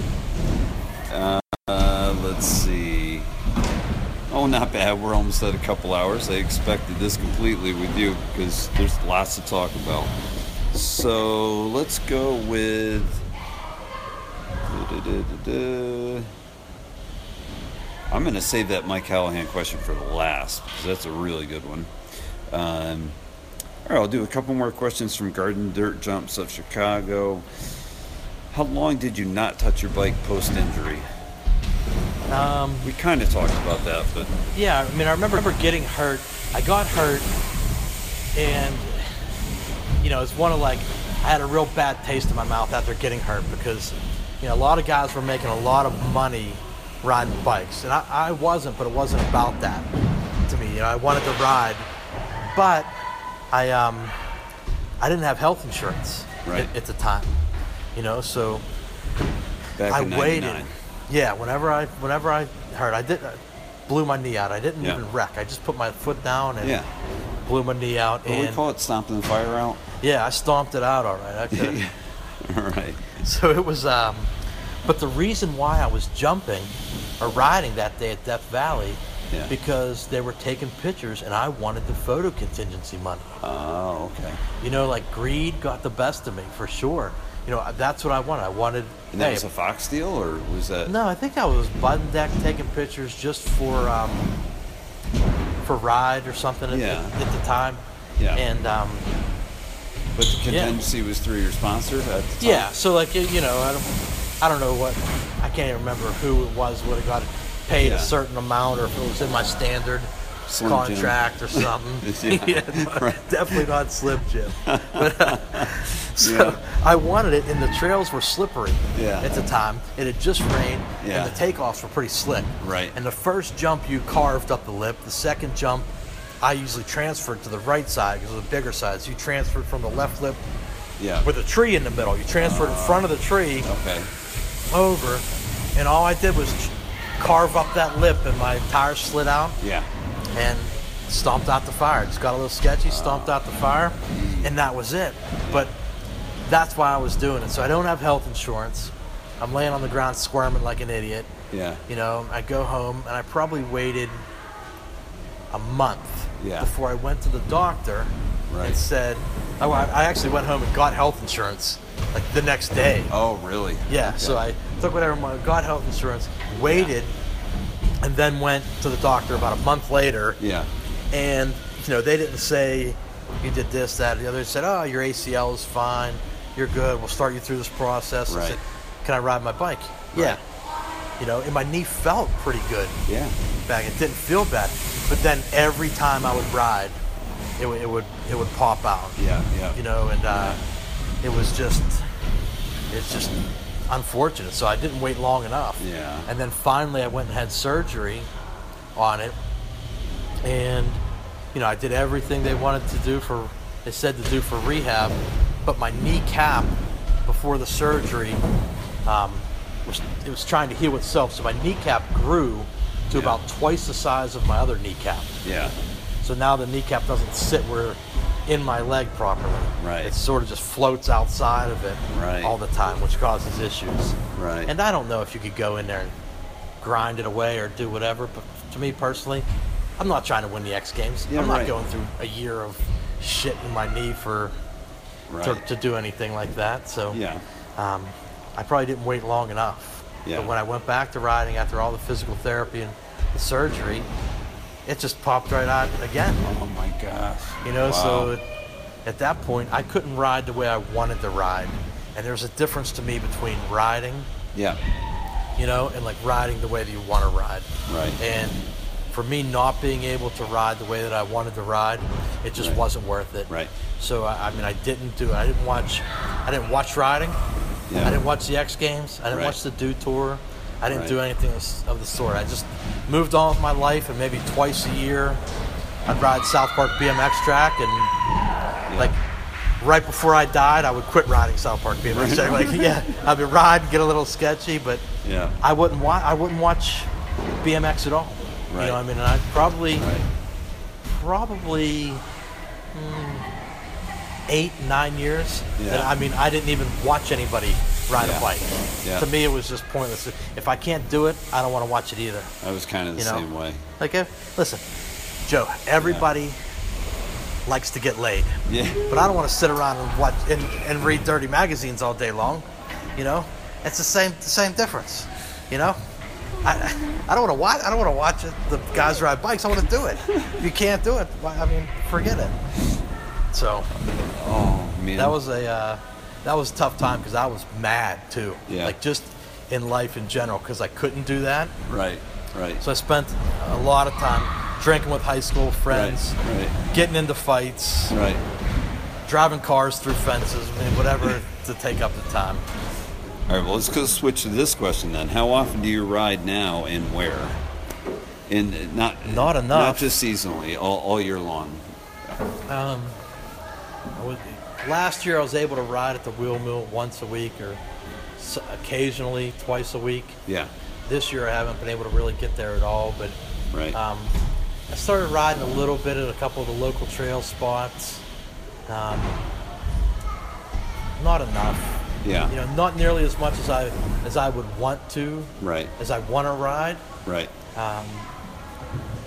Uh, let's see. Oh, not bad. We're almost at a couple hours. I expected this completely with you because there's lots to talk about. So let's go with. da-da-da-da-da. I'm going to save that Mike Callahan question for the last because that's a really good one. Um, all right, I'll do a couple more questions from Garden Dirt Jumps of Chicago. How long did you not touch your bike post injury? Um, We kind of talked about that, but yeah, I mean, I remember getting hurt. I got hurt, and you know, it's one of like I had a real bad taste in my mouth after getting hurt because you know a lot of guys were making a lot of money riding bikes, and I, I wasn't, but it wasn't about that to me. You know, I wanted to ride, but I um I didn't have health insurance Right. at, at the time, you know, so back I in waited. '99. Yeah, whenever I whenever I hurt, I did I blew my knee out. I didn't Yeah. even wreck. I just put my foot down and Yeah. blew my knee out. What do we and call it? Stomping the fire out. yeah, I stomped it out all right. I coulda- All right. so it was. Um, but the reason why I was jumping or riding that day at Death Valley, Yeah. because they were taking pictures and I wanted the photo contingency money. Oh, okay. You know, like greed got the best of me for sure. You know, that's what I wanted. I wanted. And that hey, was a Fox deal, or was that? No, I think I was button deck taking pictures just for um, for ride or something at, Yeah. at, the time. Yeah. And um, But the contingency was through your sponsor at the time. yeah, so like you know, I don't, I don't know what, I can't even remember who it was would have got paid Yeah. a certain amount or if it was in my standard Slim Jim. contract or something. Yeah, but right. Definitely not Slim Jim. But, uh, so I wanted it, and the trails were slippery Yeah. at the time. It had just rained, Yeah. and the takeoffs were pretty slick. Right. And the first jump, you carved up the lip. The second jump, I usually transferred to the right side because it was a bigger side. So you transferred from the left lip Yeah. with a tree in the middle. You transferred in front of the tree okay. over, and all I did was ch- carve up that lip, and my tire slid out Yeah. and stomped out the fire. Just got a little sketchy, stomped out the fire, and that was it. But that's why I was doing it. So I don't have health insurance. I'm laying on the ground squirming like an idiot. Yeah. You know, I go home and I probably waited a month Yeah. before I went to the doctor Right. and said, oh, I, I actually went home and got health insurance like the next day. Oh, really? Yeah, Okay. so I took whatever money, got health insurance, waited, and then went to the doctor about a month later. Yeah. And, you know, they didn't say you did this, that, or the other. They said, oh, your ACL is fine. You're good. We'll start you through this process. I Right. said, can I ride my bike? Right. Yeah. You know, and my knee felt pretty good Yeah. back. It didn't feel bad. But then every time I would ride, it, would- it would it would pop out Yeah. Yeah. you know, and uh, it was just, it's just unfortunate. So I didn't wait long enough. Yeah. And then finally, I went and had surgery on it, and you know, I did everything they wanted to do for, they said to do for rehab, but my kneecap before the surgery, um, was it was trying to heal itself, so my kneecap grew to Yeah. about twice the size of my other kneecap. Yeah. So now the kneecap doesn't sit where in my leg properly. Right. It sort of just floats outside of it Right. all the time, which causes issues. Right. And I don't know if you could go in there and grind it away or do whatever, but to me personally, I'm not trying to win the X Games. Yeah, I'm not right. going through a year of shit in my knee for to, right. to do anything like that. So Yeah. um, I probably didn't wait long enough. Yeah. But when I went back to riding after all the physical therapy and the surgery, it just popped right out again. Oh my gosh. You know, Wow. so it, at that point, I couldn't ride the way I wanted to ride. And there's a difference to me between riding, yeah. you know, and like riding the way that you want to ride. Right. And for me, not being able to ride the way that I wanted to ride, it just Right. wasn't worth it. Right. So I, I mean, I didn't do it. I didn't watch. I didn't watch riding. Yeah. I didn't watch the X Games. I didn't Right. watch the Do Tour. I didn't Right. do anything of s- of the sort. I just moved on with my life, and maybe twice a year, I'd ride South Park BMX track, and like right before I died, I would quit riding South Park BMX track. Like, yeah, I'd be riding, get a little sketchy, but Yeah. I wouldn't watch. I wouldn't watch BMX at all. Right. You know, what I mean, and I probably Right. probably mm, eight, nine years. Yeah. That, I mean, I didn't even watch anybody ride Yeah. a bike. Yeah. To me, it was just pointless. If I can't do it, I don't want to watch it either. I was kind of the You know. same way. Like, if, listen, Joe, everybody likes to get laid, Yeah. but I don't want to sit around and watch and, and read dirty magazines all day long. You know, it's the same the same difference. You know. I, I don't want to watch. I don't want to watch it, the guys ride bikes. I want to do it. If you can't do it, why- I mean, forget it. So Oh man. that was a uh, that was a tough time because I was mad too. Yeah. Like just in life in general because I couldn't do that. right. Right. So I spent a lot of time drinking with high school friends, Right, right. getting into fights, right. driving cars through fences, I mean, whatever to take up the time. All right. Well, let's go switch to this question then. How often do you ride now, and where? And not Not Not enough. just seasonally. All, all year long. I was- last year I was able to ride at the wheel mill once a week or s- occasionally twice a week. Yeah. This year I haven't been able to really get there at all, but Right. um, I started riding a little bit at a couple of the local trail spots. Um, not enough. yeah. you know not nearly as much as I as I would want to right. as I want to ride Right.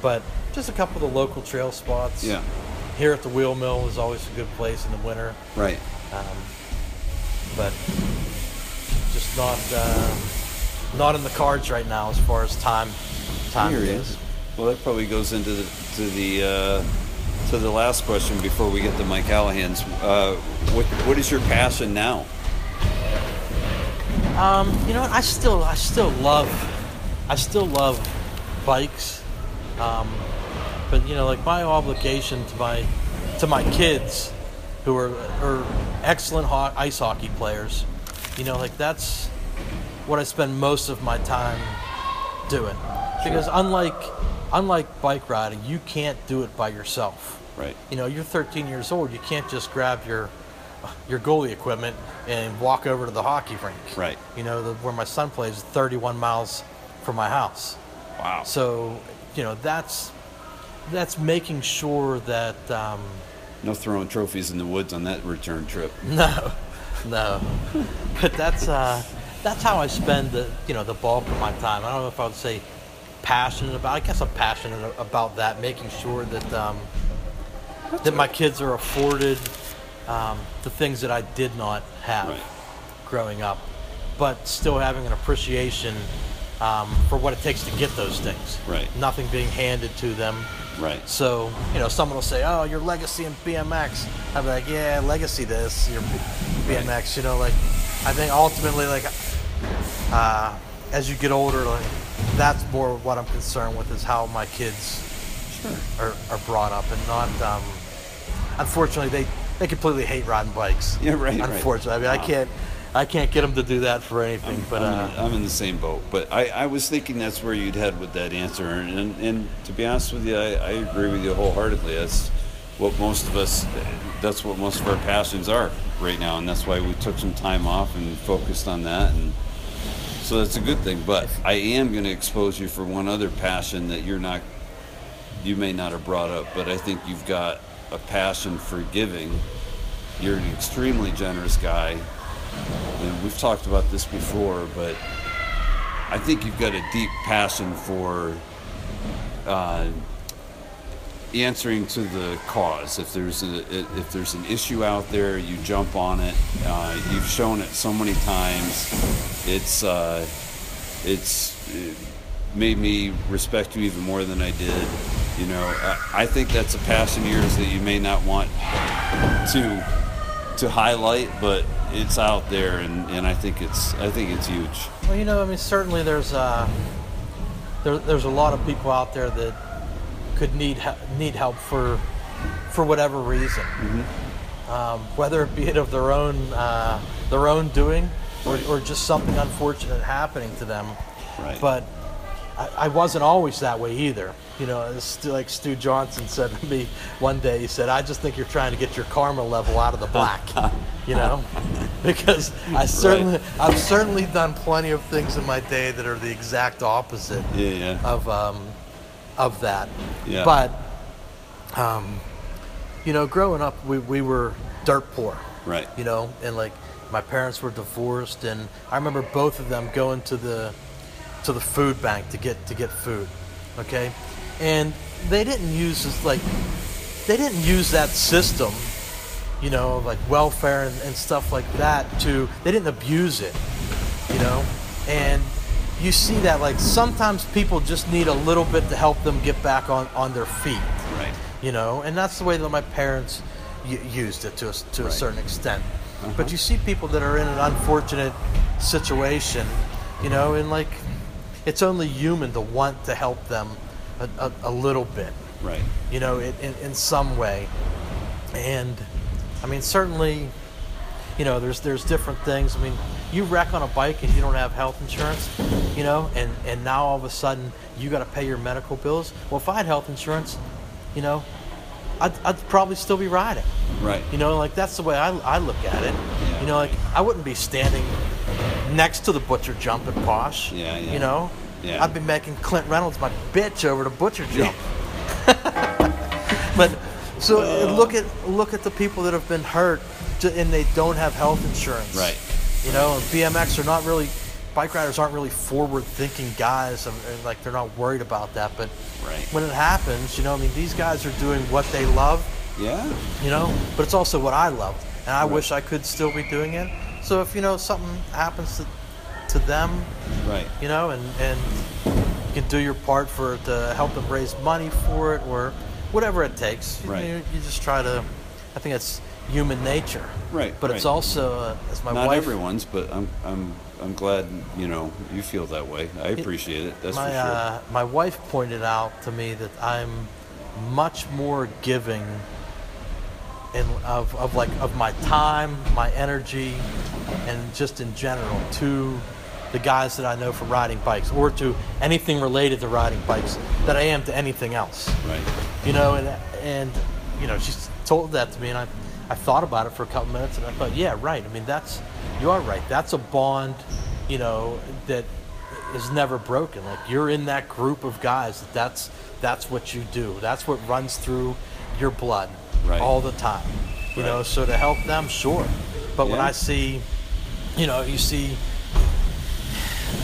but just a couple of the local trail spots Yeah. here at the wheel mill is always a good place in the winter Right. but just not um, not in the cards right now as far as time time Here it goes. is. Well, that probably goes into the to the uh, to the last question before we get to Mike Callahan's. Uh, what what is your passion now? Um, you know what? I still, I still love, I still love bikes, um, but you know, like my obligation to my, to my kids, who are are excellent ho- ice hockey players, you know, like that's what I spend most of my time doing, because unlike, unlike bike riding, you can't do it by yourself. Right. You know, you're 13 years old. You can't just grab your your goalie equipment and walk over to the hockey rink. Right. You know, the, where my son plays, is 31 miles from my house. Wow. So, you know, that's that's making sure that um, No throwing trophies in the woods on that return trip. no, no, but that's uh, that's how I spend the you know the bulk of my time. I don't know if I would say passionate about. I guess I'm passionate a- about that, making sure that um, that my kids are afforded um, the things that I did not have Right. growing up, but still having an appreciation um, for what it takes to get those things. Right. Nothing being handed to them. Right. So, you know, someone will say, oh, your legacy in BMX. I'll be like, yeah, legacy this, your B- BMX, you know, like, I think ultimately, like, uh, as you get older, like, that's more what I'm concerned with is how my kids are, are brought up and not, um, unfortunately, they, they completely hate riding bikes. Yeah, right, right. Unfortunately, I mean, I can't, I can't get them to do that for anything, but, I'm, in, uh, I'm in the same boat, but I, I was thinking that's where you'd head with that answer, and and, and to be honest with you, I, I agree with you wholeheartedly. That's what most of us, that's what most of our passions are right now, and that's why we took some time off and focused on that, and so that's a good thing. But I am going to expose you for one other passion that you're not, you may not have brought up, but I think you've got a passion for giving. You're an extremely generous guy. And we've talked about this before, but I think you've got a deep passion for uh, answering to the cause. If there's a if there's an issue out there, you jump on it. Uh, you've shown it so many times. It's uh, it's it made me respect you even more than I did. You know, I, I think that's a passion of yours that you may not want to to highlight, but it's out there, and, and I think it's I think it's huge. Well, you know, I mean, certainly there's uh, there, there's a lot of people out there that could need he- need help for for whatever reason, um, whether it be it of their own uh, their own doing or, or just something unfortunate happening to them. Right. But I, I wasn't always that way either. You know, it's st- like Stu Johnson said to me one day. He said, "I just think you're trying to get your karma level out of the black." you know, because I certainly I've certainly done plenty of things in my day that are the exact opposite Yeah, yeah. of um, of that. Yeah. But um, you know, growing up, we, we were dirt poor. Right. You know, and like my parents were divorced, and I remember both of them going to the to the food bank to get to get food. Okay, and they didn't use this like they didn't use that system. You know, like welfare and, and stuff like that. To they didn't abuse it you know and you see that like sometimes people just need a little bit to help them get back on on their feet Right. you know and that's the way that my parents u- used it to a, to a Right. certain extent but you see people that are in an unfortunate situation you know and like it's only human to want to help them a, a, a little bit Right. you know, in, in, in some way. And I mean, certainly, you know, there's there's different things. I mean, you wreck on a bike and you don't have health insurance, you know, and and now all of a sudden you got to pay your medical bills. Well, if I had health insurance, you know, I'd, I'd probably still be riding. Right. You know, like that's the way I, I look at it. You know, like I wouldn't be standing next to the butcher jump at Posh. Yeah, yeah. You know, Yeah. I'd be making Clint Reynolds my bitch over to butcher jump. but so uh, look at look at the people that have been hurt ju- and they don't have health insurance. Right. You know, and BMX are not really bike riders aren't really forward thinking guys and, and like they're not worried about that. But Right. when it happens, you know, I mean, these guys are doing what they love Yeah. you know but it's also what i loved and i wish i could still be doing it so if you know something happens to, to them Right. you know and and you can do your part for it to help them raise money for it or whatever it takes you, Right. you, you just try to i think that's human nature Right, but it's right. also uh, as my Not wife everyone's, but I'm I'm I'm glad you know you feel that way. I appreciate it. That's my for sure. uh, my wife pointed out to me that I'm much more giving in of, of like of my time, my energy, and just in general to the guys that I know from riding bikes or to anything related to riding bikes that I am to anything else. right. You know, and and you know, she told that to me, and I I thought about it for a couple minutes, and I thought, yeah, right. I mean, that's you are right. That's a bond, you know, that is never broken. Like you're in that group of guys that that's that's what you do. That's what runs through your blood Right. all the time. You know, Right. so to help them, sure. But when Yeah. I see, you know, you see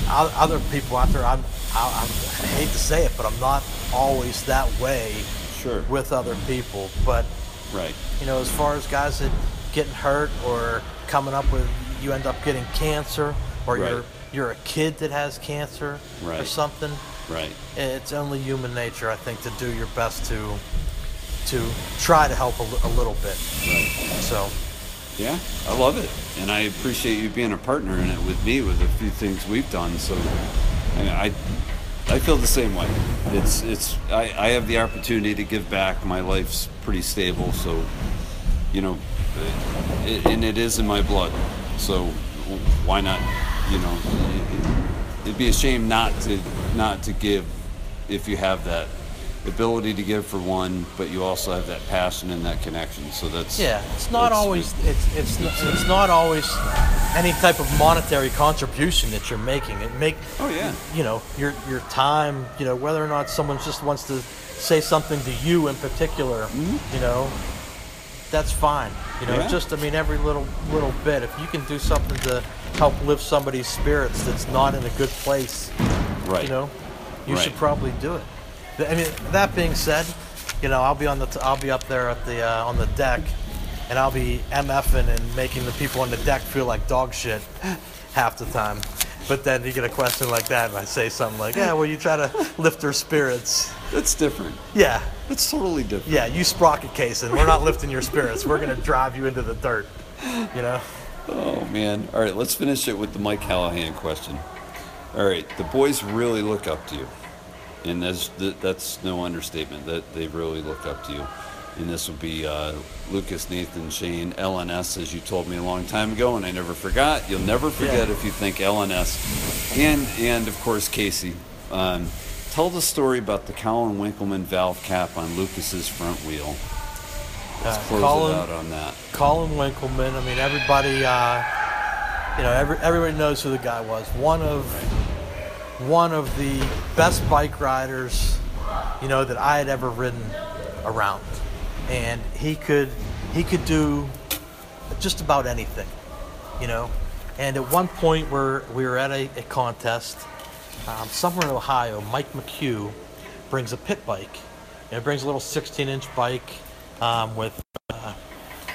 o- other people out there, I'm, I, I'm, I hate to say it, but I'm not always that way Sure. with other people. But, Right. you know, as far as guys that getting hurt or coming up with, you end up getting cancer or Right. you're, you're a kid that has cancer or Right. something, Right. it's only human nature, I think, to do your best to to try to help a, li- a little bit. Right. So, Yeah. I love it, and I appreciate you being a partner in it with me with a few things we've done. So, I I, I feel the same way. It's it's I, I have the opportunity to give back. My life's pretty stable, so you know, it, and it is in my blood. So why not? You know, it, it'd be a shame not to not to give if you have that ability to give for one, but you also have that passion and that connection. So that's Yeah, it's not it's- always it's it's not, it's not always any type of monetary contribution that you're making. It make Oh yeah, you know your your time. You know whether or not someone just wants to say something to you in particular, you know, that's fine. You know, Mm-hmm. Yeah. just I mean every little little bit. If you can do something to help lift somebody's spirits that's not in a good place, Right. you know, you should Right. probably do it. Th- I mean, that being said, you know, I'll be on the t- I'll be up there at the uh, on the deck, and I'll be mfing and making the people on the deck feel like dog shit half the time. But then you get a question like that, and I say something like, "Yeah, well, you try to lift their spirits." That's different. Yeah, That's totally different. yeah, you sprocket case, and we're not lifting your spirits. We're gonna drive you into the dirt. You know. Oh man. All right, let's finish it with the Mike Callahan question. All right, the boys really look up to you, and that's th- that's no understatement. That they really look up to you, and this would be uh, Lucas, Nathan, Shane, LNS, as you told me a long time ago, and I never forgot. You'll never forget Yeah. if you think LNS, and and of course Casey. Um, tell the story about the Colin Winkelman valve cap on Lucas's front wheel. Let's Uh, close Colin- it out on that. Colin Winkelman. I mean, everybody, uh, you know, every, everybody knows who the guy was. One of one of the best bike riders, you know, that I had ever ridden around, and he could he could do just about anything, you know. And at one point, we're we were at a, a contest um, somewhere in Ohio. Mike McHugh brings a pit bike, and it brings a little 16-inch bike um, with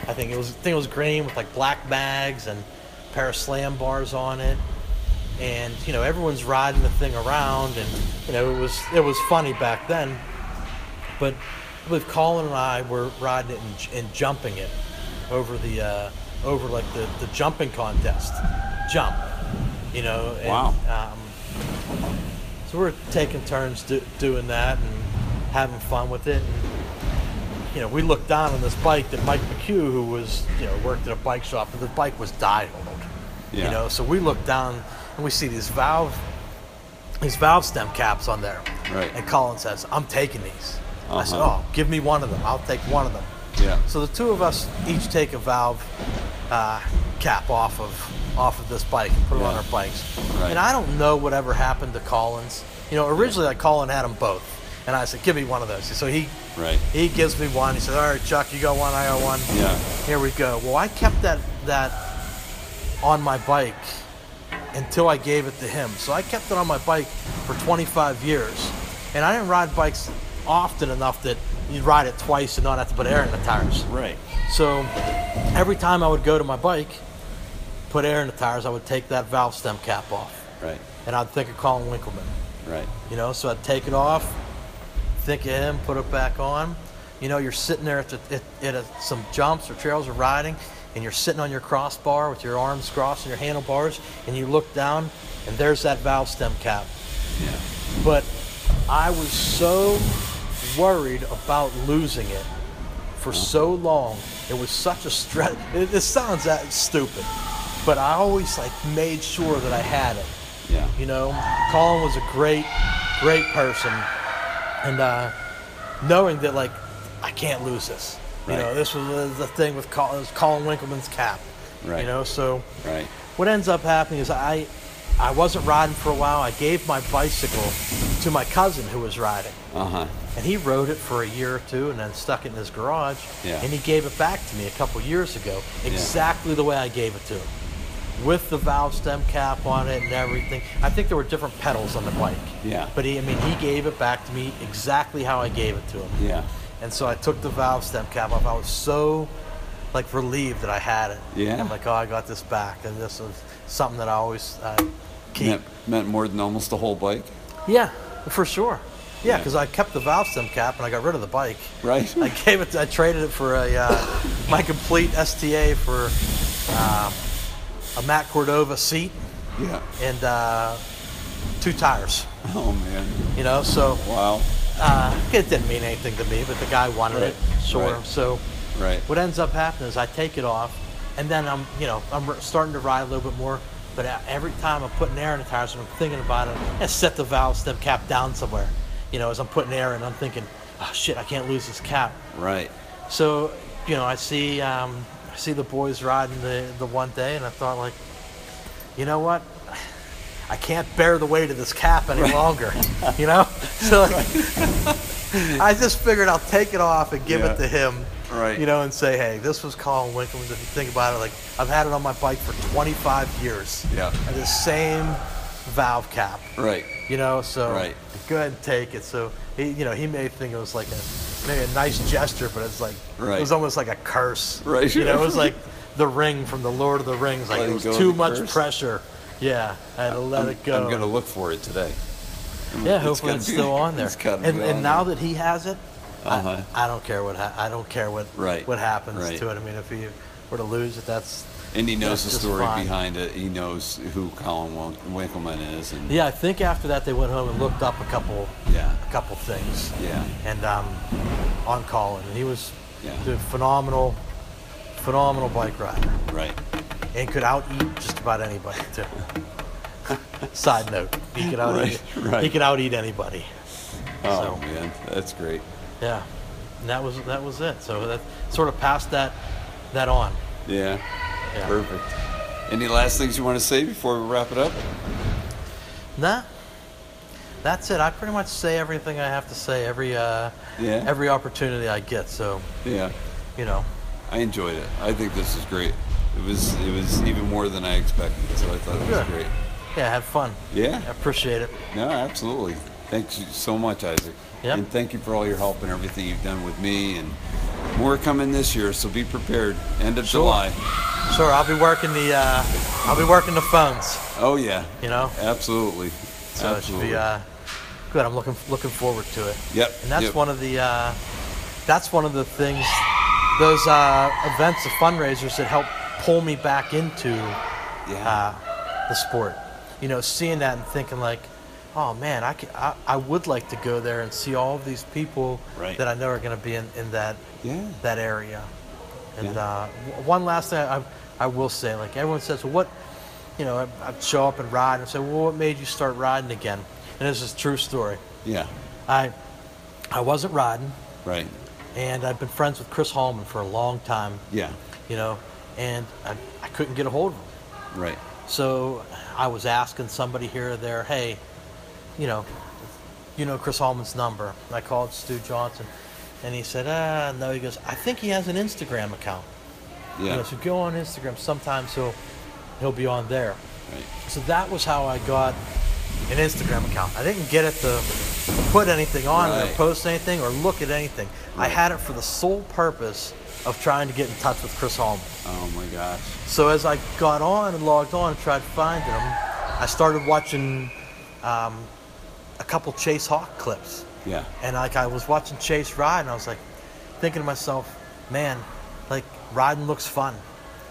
I think it was I think it was green with like black bags and a pair of slam bars on it. And you know everyone's riding the thing around, and you know it was it was funny back then. But I believe Colin and I were riding it and, and jumping it over the uh, over like the, the jumping contest, jump. You know. And, Wow. Um, so we're taking turns do, doing that and having fun with it. And, you know, we looked down on this bike that Mike McHugh, who was, you know, worked at a bike shop, and the bike was dialed. Yeah. You know, so we looked down and we see these valve, these valve stem caps on there. Right. And Colin says, "I'm taking these." I said, Uh-huh. "Oh, give me one of them. I'll take one of them." Yeah. So the two of us each take a valve uh, cap off of off of this bike and put it on Yeah. our bikes. Right. And I don't know whatever happened to Collins. You know, originally like Colin had them both, and I said, "Give me one of those." So he Right. he gives me one. He says, "All right, Chuck, you got one. I got one. Yeah. Here we go." Well, I kept that that on my bike until I gave it to him. So I kept it on my bike for 25 years, and I didn't ride bikes often enough that you'd ride it twice and not have to put air in the tires. Right. So every time I would go to my bike, put air in the tires, I would take that valve stem cap off, Right. and I'd think of Colin Winkelman. Right. You know, so I'd take it off, think of him, put it back on. You know, you're sitting there at, the, at, at a, some jumps or trails or riding, and you're sitting on your crossbar with your arms crossed and your handlebars, and you look down, and there's that valve stem cap. Yeah. But I was so worried about losing it for so long. It was such a stress. It, it sounds that stupid, but I always like made sure that I had it. Yeah. You know, Colin was a great, great person, and uh, knowing that like I can't lose this. You know, Right. this was the- the thing with Colin, was Colin Winkelman's cap. Right. You know, so Right. what ends up happening is I, I wasn't riding for a while. I gave my bicycle to my cousin who was riding, Uh huh. and he rode it for a year or two, and then stuck it in his garage. Yeah. And he gave it back to me a couple years ago, Yeah. exactly the way I gave it to him with the valve stem cap on it and everything. I think there were different pedals on the bike. Yeah. But he, I mean, he gave it back to me exactly how I gave it to him. Yeah. And so I took the valve stem cap off. I was so like relieved that I had it. Yeah. I'm like, oh, I got this back, and this was something that I always uh, keep. Meant, meant more than almost the whole bike. Yeah, for sure. Yeah, Yeah. because I kept the valve stem cap and I got rid of the bike. Right. I gave it. I traded it for a uh, my complete STA for uh, a Matt Cordova seat yeah. and uh, two tires. Oh man. You know, so Wow. uh, it didn't mean anything to me, but the guy wanted it, Right, sure. right. So Right. what ends up happening is I take it off, and then I'm you know I'm r- starting to ride a little bit more. But a- every time I'm putting air in the tires, and I'm thinking about it, I set the valve stem cap down somewhere. You know, as I'm putting air in, I'm thinking, oh shit, I can't lose this cap. Right. So, you know, I see um, I see the boys riding the, the one day, and I thought like, you know what? I can't bear the weight of this cap any longer. You know, so like, I just figured I'll take it off and give Yeah. it to him. Right. You know, and say, hey, this was Colin Winkleman's. If you think about it, like I've had it on my bike for 25 years. Yeah. And the same valve cap. Right. You know, so Right. go ahead and take it. So he, you know, he may think it was like a maybe a nice gesture, but it's like Right. it was almost like a curse. Right. You know, it was like the ring from the Lord of the Rings. Like Letting it was go of too the much curse? pressure. Yeah, I had to let I'm, it go. I'm gonna look for it today. Yeah, It's hopefully gotta it's be- still on there. it's gotta and be and on now that he has it, Uh-huh. I, I don't care what ha- I don't care what Right, what happens right. to it. I mean, if he were to lose it, that's And he knows that's the just story fine. behind it. He knows who Colin Win- Winkleman is, and Yeah, I think after that they went home and looked up a couple Yeah. a couple things. Yeah. and um, on Colin, and he was Yeah. dude, phenomenal, phenomenal bike rider, right. and could out eat just about anybody too. Side note, he could out eat, Right, right. he could out eat anybody. Oh So- man, that's great. Yeah, and that was that was it. So that sort of passed that that on. Yeah. Yeah. Perfect. Any last things you want to say before we wrap it up? Nah, that's it. I pretty much say everything I have to say every uh, Yeah. every opportunity I get. So Yeah. you know, I enjoyed it. I think this is great. It was it was even more than I expected, so I thought it was Good. great. yeah, have fun. Yeah. I appreciate it. No, absolutely. Thanks so much, Isaac. Yep. And thank you for all your help and everything you've done with me and more coming this year, so be prepared. End of Sure. July. Sure, I'll be working the uh, I'll be working the phones. Oh yeah. You know? Absolutely. So absolutely. it should be uh, good. I'm looking looking forward to it. Yep, And that's yep. one of the uh, that's one of the things those uh, events, the fundraisers that help pull me back into yeah. uh, the sport. You know, seeing that and thinking like, oh man, I, could, I I would like to go there and see all of these people Right. that I know are going to be in, in that Yeah. that area. And Yeah. uh, w- one last thing I, I will say, like everyone says, well, what, you know, I, I'd show up and ride and say, well, what made you start riding again? And this is a true story. yeah. I, I wasn't riding, Right. and I've been friends with Chris Hallman for a long time, Yeah. you know, and I, I couldn't get a hold of him. Right. So I was asking somebody here or there, hey, you know, you know Chris Hallman's number. And I called Stu Johnson, and he said, ah, no. He goes, I think he has an Instagram account. You know, Yeah. so go on Instagram. Sometimes he'll he'll be on there. Right. So that was how I got an Instagram account. I didn't get it to put anything on it or Right. post anything or look at anything. I Right. had it for the sole purpose of trying to get in touch with Chris Hallman. Oh my gosh. So as I got on and logged on and tried finding him, I started watching um, a couple Chase Hawk clips. Yeah. And like I was watching Chase ride, and I was like thinking to myself, man, like riding looks fun.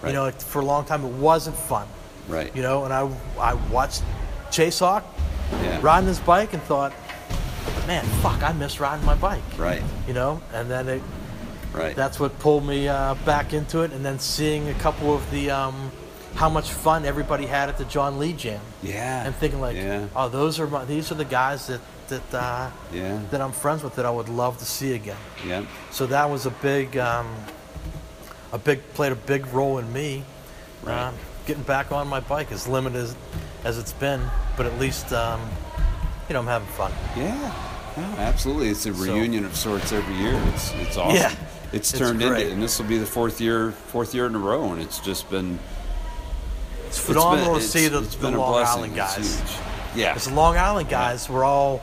Right. You know, like, for a long time it wasn't fun. Right. You know, and I I watched Chase Hawk Yeah. riding his bike and thought, man, fuck, I miss riding my bike. Right. You know, and then it Right. that's what pulled me uh, back into it, and then seeing a couple of the um, how much fun everybody had at the John Lee Jam, yeah. and thinking like, Yeah. oh, those are my, these are the guys that that uh, Yeah. that I'm friends with that I would love to see again. Yeah. So that was a big um, a big played a big role in me Right. uh, getting back on my bike, as limited as, as it's been, but at least um, you know I'm having fun. Yeah, no, absolutely. It's a So- reunion of sorts every year. It's it's awesome. Yeah, It's it's turned great. into, and this will be the fourth year, fourth year in a row, and it's just been It's it's been- phenomenal it's- to see the, it's the been a Long blessing. Island It's guys. huge. Yeah, Because the Long Island guys were all,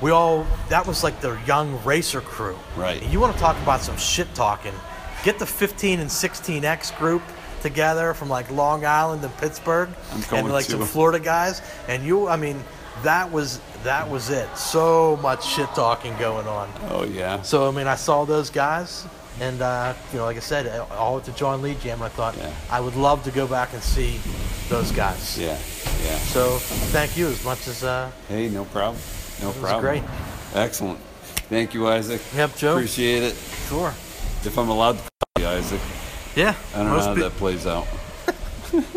we all, that was like the young racer crew. Right. And you want to talk about some shit talking? Get the 15 and 16X group together from like Long Island and Pittsburgh I'm going and like to. some Florida guys. And you, I mean, that was that was it. So much shit talking going on. oh yeah, So I mean, I saw those guys, and uh, you know, like I said, all at the John Lee Jam. And I thought Yeah. I would love to go back and see those guys. yeah, yeah. So thank you as much as uh, Hey, no problem, no was problem. great. excellent. Thank you, Isaac. Yep, Joe. Appreciate it. Sure. If I'm allowed to call you Isaac, Yeah. I don't know how that plays out.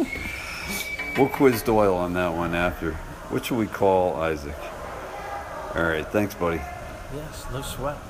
we'll quiz Doyle on that one after. What should we call Isaac? All right, thanks, buddy. Yes, no sweat.